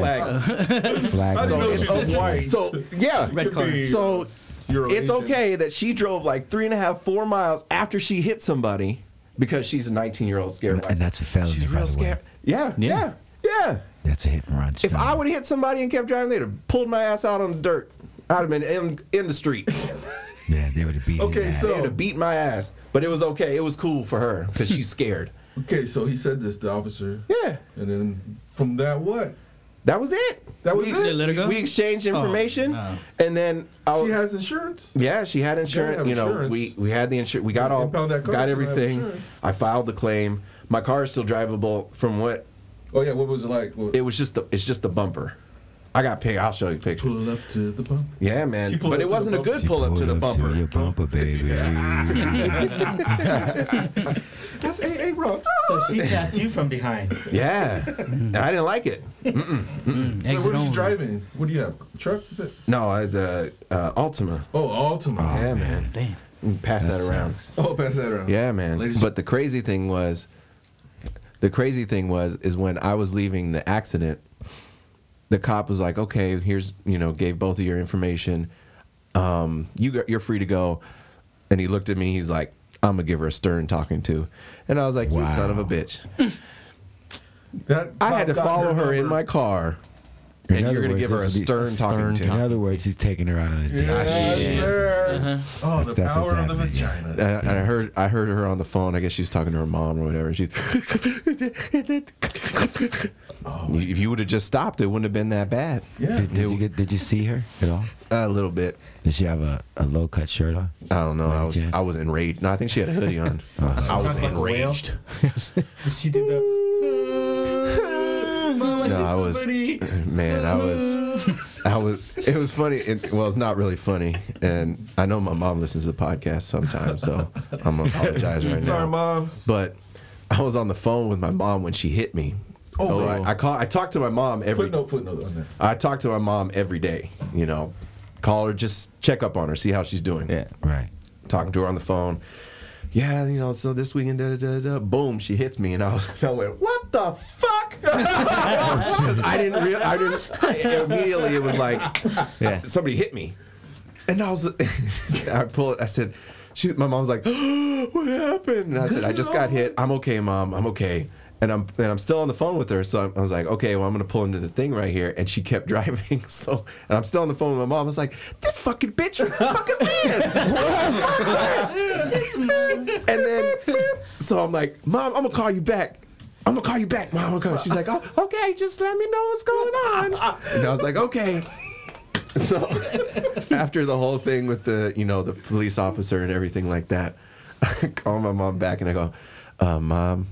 [SPEAKER 1] flag.
[SPEAKER 4] *laughs* Flag
[SPEAKER 7] I
[SPEAKER 4] on
[SPEAKER 1] So
[SPEAKER 7] didn't know
[SPEAKER 4] the
[SPEAKER 1] it's
[SPEAKER 7] she
[SPEAKER 4] play.
[SPEAKER 7] was white.
[SPEAKER 1] So yeah,
[SPEAKER 7] Red card.
[SPEAKER 1] So
[SPEAKER 7] Euro
[SPEAKER 1] it's
[SPEAKER 7] Asian.
[SPEAKER 1] okay that she drove like three and a half, four miles after she hit somebody because she's a 19 year old scared.
[SPEAKER 4] And that's a felony,
[SPEAKER 1] She's
[SPEAKER 4] by
[SPEAKER 1] real
[SPEAKER 4] the way.
[SPEAKER 1] scared. Yeah, yeah,
[SPEAKER 9] Yeah.
[SPEAKER 1] yeah.
[SPEAKER 4] That's a hit and run.
[SPEAKER 1] If I would have hit somebody and kept driving, they'd have pulled my ass out on the dirt. I'd have been in, in the street.
[SPEAKER 4] yeah, they would have beat.
[SPEAKER 7] Okay,
[SPEAKER 1] They'd
[SPEAKER 7] so-
[SPEAKER 1] have beat my ass. But it was okay. It was cool for her because she's scared.
[SPEAKER 7] Okay, so he said this to the officer.
[SPEAKER 1] Yeah.
[SPEAKER 7] And then from that, what?
[SPEAKER 5] That was it. That was
[SPEAKER 8] You
[SPEAKER 5] it.
[SPEAKER 8] just let her go?
[SPEAKER 5] We exchanged information,
[SPEAKER 8] no.
[SPEAKER 5] and then I
[SPEAKER 7] She
[SPEAKER 5] was-
[SPEAKER 7] has insurance.
[SPEAKER 5] yeah, she had
[SPEAKER 7] gotta
[SPEAKER 5] insurance.
[SPEAKER 7] have
[SPEAKER 5] You know,
[SPEAKER 7] insurance.
[SPEAKER 5] we we had the insurance. We got all
[SPEAKER 7] Impound that car,
[SPEAKER 5] got
[SPEAKER 7] you gotta have
[SPEAKER 5] everything.
[SPEAKER 7] insurance.
[SPEAKER 5] I filed the claim. My car is still drivable. From what
[SPEAKER 7] Oh yeah, what was it like? What,
[SPEAKER 5] it was just the it's just the bumper. I got pic. I'll show you pictures.
[SPEAKER 7] pull up to the pump.
[SPEAKER 5] Yeah, man.
[SPEAKER 7] She pulled
[SPEAKER 5] But
[SPEAKER 7] up
[SPEAKER 5] it
[SPEAKER 7] to the
[SPEAKER 5] wasn't a
[SPEAKER 7] bumper.
[SPEAKER 5] good pull up to the bumper.
[SPEAKER 4] your bumper, baby.
[SPEAKER 7] That's hey, hey, bro.
[SPEAKER 6] So she tapped you from behind.
[SPEAKER 5] Yeah, and *laughs* I didn't like it.
[SPEAKER 7] Where
[SPEAKER 8] Exit
[SPEAKER 7] were you
[SPEAKER 8] only.
[SPEAKER 7] driving? What do you have? Truck? Is it?
[SPEAKER 5] No, I the uh, Altima.
[SPEAKER 7] Oh, Altima.
[SPEAKER 5] Yeah, man.
[SPEAKER 8] Damn.
[SPEAKER 5] Pass that, around.
[SPEAKER 7] Oh, pass that around.
[SPEAKER 5] Yeah, man.
[SPEAKER 7] Ladies-
[SPEAKER 5] but the crazy thing was, the crazy thing was, is when I was leaving the accident, the cop was like, "Okay, here's you know, gave both of your information. Um, you got, you're free to go." And he looked at me. He was like, "I'm gonna give her a stern talking to," and I was like, "You son of a bitch!"
[SPEAKER 7] That
[SPEAKER 5] I had
[SPEAKER 7] cop
[SPEAKER 5] to
[SPEAKER 7] got
[SPEAKER 5] follow her in
[SPEAKER 7] number.
[SPEAKER 5] my car,
[SPEAKER 4] In
[SPEAKER 5] and
[SPEAKER 4] other
[SPEAKER 5] you're gonna
[SPEAKER 4] words,
[SPEAKER 5] give her a
[SPEAKER 4] this would be-
[SPEAKER 5] stern, talking
[SPEAKER 9] stern
[SPEAKER 5] to.
[SPEAKER 4] In other words, he's taking her out on a date.
[SPEAKER 7] Yes, sir. Oh, the
[SPEAKER 4] that's what's
[SPEAKER 7] power of the
[SPEAKER 4] happening, yeah.
[SPEAKER 7] vagina.
[SPEAKER 5] And I, and I heard I heard her on the phone. I guess she was talking to her mom or whatever.
[SPEAKER 1] *laughs*
[SPEAKER 5] She, if you would have just stopped, it wouldn't have been that bad.
[SPEAKER 7] Oh, Yeah.
[SPEAKER 4] Did, did you get, did you see her at all?
[SPEAKER 5] A little bit.
[SPEAKER 4] Did she have a, a low cut shirt on?
[SPEAKER 5] I don't know. I
[SPEAKER 4] Lady
[SPEAKER 5] was
[SPEAKER 4] Janet.
[SPEAKER 5] I was enraged. No, I think she had a hoodie *laughs* on. I was
[SPEAKER 6] Talk like a whale.
[SPEAKER 5] enraged.
[SPEAKER 6] She *laughs* did the. Mama,
[SPEAKER 5] No,
[SPEAKER 6] no,
[SPEAKER 5] I was- uh,
[SPEAKER 6] somebody.
[SPEAKER 5] *laughs* Man, I was I was it was funny. It, well, it's not really funny, and I know my mom listens to the podcast sometimes, so I'm gonna apologize *laughs* right now.
[SPEAKER 7] Sorry, mom.
[SPEAKER 5] But I was on the phone with my mom when she hit me. Oh,
[SPEAKER 7] Oh.
[SPEAKER 5] so I, I call. I talked to my mom every.
[SPEAKER 7] Footnote, footnote on that.
[SPEAKER 5] I talk to my mom every day. You know, call her, just check up on her, see how she's doing.
[SPEAKER 9] Yeah.
[SPEAKER 4] Right.
[SPEAKER 5] Talking to her on the phone. Yeah, you know, so this weekend, da da da da. Boom, she hits me, and I, was, *laughs* I went, "What the fuck?" *laughs* Because I didn't, real, I didn't. immediately, it was like
[SPEAKER 9] Yeah.
[SPEAKER 5] somebody hit me, and I was, *laughs* I pulled. I said, "She." My mom's like, *gasps* "What happened?" And I said, "I just got hit. I'm okay, mom. I'm okay." And I'm and I'm still on the phone with her, so I was like, "Okay, well, I'm gonna pull into the thing right here." And she kept *laughs* driving, so and I'm still on the phone with my mom. I was like, "This fucking bitch, fucking man." And then, so I'm like, Mom, I'm gonna call you back. I'm gonna call you back, Mom. I'm gonna call. She's like, Oh, okay, just let me know what's going on. And I was like, Okay. So *laughs* after the whole thing with the, you know, the police officer and everything like that, I call my mom back and I go, uh, Mom,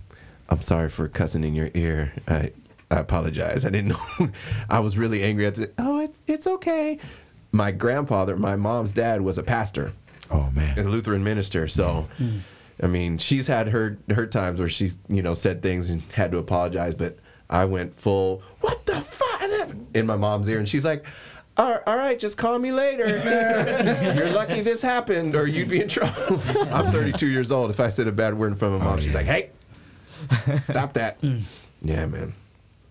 [SPEAKER 5] I'm sorry for cussing in your ear. I, I apologize. I didn't *laughs* know. I was really angry at the. Oh, it's it's okay. My grandfather, my mom's dad, was a pastor
[SPEAKER 4] Oh man.
[SPEAKER 5] a Lutheran minister. So, I mean, she's had her her times where she's you know said things and had to apologize, but I went full what the fuck in my mom's ear, and she's like. All right, all right, just call me later. You're lucky this happened, or you'd be in trouble. I'm 32 years old. If I said a bad word in front of my mom,
[SPEAKER 4] Oh,
[SPEAKER 5] she's
[SPEAKER 4] yeah.
[SPEAKER 5] like, "Hey, stop that." yeah, man.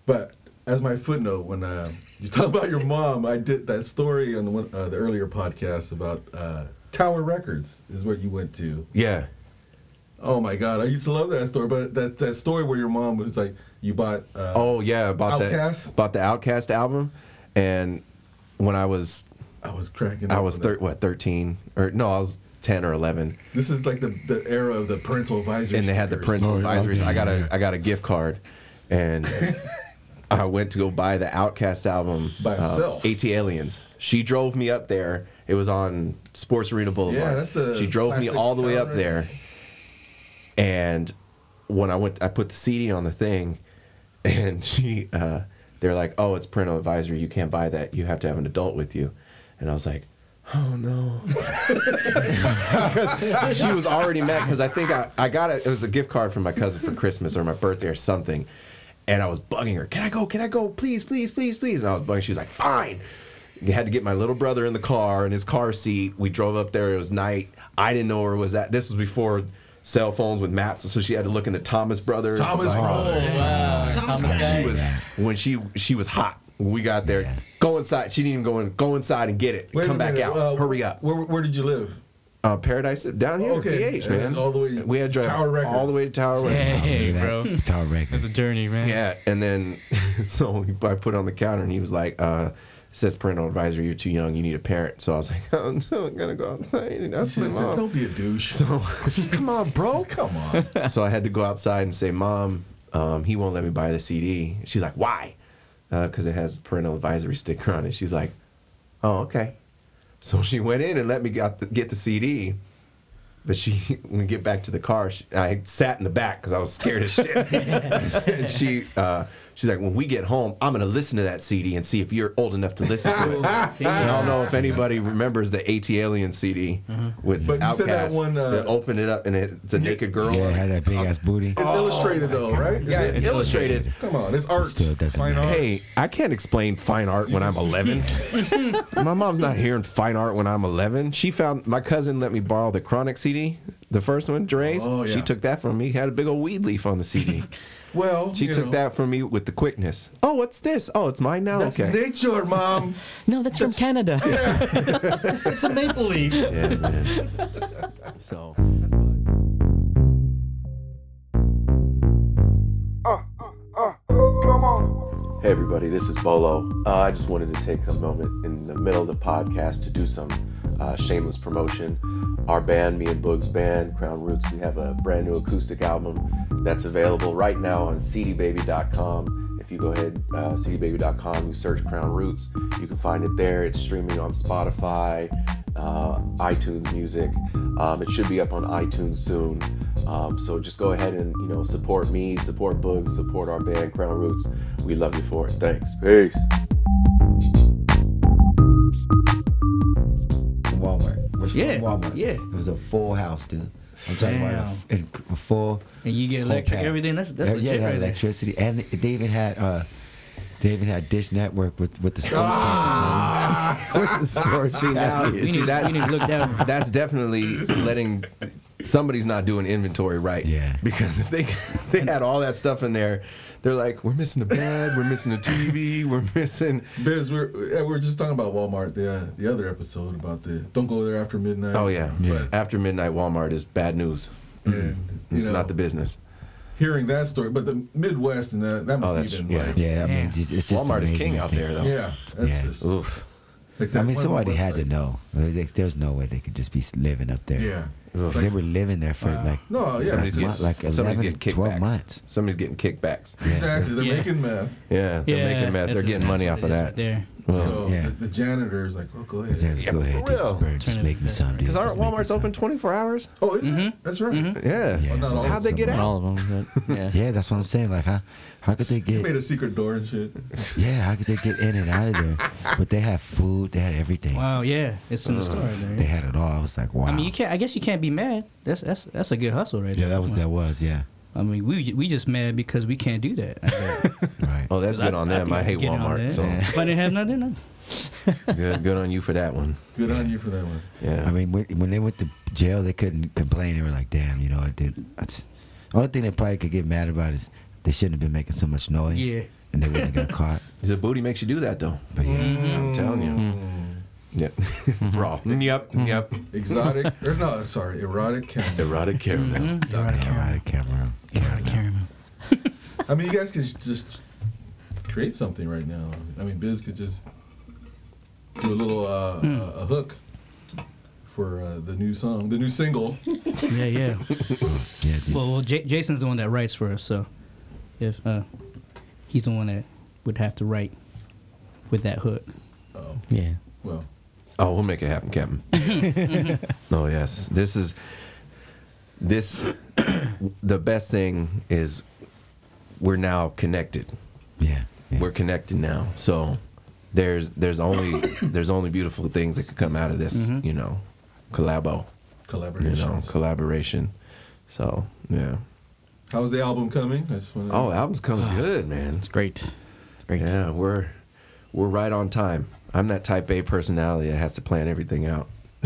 [SPEAKER 7] But as my footnote, when uh, you talk about your mom, I did that story on one, uh, the earlier podcast about uh, Tower Records is what you went to.
[SPEAKER 5] Yeah,
[SPEAKER 7] Oh my God, I used to love that story. But that that story where your mom was like, you bought. Uh,
[SPEAKER 5] Oh yeah, about the
[SPEAKER 7] Outkast?
[SPEAKER 5] about the Outcast album, and when I was
[SPEAKER 7] I was cracking.
[SPEAKER 5] I
[SPEAKER 7] up
[SPEAKER 5] was
[SPEAKER 7] when that-
[SPEAKER 5] thir- what 13 or no, I was 10 or 11.
[SPEAKER 7] This is like the, the era of the parental advisory.
[SPEAKER 5] and they had the
[SPEAKER 7] stickers.
[SPEAKER 5] parental advisories. I got a I got a gift card,
[SPEAKER 7] *laughs*
[SPEAKER 5] and I went to go buy the Outcast album
[SPEAKER 7] By himself.
[SPEAKER 5] AT Aliens. She drove me up there. It was on Sports Arena Boulevard.
[SPEAKER 7] Yeah, that's the
[SPEAKER 5] She drove me
[SPEAKER 7] classic
[SPEAKER 5] all the way
[SPEAKER 7] town
[SPEAKER 5] up there, and when I went, I put the CD on the thing, *laughs* and she, uh, they're like, "Oh, it's parental advisory. You can't buy that. You have to have an adult with you," and I was like. Oh no! Because she was already mad because I think I, I got it. It was a gift card from my cousin for Christmas or my birthday or something, and I was bugging her. Can I go? Can I go? Please, please, please, please! And I was bugging. She was like, "Fine." I had to get my little brother in the car in his car seat. We drove up there. It was night. I didn't know where it was at. This was before cell phones with maps, so she had to look into Thomas Brothers.
[SPEAKER 7] Thomas
[SPEAKER 5] Like,
[SPEAKER 7] Roll. Wow.
[SPEAKER 6] Thomas
[SPEAKER 5] she
[SPEAKER 6] Guy.
[SPEAKER 5] was when she she was hot. When we got there, go inside. She didn't even go in. Go inside and get it.
[SPEAKER 7] Wait a
[SPEAKER 5] Come back
[SPEAKER 7] minute,
[SPEAKER 5] out.
[SPEAKER 7] uh,
[SPEAKER 5] Hurry up.
[SPEAKER 7] Where, where did you live?
[SPEAKER 5] Uh, Paradise down here,
[SPEAKER 7] Okay,
[SPEAKER 5] okay. PH,
[SPEAKER 7] and
[SPEAKER 5] man.
[SPEAKER 7] then all the way
[SPEAKER 5] We had to drive
[SPEAKER 7] Tower Records.
[SPEAKER 5] all the way to Tower Records.
[SPEAKER 9] Hey, bro.
[SPEAKER 4] Tower Records.
[SPEAKER 8] *laughs*
[SPEAKER 9] It's a journey, man.
[SPEAKER 5] Yeah, and then *laughs* so he- I put it on the counter, and he was like, uh, "It says parental advisory. You're too young. You need a parent." So I was like, *laughs* "Oh no, I'm gonna go outside." And I was
[SPEAKER 7] She
[SPEAKER 5] like,
[SPEAKER 7] said,
[SPEAKER 5] "Mom."
[SPEAKER 7] Don't be a douche.
[SPEAKER 5] So *laughs* come on, bro.
[SPEAKER 7] *laughs* Come
[SPEAKER 5] *laughs*
[SPEAKER 7] on.
[SPEAKER 5] so I had to go outside and say, "Mom, um, he won't let me buy the CD." She's like, "Why?" because it has parental advisory sticker on it. She's like, "Oh, okay." So she went in and let me got the, get the CD. But she, *laughs* when we get back to the car, she, I sat in the back because I was scared as shit. and she, uh, she's like, "When we get home, I'm gonna listen to that CD and see if you're old enough to listen to it." and I don't know if anybody remembers the AT Alien CD with
[SPEAKER 7] But you
[SPEAKER 5] Outkast.
[SPEAKER 7] said that one, uh,
[SPEAKER 5] open it up and it, it's a naked girl.
[SPEAKER 4] Yeah, it
[SPEAKER 5] on it.
[SPEAKER 4] had that big ass
[SPEAKER 7] *laughs*
[SPEAKER 4] booty.
[SPEAKER 7] It's illustrated though, right?
[SPEAKER 5] Oh. Yeah, it's illustrated.
[SPEAKER 7] Come on, it's art.
[SPEAKER 4] Still doesn't
[SPEAKER 7] Fine
[SPEAKER 4] matter.
[SPEAKER 7] art.
[SPEAKER 5] Hey, I can't explain fine art when I'm
[SPEAKER 7] *laughs*
[SPEAKER 5] 11. my mom's not hearing fine art when I'm 11. She found my cousin let me borrow the Chronic CD, the first one, Dre's.
[SPEAKER 7] Oh, yeah.
[SPEAKER 5] She took that from me. Had a big old weed leaf on the
[SPEAKER 7] *laughs*
[SPEAKER 5] CD.
[SPEAKER 7] well,
[SPEAKER 5] She
[SPEAKER 7] you
[SPEAKER 5] took
[SPEAKER 7] know,
[SPEAKER 5] that from me with the quickness. Oh, what's this? Oh, it's mine now.
[SPEAKER 7] That's
[SPEAKER 5] okay.
[SPEAKER 7] nature, mom.
[SPEAKER 5] *laughs*
[SPEAKER 10] No, that's from Canada.
[SPEAKER 6] It's a maple leaf.
[SPEAKER 5] yeah, man. So. Hey everybody, this is Bolo. Uh, I just wanted to take a moment in the middle of the podcast to do some uh, shameless promotion. Our band, me and Boog's band, Crown Roots, we have a brand new acoustic album that's available right now on cdbaby.com. If you go ahead, uh, cdbaby.com, you search Crown Roots, you can find it there. It's streaming on Spotify, uh, iTunes Music. Um, it should be up on iTunes soon. Um, so just go ahead and you know support me, support Boogs, support our band Crown Roots. We love you for it. Thanks. Peace.
[SPEAKER 4] Walmart. Which
[SPEAKER 8] Yeah,
[SPEAKER 4] Walmart.
[SPEAKER 8] yeah.
[SPEAKER 4] It was a full house, dude. I'm talking about a,
[SPEAKER 8] Damn.
[SPEAKER 4] a full.
[SPEAKER 8] And you get
[SPEAKER 4] whole
[SPEAKER 8] electric,
[SPEAKER 4] pack.
[SPEAKER 8] everything. That's that's
[SPEAKER 4] yeah,
[SPEAKER 8] legit
[SPEAKER 4] it had
[SPEAKER 8] right there.
[SPEAKER 4] electricity, and they even had uh, they even had Dish Network with with the sports. *laughs* with the sports.
[SPEAKER 8] We need, we need to look down.
[SPEAKER 5] that's
[SPEAKER 7] *coughs*
[SPEAKER 5] definitely letting somebody's not doing inventory right.
[SPEAKER 4] Yeah.
[SPEAKER 5] Because if they *laughs* they had all that stuff in there, they're like, we're missing the bed, we're missing the TV, we're missing.
[SPEAKER 7] Biz, we're, yeah, we were just talking about Walmart the, uh, the other episode about the don't go there after midnight.
[SPEAKER 5] Oh yeah.
[SPEAKER 4] Yeah.
[SPEAKER 5] After midnight, Walmart is bad news.
[SPEAKER 7] And, you
[SPEAKER 5] It's
[SPEAKER 7] know,
[SPEAKER 5] not the business.
[SPEAKER 7] hearing that story, but the Midwest and that, that must
[SPEAKER 5] Oh,
[SPEAKER 7] be
[SPEAKER 5] that's-
[SPEAKER 7] even
[SPEAKER 5] yeah.
[SPEAKER 7] like,
[SPEAKER 4] Yeah, I mean, it's just, it's just
[SPEAKER 5] Walmart is
[SPEAKER 4] amazing,
[SPEAKER 5] king
[SPEAKER 4] I
[SPEAKER 5] out
[SPEAKER 4] think.
[SPEAKER 5] there though.
[SPEAKER 7] yeah, that's
[SPEAKER 4] Yeah.
[SPEAKER 7] just
[SPEAKER 5] Oof.
[SPEAKER 7] like that
[SPEAKER 4] I mean,
[SPEAKER 7] one
[SPEAKER 4] somebody
[SPEAKER 7] website.
[SPEAKER 4] had to know. Like, they- there's no way they could just be living up there.
[SPEAKER 7] Yeah,
[SPEAKER 4] 'Cause they were living there for like
[SPEAKER 7] no, yeah,
[SPEAKER 4] like,
[SPEAKER 5] Somebody's
[SPEAKER 7] it's
[SPEAKER 4] mon-
[SPEAKER 5] getting,
[SPEAKER 7] just-
[SPEAKER 4] like
[SPEAKER 5] somebody's
[SPEAKER 4] 11,
[SPEAKER 5] getting
[SPEAKER 4] 12
[SPEAKER 5] kickbacks.
[SPEAKER 4] months.
[SPEAKER 5] Somebody's getting kickbacks.
[SPEAKER 7] exactly. They're
[SPEAKER 8] Yeah.
[SPEAKER 7] making math.
[SPEAKER 5] Yeah, they're making meth. They're
[SPEAKER 8] that's-
[SPEAKER 5] getting
[SPEAKER 8] that's
[SPEAKER 5] money
[SPEAKER 8] what
[SPEAKER 5] off
[SPEAKER 8] it
[SPEAKER 5] of
[SPEAKER 8] is
[SPEAKER 5] that.
[SPEAKER 8] right there.
[SPEAKER 7] So
[SPEAKER 4] Yeah.
[SPEAKER 7] the, the janitor is like, oh, go ahead.
[SPEAKER 4] Exactly. Go ahead,
[SPEAKER 5] for real.
[SPEAKER 4] Pittsburgh. Just
[SPEAKER 8] Turn
[SPEAKER 4] make
[SPEAKER 8] it
[SPEAKER 4] me
[SPEAKER 8] back.
[SPEAKER 4] some. dude.
[SPEAKER 5] Because aren't
[SPEAKER 4] Just make me
[SPEAKER 5] Walmart's
[SPEAKER 4] some.
[SPEAKER 5] open 24 hours?
[SPEAKER 7] Oh, is it? That's right.
[SPEAKER 5] Yeah.
[SPEAKER 4] Yeah.
[SPEAKER 7] not all
[SPEAKER 5] How'd they get
[SPEAKER 9] Not
[SPEAKER 5] out?
[SPEAKER 9] all of them. But yeah.
[SPEAKER 4] Yeah, that's what I'm saying. Like, how how could they
[SPEAKER 7] They made
[SPEAKER 4] get?
[SPEAKER 7] a secret door
[SPEAKER 4] *laughs*
[SPEAKER 7] and shit.
[SPEAKER 4] Yeah, how could they get in and out of there? But they had food. They had everything.
[SPEAKER 8] Wow, yeah, it's
[SPEAKER 5] Uh,
[SPEAKER 8] in the store right there.
[SPEAKER 4] They had it all. I was like, wow.
[SPEAKER 8] I mean, you can't. I guess you can't be mad. That's that's that's a good hustle right
[SPEAKER 4] yeah,
[SPEAKER 8] there.
[SPEAKER 4] that was that was
[SPEAKER 8] *laughs*
[SPEAKER 4] yeah.
[SPEAKER 8] I mean, we we just mad because we can't do that. I guess. *laughs*
[SPEAKER 4] Right.
[SPEAKER 5] Oh, *laughs* that's good on them. I, hate
[SPEAKER 8] Get on
[SPEAKER 5] Walmart.
[SPEAKER 8] that.
[SPEAKER 5] So
[SPEAKER 8] *laughs* If I didn't have nothing.
[SPEAKER 5] *laughs*
[SPEAKER 8] no.
[SPEAKER 5] good, good on you for that one.
[SPEAKER 7] Good on you for that one.
[SPEAKER 5] Yeah.
[SPEAKER 4] I mean, when, when they went to jail, they couldn't complain. They were like, damn, you know, I did. That's, the only thing they probably could get mad about is they shouldn't have been making so much noise.
[SPEAKER 8] Yeah.
[SPEAKER 4] And they wouldn't have got
[SPEAKER 8] *laughs*
[SPEAKER 4] caught.
[SPEAKER 5] the booty makes you do that though.
[SPEAKER 4] But yeah. Mm-hmm.
[SPEAKER 5] I'm telling you. Yep. *laughs* Raw. Mm-hmm. Yep. Yep.
[SPEAKER 7] Exotic, or no, sorry, erotic
[SPEAKER 4] *laughs*
[SPEAKER 7] camera.
[SPEAKER 5] Erotic caramel.
[SPEAKER 8] Mm-hmm.
[SPEAKER 4] Erotic camera.
[SPEAKER 8] Erotic caramel.
[SPEAKER 7] I mean, you guys could just create something right now. I mean, Biz could just do a little uh, uh, a hook for uh, the new song, the new single.
[SPEAKER 8] Yeah,
[SPEAKER 5] *laughs*
[SPEAKER 8] yeah.
[SPEAKER 4] Yeah, dude.
[SPEAKER 8] Well, well, J- Jason's the one that writes for us, so if uh, he's the one that would have to write with that hook.
[SPEAKER 7] Oh,
[SPEAKER 9] Yeah.
[SPEAKER 7] well,
[SPEAKER 5] Oh, we'll make it happen, Captain. oh yes, this is this. the best thing is we're now connected.
[SPEAKER 4] yeah. yeah.
[SPEAKER 5] We're connected now, so there's there's only *coughs* there's only beautiful things that could come out of this. You know, collabo. You
[SPEAKER 7] collaborations.
[SPEAKER 5] know, collaboration. So yeah.
[SPEAKER 7] How's the album coming? I just want to.
[SPEAKER 5] Oh, album's coming good, man.
[SPEAKER 9] It's great. It's great.
[SPEAKER 5] Yeah, we're we're right on time. I'm that type A personality that has to plan everything out. *laughs*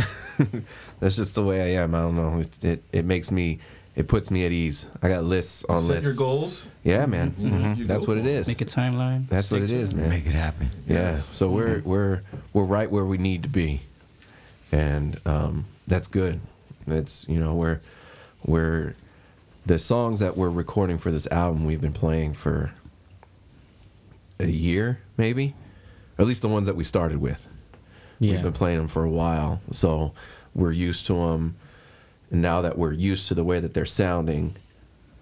[SPEAKER 5] That's just the way I am. I don't know. It, it it makes me it puts me at ease. I got lists on
[SPEAKER 7] set
[SPEAKER 5] lists.
[SPEAKER 7] your goals.
[SPEAKER 5] Yeah, man. Mm-hmm.
[SPEAKER 7] You- you
[SPEAKER 5] That's
[SPEAKER 7] go
[SPEAKER 5] what it
[SPEAKER 7] for it.
[SPEAKER 5] is.
[SPEAKER 8] Make a timeline.
[SPEAKER 5] That's what it is, man.
[SPEAKER 4] Make it happen.
[SPEAKER 5] Yeah.
[SPEAKER 7] Yes.
[SPEAKER 5] So we're we're we're right where we need to be, and um, that's good. That's you know we're we're the songs that we're recording for this album we've been playing for a year maybe, at least the ones that we started with. We've
[SPEAKER 9] Yeah.
[SPEAKER 5] been playing them for a while, so we're used to them. And now that we're used to the way that they're sounding,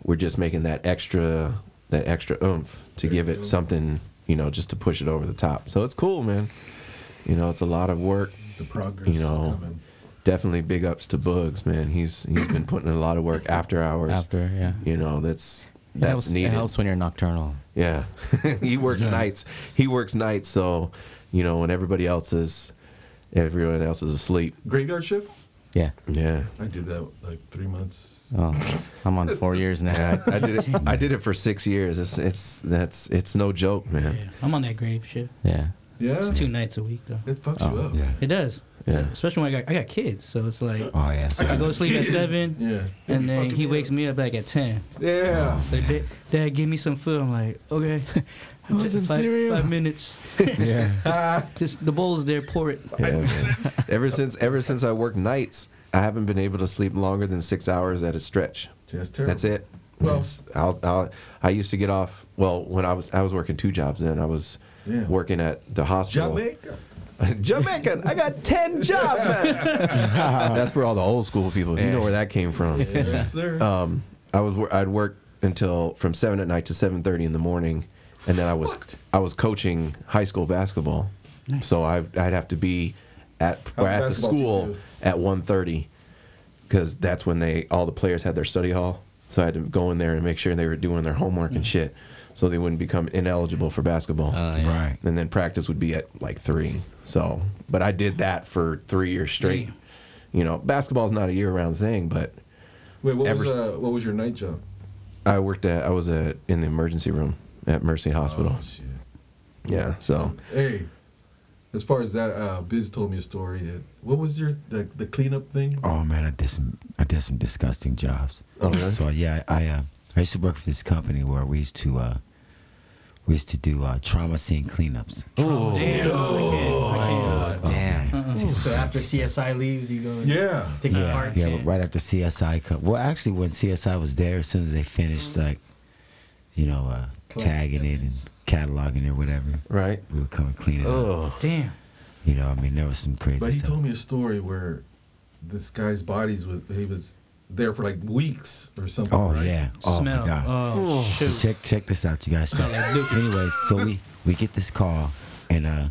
[SPEAKER 5] we're just making that extra that extra oomph to give it something you know, just to push it over the top. So it's cool, man. You know, it's a lot of work.
[SPEAKER 7] The progress
[SPEAKER 5] You know,
[SPEAKER 7] is coming.
[SPEAKER 5] Definitely big ups to Bugs, man. He's he's been putting in a lot of work after hours.
[SPEAKER 9] After, yeah.
[SPEAKER 5] You know, that's
[SPEAKER 9] It
[SPEAKER 5] that's
[SPEAKER 9] helps,
[SPEAKER 5] needed.
[SPEAKER 9] It helps when you're nocturnal.
[SPEAKER 5] Yeah. *laughs* he works nights. He works nights, so you know, when everybody else is everyone else is asleep.
[SPEAKER 7] Graveyard shift?
[SPEAKER 9] Yeah.
[SPEAKER 5] Yeah.
[SPEAKER 7] I did that like three months. *laughs*
[SPEAKER 9] Oh, I'm on four years now.
[SPEAKER 5] Yeah, I, I did it. I did it for six years. It's it's that's it's no joke, man.
[SPEAKER 8] Yeah, I'm on that grave shit.
[SPEAKER 9] Yeah.
[SPEAKER 7] Yeah.
[SPEAKER 8] It's two nights a week though.
[SPEAKER 7] It fucks you up.
[SPEAKER 4] Oh, Yeah.
[SPEAKER 8] It does.
[SPEAKER 5] Yeah.
[SPEAKER 8] Especially when I got I got kids, so it's like
[SPEAKER 4] Oh yeah.
[SPEAKER 8] I
[SPEAKER 4] So
[SPEAKER 8] go to sleep at seven,
[SPEAKER 7] Yeah.
[SPEAKER 8] and then he wakes me up back at ten.
[SPEAKER 7] Yeah.
[SPEAKER 8] Like, Dad, Dad, give me some food. I'm like, okay. I want some five, cereal. Five minutes.
[SPEAKER 4] *laughs* yeah.
[SPEAKER 8] *laughs* Just the bowl's there. Pour it.
[SPEAKER 5] Yeah, man. ever since ever since I work nights, I haven't been able to sleep longer than six hours at a stretch.
[SPEAKER 7] That's terrible.
[SPEAKER 5] That's it.
[SPEAKER 7] Well-
[SPEAKER 5] Yes. I'll, I'll, I used to get off. Well, when I was I was working two jobs then. I was
[SPEAKER 7] Yeah.
[SPEAKER 5] working at the hospital. *laughs*
[SPEAKER 7] Jamaica.
[SPEAKER 5] Jamaican. I got ten jobs.
[SPEAKER 7] *laughs*
[SPEAKER 5] That's where all the old school people. You know where that came from.
[SPEAKER 7] Yes, sir.
[SPEAKER 5] Um, I was wor- I'd work until from seven at night to seven thirty in the morning, and then I was I was coaching high school basketball, so I I'd have to be at
[SPEAKER 7] How'd
[SPEAKER 5] or
[SPEAKER 7] the
[SPEAKER 5] at the
[SPEAKER 7] basketball team
[SPEAKER 5] school
[SPEAKER 7] do?
[SPEAKER 5] at one thirty, because that's when they all the players had their study hall. So I had to go in there and make sure they were doing their homework
[SPEAKER 7] Mm.
[SPEAKER 5] and shit, so they wouldn't become ineligible for basketball
[SPEAKER 4] Right.
[SPEAKER 5] and then practice would be at like three. So, but I did that for three years straight. You know, basketball's not a year-round thing, but
[SPEAKER 7] Wait, what was
[SPEAKER 5] every-
[SPEAKER 7] uh, what was your night job?
[SPEAKER 5] I worked at I was at in the emergency room at Mercy Hospital.
[SPEAKER 7] Oh, shit.
[SPEAKER 5] yeah, so
[SPEAKER 7] Hey, as far as that, uh, Biz told me a story. That, what was your the, the cleanup thing?
[SPEAKER 4] Oh man, I did some I did some disgusting jobs.
[SPEAKER 5] Oh, really?
[SPEAKER 4] So yeah, I uh, I used to work for this company where we used to uh, we used to do uh, trauma scene cleanups.
[SPEAKER 6] Oh,
[SPEAKER 4] damn.
[SPEAKER 6] So after CSI leaves, you go. and
[SPEAKER 7] Yeah.
[SPEAKER 6] Pick the
[SPEAKER 4] Yeah,
[SPEAKER 6] parts.
[SPEAKER 4] yeah, but right after CSI come. Well, actually, when CSI was there, as soon as they finished, like, you know, uh, tagging it and cataloging it or whatever,
[SPEAKER 5] right.
[SPEAKER 4] we would come and clean it up.
[SPEAKER 5] Oh,
[SPEAKER 6] Damn.
[SPEAKER 4] You know, I mean, there was some crazy
[SPEAKER 7] But he
[SPEAKER 4] stuff.
[SPEAKER 7] told me a story where this guy's bodies was he was there for like weeks or something.
[SPEAKER 4] oh
[SPEAKER 7] right?
[SPEAKER 4] yeah, oh
[SPEAKER 8] smell.
[SPEAKER 4] my god.
[SPEAKER 8] Oh
[SPEAKER 4] So
[SPEAKER 8] shoot.
[SPEAKER 4] check check this out, you guys. So, anyways, so we we get this call and uh,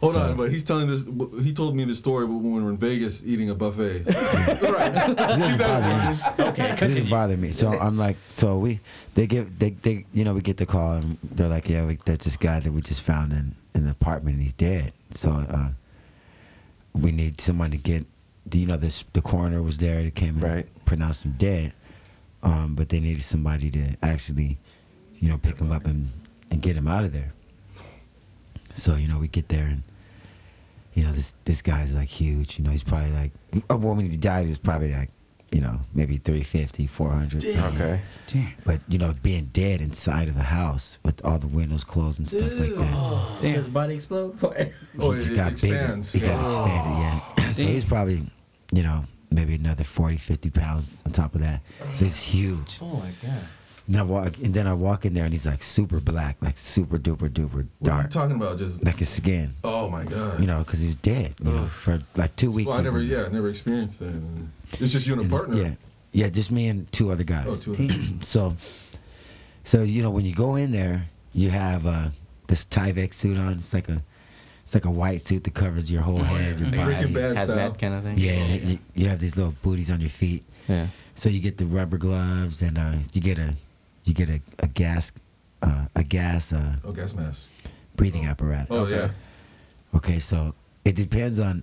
[SPEAKER 7] Hold
[SPEAKER 4] So-
[SPEAKER 7] on, Oh, but he's telling this. He told me the story when we were in Vegas eating a
[SPEAKER 4] *laughs*
[SPEAKER 7] buffet. right.
[SPEAKER 4] it didn't bother me.
[SPEAKER 6] Okay.
[SPEAKER 4] It didn't bother me. So I'm like, so we, they give, they, they, you know, we get the call and they're like, yeah, we, that's this guy that we just found in, in the apartment and he's dead. So uh, we need someone to get, you know, this the coroner was there. They came and
[SPEAKER 5] Right.
[SPEAKER 4] pronounced him dead, um, but they needed somebody to actually, you know, pick him up and and get him out of there. So you know, we get there and. You know this this guy's like huge. You know he's probably like, oh, well, when he died, he was probably like, you know, maybe 350, 400.
[SPEAKER 5] okay.
[SPEAKER 8] Damn.
[SPEAKER 4] But you know, being dead inside of a house with all the windows closed and stuff like that,
[SPEAKER 6] Oh, Does his body explode?
[SPEAKER 7] Oh,
[SPEAKER 4] he
[SPEAKER 7] it,
[SPEAKER 4] just
[SPEAKER 7] it
[SPEAKER 4] got
[SPEAKER 7] expands.
[SPEAKER 4] bigger. He got
[SPEAKER 7] Yeah.
[SPEAKER 4] expanded, yeah. *clears throat* so he's probably, you know, maybe another 40, 50 pounds on top of that. So it's huge.
[SPEAKER 6] oh my god.
[SPEAKER 4] And I walk, and then I walk in there, and he's like super black, like super duper duper
[SPEAKER 7] What are you
[SPEAKER 4] dark,
[SPEAKER 7] talking about? Just
[SPEAKER 4] like his skin,
[SPEAKER 7] oh my god.
[SPEAKER 4] you know, because he was dead, you know,
[SPEAKER 7] Ugh.
[SPEAKER 4] for like two weeks.
[SPEAKER 7] well, I
[SPEAKER 4] he was
[SPEAKER 7] never.
[SPEAKER 4] in-
[SPEAKER 7] Yeah, I never experienced that. It's just you and a
[SPEAKER 4] in this-
[SPEAKER 7] partner.
[SPEAKER 4] Yeah, yeah, just me and two other guys.
[SPEAKER 7] Oh, two.
[SPEAKER 4] *clears throat* So, so you know when you go in there, you have uh, this Tyvek suit on. It's like a, it's like a white suit that covers your
[SPEAKER 7] Oh,
[SPEAKER 4] whole head, your body.
[SPEAKER 7] Breaking Bad style.
[SPEAKER 9] Hazmat kind of thing.
[SPEAKER 4] Yeah, and you, you have these little booties on your feet.
[SPEAKER 9] Yeah.
[SPEAKER 4] So you get the rubber gloves, and uh, you get a, you get a, a gas, uh, a gas uh,
[SPEAKER 7] Oh, gas mask.
[SPEAKER 4] breathing apparatus.
[SPEAKER 7] Oh yeah.
[SPEAKER 4] Okay, so it depends on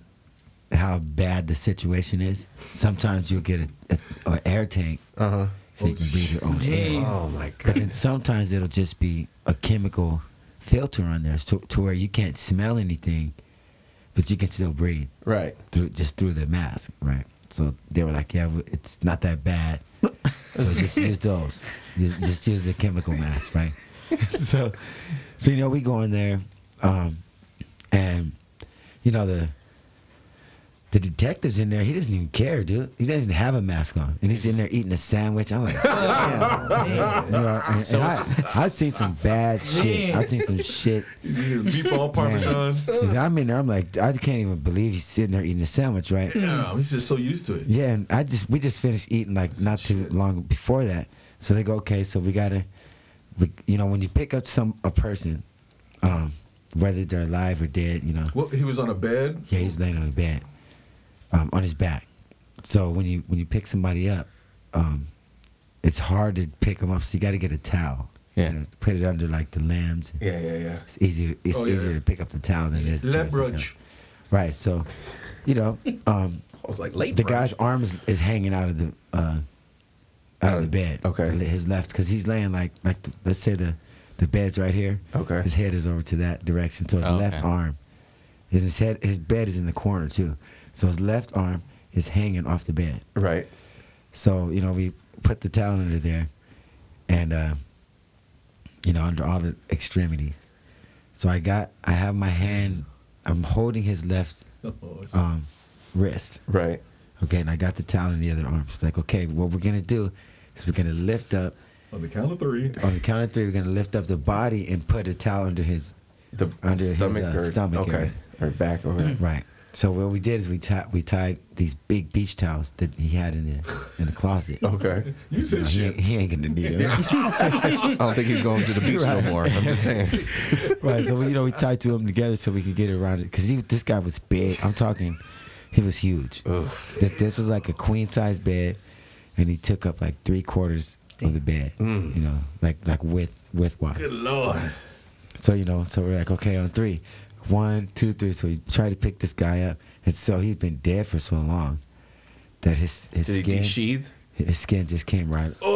[SPEAKER 4] how bad the situation is. Sometimes you'll get a, a, a air tank,
[SPEAKER 5] Uh huh.
[SPEAKER 4] so you can breathe your own air.
[SPEAKER 5] Oh my
[SPEAKER 4] But
[SPEAKER 5] god.
[SPEAKER 4] then sometimes it'll just be a chemical filter on there to, to where you can't smell anything, but you can still breathe
[SPEAKER 5] Right.
[SPEAKER 4] through just through the mask, right? So they were like, yeah, w- it's not that bad. So just use those. Just, just use the chemical mask, right? so, so you know, we go in there, um, and you know the the detective's in there. He doesn't even care, dude. He doesn't even have a mask on, and he's in there eating a sandwich. I'm like, damn. You know, and, and I, I've seen some bad shit. I've seen some shit.
[SPEAKER 7] You need
[SPEAKER 4] *laughs*
[SPEAKER 7] Meatball parmesan.
[SPEAKER 4] Cause I'm in there. I'm like, I can't even believe he's sitting there eating a sandwich, right?
[SPEAKER 7] Yeah, he's just so used to it.
[SPEAKER 4] Yeah, and I just we just finished eating like not too long before that. So they go, okay, so we gotta, we, you know, when you pick up some a person um, whether they're alive or dead. You know,
[SPEAKER 7] Well, he was on a bed.
[SPEAKER 4] yeah, he's laying on the bed, um, on his back. So when you when you pick somebody up, um, it's hard to pick them up. So you got to get a towel.
[SPEAKER 9] Yeah.
[SPEAKER 4] to put it under like the limbs.
[SPEAKER 7] Yeah, yeah, yeah.
[SPEAKER 4] It's easier. It's
[SPEAKER 7] Oh, yeah.
[SPEAKER 4] easier to pick up the towel than it is. to try to pick
[SPEAKER 7] Leverage.
[SPEAKER 4] up- Right. So, you know, um,
[SPEAKER 3] I was like, late.
[SPEAKER 4] the guy's arm is, is hanging out of the uh, out of the bed.
[SPEAKER 5] okay.
[SPEAKER 4] Le- his left because he's laying like like the, let's say the the bed's right here.
[SPEAKER 5] Okay. Oh,
[SPEAKER 4] his head is over to that direction, so his
[SPEAKER 9] Okay.
[SPEAKER 4] left arm, and his head his bed is in the corner too, so his left arm is hanging off the bed.
[SPEAKER 5] Right.
[SPEAKER 4] So you know we put the towel under there, and uh, you know under all the extremities. So I got I have my hand. I'm holding his left
[SPEAKER 7] Oh,
[SPEAKER 4] um, wrist.
[SPEAKER 5] Right.
[SPEAKER 4] Okay, and I got the towel in the other arm. She's like, okay, what we're gonna do is we're gonna lift up
[SPEAKER 7] on the count of
[SPEAKER 4] *laughs*
[SPEAKER 7] three.
[SPEAKER 4] on the count of three. We're gonna lift up the body and put a towel under his
[SPEAKER 5] The
[SPEAKER 4] Under his,
[SPEAKER 5] stomach
[SPEAKER 4] uh,
[SPEAKER 5] or
[SPEAKER 4] stomach
[SPEAKER 5] Okay.
[SPEAKER 4] area.
[SPEAKER 5] Or back or whatever.
[SPEAKER 4] right. So what we did is we tied we tied these big beach towels that he had in the in the closet.
[SPEAKER 5] Okay.
[SPEAKER 4] You
[SPEAKER 7] You
[SPEAKER 4] know,
[SPEAKER 7] said
[SPEAKER 4] Oh, he, ain't-
[SPEAKER 7] shit.
[SPEAKER 4] he ain't gonna need them.
[SPEAKER 5] I don't think he's going to the beach no more. I'm just *laughs* saying.
[SPEAKER 4] right. So we, you know we tied two of them together so we could get around it because this guy was big. I'm talking, he was huge.
[SPEAKER 5] Ugh.
[SPEAKER 4] That this was like a queen size bed, and he took up like three quarters of the bed. You know, like like width width wise.
[SPEAKER 7] Good lord.
[SPEAKER 4] So you know, so we're like, okay, on three, one, two, three. So you try to pick this guy up, and so he's been dead for so long that his his
[SPEAKER 5] Did he
[SPEAKER 4] skin
[SPEAKER 5] sheath?
[SPEAKER 4] his skin just came right. Oh,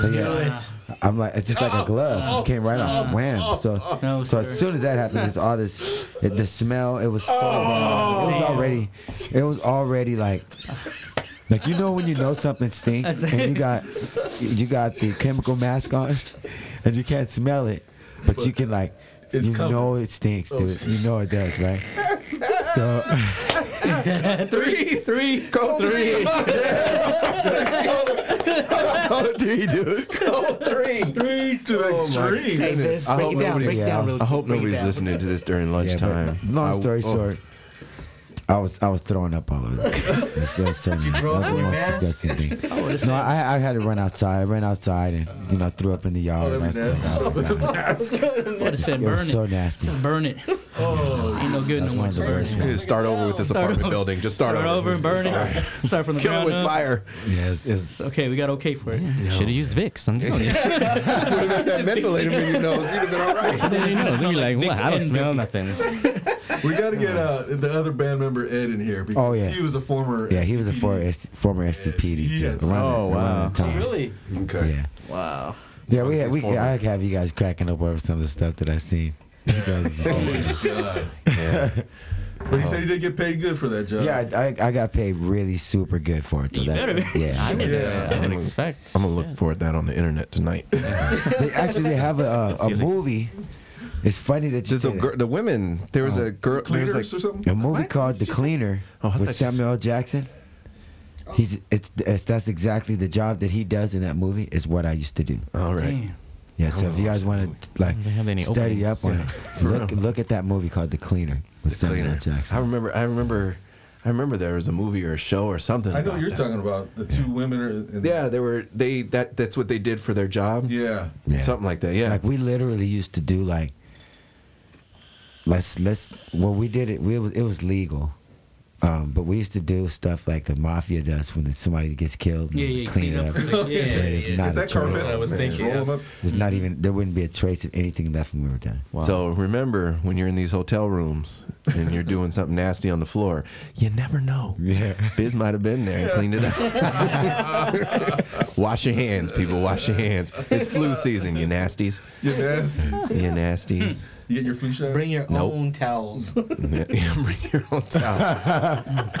[SPEAKER 4] so yeah, I'm like, it's just like a glove,
[SPEAKER 5] Oh,
[SPEAKER 4] just came right off. Wham! So
[SPEAKER 8] No,
[SPEAKER 4] so as
[SPEAKER 8] sir.
[SPEAKER 4] soon as that happened, it's all this, it, the smell. It was so
[SPEAKER 7] Oh.
[SPEAKER 4] wrong. It was already, it was already like, like you know when you know something stinks and you got, you got the chemical mask on, and you can't smell it, but you can like,
[SPEAKER 7] It's
[SPEAKER 4] you
[SPEAKER 7] covered.
[SPEAKER 4] know it stinks, dude. You know it does,
[SPEAKER 7] *laughs*
[SPEAKER 4] right? So
[SPEAKER 3] Three, three, go three.
[SPEAKER 4] oh, three, dude.
[SPEAKER 7] To the extreme.
[SPEAKER 6] Hey,
[SPEAKER 7] goodness. *laughs*
[SPEAKER 6] this,
[SPEAKER 5] I
[SPEAKER 6] break
[SPEAKER 5] hope
[SPEAKER 6] it down,
[SPEAKER 5] nobody-
[SPEAKER 6] break it down real
[SPEAKER 5] I hope
[SPEAKER 6] break it
[SPEAKER 5] nobody's
[SPEAKER 6] down.
[SPEAKER 5] listening to this during
[SPEAKER 4] Yeah, but
[SPEAKER 5] lunchtime.
[SPEAKER 4] long
[SPEAKER 5] I-
[SPEAKER 4] story
[SPEAKER 5] oh,
[SPEAKER 4] short, I was I was throwing up all over the place. It was so certain. That
[SPEAKER 6] throw
[SPEAKER 4] was
[SPEAKER 6] up
[SPEAKER 4] the
[SPEAKER 6] on your
[SPEAKER 4] most
[SPEAKER 6] mask?
[SPEAKER 4] disgusting thing. No, I I had to run outside. I ran outside and you know threw up in the
[SPEAKER 7] Oh,
[SPEAKER 4] yard.
[SPEAKER 7] that'd
[SPEAKER 4] and I
[SPEAKER 7] be
[SPEAKER 4] was
[SPEAKER 7] nasty. With the mask.
[SPEAKER 8] Would have said
[SPEAKER 4] it was
[SPEAKER 8] burn
[SPEAKER 4] so
[SPEAKER 8] it.
[SPEAKER 4] nasty.
[SPEAKER 8] Burn it.
[SPEAKER 7] Oh,
[SPEAKER 8] Ain't no good
[SPEAKER 4] That's
[SPEAKER 8] no
[SPEAKER 4] one
[SPEAKER 8] more.
[SPEAKER 4] of the
[SPEAKER 8] Start
[SPEAKER 4] worst.
[SPEAKER 5] Just start over with this apartment
[SPEAKER 8] over.
[SPEAKER 5] building. Just start over.
[SPEAKER 8] over and burn it. Start from the
[SPEAKER 5] Kill it
[SPEAKER 8] ground
[SPEAKER 5] with
[SPEAKER 8] up. *laughs*
[SPEAKER 5] fire.
[SPEAKER 4] Yeah, it's, it's,
[SPEAKER 8] It's okay. We got okay for it.
[SPEAKER 9] Should have used Vicks. I'm telling you.
[SPEAKER 5] that ventilator in your nose. You'd have been all right.
[SPEAKER 9] Then you know, then you're like,
[SPEAKER 8] Vicks
[SPEAKER 9] what? I don't
[SPEAKER 8] and
[SPEAKER 9] smell nothing.
[SPEAKER 7] we got to get uh, the other band member Ed in here because
[SPEAKER 4] Oh, yeah.
[SPEAKER 7] he was a former.
[SPEAKER 4] yeah, he was a former S- former STPD too. around
[SPEAKER 7] Yes.
[SPEAKER 9] Oh,
[SPEAKER 4] that, around
[SPEAKER 9] wow.
[SPEAKER 4] that time.
[SPEAKER 6] Really?
[SPEAKER 7] Okay.
[SPEAKER 4] Yeah,
[SPEAKER 6] Wow.
[SPEAKER 4] yeah. We had,
[SPEAKER 5] he's
[SPEAKER 4] we
[SPEAKER 5] former.
[SPEAKER 4] I could have you guys cracking up over some of the stuff that I've seen. It's crazy.
[SPEAKER 7] God. But he said he did get paid good for that job.
[SPEAKER 4] yeah, I, I I got paid really super good for it. though.
[SPEAKER 8] You
[SPEAKER 4] That-
[SPEAKER 8] better be.
[SPEAKER 7] *laughs*
[SPEAKER 4] Yeah,
[SPEAKER 7] Yeah.
[SPEAKER 9] I would expect.
[SPEAKER 5] I'm gonna look for that on the internet tonight. *laughs*
[SPEAKER 4] they actually they have a, uh, a movie. It's funny that you
[SPEAKER 5] There's a
[SPEAKER 4] say that.
[SPEAKER 5] gir- the women. There was a girl. There
[SPEAKER 7] Cleaners
[SPEAKER 5] was like
[SPEAKER 7] or something.
[SPEAKER 4] A movie called The Cleaner
[SPEAKER 5] Oh, I thought
[SPEAKER 4] with
[SPEAKER 5] you said-
[SPEAKER 4] Samuel L. Jackson. He's it's, it's that's exactly the job that he does in that movie is what I used to do.
[SPEAKER 5] all right.
[SPEAKER 8] Damn.
[SPEAKER 4] Yeah, so if you
[SPEAKER 5] Oh,
[SPEAKER 4] guys want to like
[SPEAKER 9] They have any
[SPEAKER 4] study
[SPEAKER 9] openings.
[SPEAKER 4] up
[SPEAKER 5] *laughs*
[SPEAKER 4] on it, look look at that movie called The Cleaner with
[SPEAKER 5] The
[SPEAKER 4] Samuel L.
[SPEAKER 5] cleaner.
[SPEAKER 4] Jackson.
[SPEAKER 5] I remember. I remember. I remember there was a movie or a show or something.
[SPEAKER 7] I know
[SPEAKER 5] about
[SPEAKER 7] you're
[SPEAKER 5] that.
[SPEAKER 7] talking about the two women. Are in,
[SPEAKER 5] Yeah, they were. They that that's what they did for their job.
[SPEAKER 7] Yeah.
[SPEAKER 4] Yeah.
[SPEAKER 5] Something like that. Yeah.
[SPEAKER 4] Like we literally used to do like let's let's well we did it we it was, it was legal. Um, but we used to do stuff like the mafia does when somebody gets killed and
[SPEAKER 8] Yeah, yeah,
[SPEAKER 4] clean, it up.
[SPEAKER 8] *laughs* Yeah,
[SPEAKER 4] to where
[SPEAKER 8] yeah,
[SPEAKER 4] there's
[SPEAKER 8] yeah.
[SPEAKER 4] not
[SPEAKER 7] That
[SPEAKER 4] a trace.
[SPEAKER 7] carpet.
[SPEAKER 3] I was thinking,
[SPEAKER 7] Roll 'em
[SPEAKER 3] yes.
[SPEAKER 7] up.
[SPEAKER 4] There's not even there wouldn't be a trace of anything left when we were done.
[SPEAKER 9] Wow.
[SPEAKER 5] So remember when you're in these hotel rooms and you're doing something nasty on the floor, you never know.
[SPEAKER 4] Yeah.
[SPEAKER 5] Biz might have been there and cleaned it up. wash your hands, people. Wash your hands. It's flu season, you nasties.
[SPEAKER 7] You're nasty.
[SPEAKER 5] You nasties.
[SPEAKER 7] You get your flu shot. Oh,
[SPEAKER 6] Bring your
[SPEAKER 5] Nope.
[SPEAKER 6] own towels.
[SPEAKER 5] Yeah, Bring your own towel. *laughs*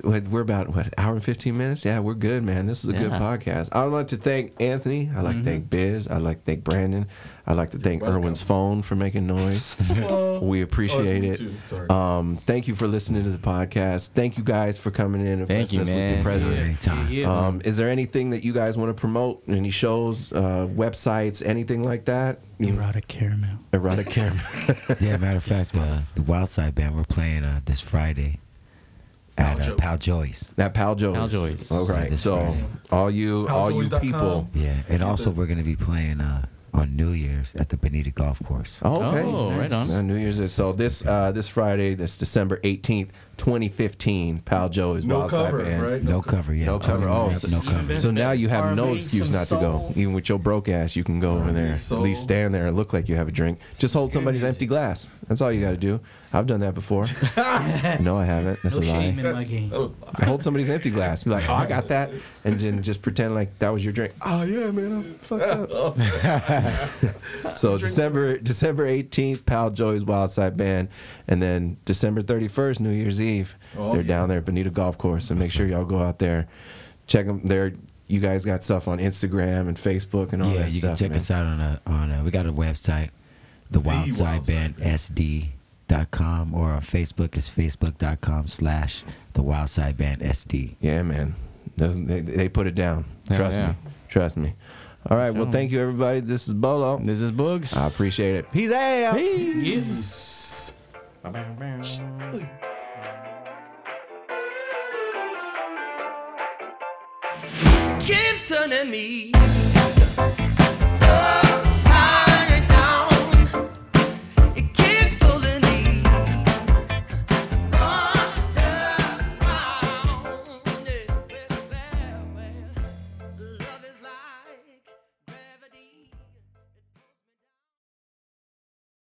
[SPEAKER 5] What- We're about what hour and fifteen minutes. Yeah, we're good, man. This is a good
[SPEAKER 9] Yeah. Mm-hmm.
[SPEAKER 5] podcast. I'd like to thank Anthony. I'd like to thank Biz. I'd like to thank Brandon. I'd like to thank
[SPEAKER 7] welcome.
[SPEAKER 5] Erwin's phone for making
[SPEAKER 7] *laughs*
[SPEAKER 5] noise. *laughs* we
[SPEAKER 7] Oh, it's
[SPEAKER 5] appreciate
[SPEAKER 7] me
[SPEAKER 5] it.
[SPEAKER 7] too. Sorry.
[SPEAKER 5] Um, thank you for listening to the podcast. Thank you guys for coming in and
[SPEAKER 9] Thank
[SPEAKER 5] blessing
[SPEAKER 9] you,
[SPEAKER 5] us with your
[SPEAKER 9] man.
[SPEAKER 5] presence.
[SPEAKER 4] Anytime.
[SPEAKER 8] Yeah.
[SPEAKER 5] Um, is there anything that you guys want to promote? Any shows, uh, websites, anything like that?
[SPEAKER 8] Erotic caramel.
[SPEAKER 5] Erotic camera.
[SPEAKER 4] Yeah, matter of fact, uh, the Wild Side Band we're playing uh, this Friday at
[SPEAKER 7] Pal
[SPEAKER 4] uh,
[SPEAKER 7] Joe.
[SPEAKER 4] Pal Joey's.
[SPEAKER 5] That Pal Joey's.
[SPEAKER 9] Pal Joey's.
[SPEAKER 5] All
[SPEAKER 4] Yeah,
[SPEAKER 5] right.
[SPEAKER 4] this
[SPEAKER 5] so
[SPEAKER 4] Friday.
[SPEAKER 5] all you all you
[SPEAKER 7] PalJoey's.com.
[SPEAKER 5] people.
[SPEAKER 4] Yeah, and also we're gonna be playing uh, on New Year's at the Bonita Golf Course.
[SPEAKER 5] Oh, okay.
[SPEAKER 9] Oh, right on.
[SPEAKER 5] Uh, New Year's Eve. So this uh, this Friday, that's December eighteenth, twenty fifteen. Pal Joe is
[SPEAKER 7] No
[SPEAKER 5] Wild
[SPEAKER 7] cover,
[SPEAKER 5] Side Band.
[SPEAKER 7] right?
[SPEAKER 4] No cover yet.
[SPEAKER 5] No cover. Oh,
[SPEAKER 4] no,
[SPEAKER 5] so-
[SPEAKER 4] no cover.
[SPEAKER 5] So now you have
[SPEAKER 6] Or
[SPEAKER 5] no
[SPEAKER 6] maybe
[SPEAKER 5] excuse
[SPEAKER 6] some
[SPEAKER 5] not to go.
[SPEAKER 6] soul.
[SPEAKER 5] Even with your broke ass, you can go over there.
[SPEAKER 7] soul.
[SPEAKER 5] At least stand there and look like you have a drink. Just hold somebody's
[SPEAKER 6] music.
[SPEAKER 5] empty glass. That's all you got to do. I've done that
[SPEAKER 7] *laughs*
[SPEAKER 5] before. no, I haven't. That's
[SPEAKER 6] No
[SPEAKER 5] a
[SPEAKER 6] shame
[SPEAKER 5] lie.
[SPEAKER 6] in my game.
[SPEAKER 5] Hold somebody's empty glass. Be like, oh, I got that, and then just pretend like that was your drink. Oh yeah, man, I'm fucked up. so December December 18th, Pal Joey's Wild Side Band, and then December 31st, New Year's Eve.
[SPEAKER 7] Oh,
[SPEAKER 5] they're
[SPEAKER 7] yeah.
[SPEAKER 5] down there at Bonita Golf Course, so make sure y'all go out there, check them. There, you guys got stuff on Instagram and Facebook and all
[SPEAKER 4] yeah,
[SPEAKER 5] that
[SPEAKER 4] you
[SPEAKER 5] stuff.
[SPEAKER 4] can check us out on a on a, we got a website, the Wild Side
[SPEAKER 7] Wild Side
[SPEAKER 4] Band SD dot com or on Facebook is facebook.com slash the Wild Side Band SD.
[SPEAKER 5] Yeah, man. Doesn't they, they put it down?
[SPEAKER 9] Yeah,
[SPEAKER 5] Trust
[SPEAKER 9] yeah.
[SPEAKER 5] me. Trust me. All right. Well,
[SPEAKER 9] Sure.
[SPEAKER 5] thank you everybody. This is Bolo.
[SPEAKER 9] This is Boogs.
[SPEAKER 5] I appreciate it. Peace out.
[SPEAKER 10] keeps turning me.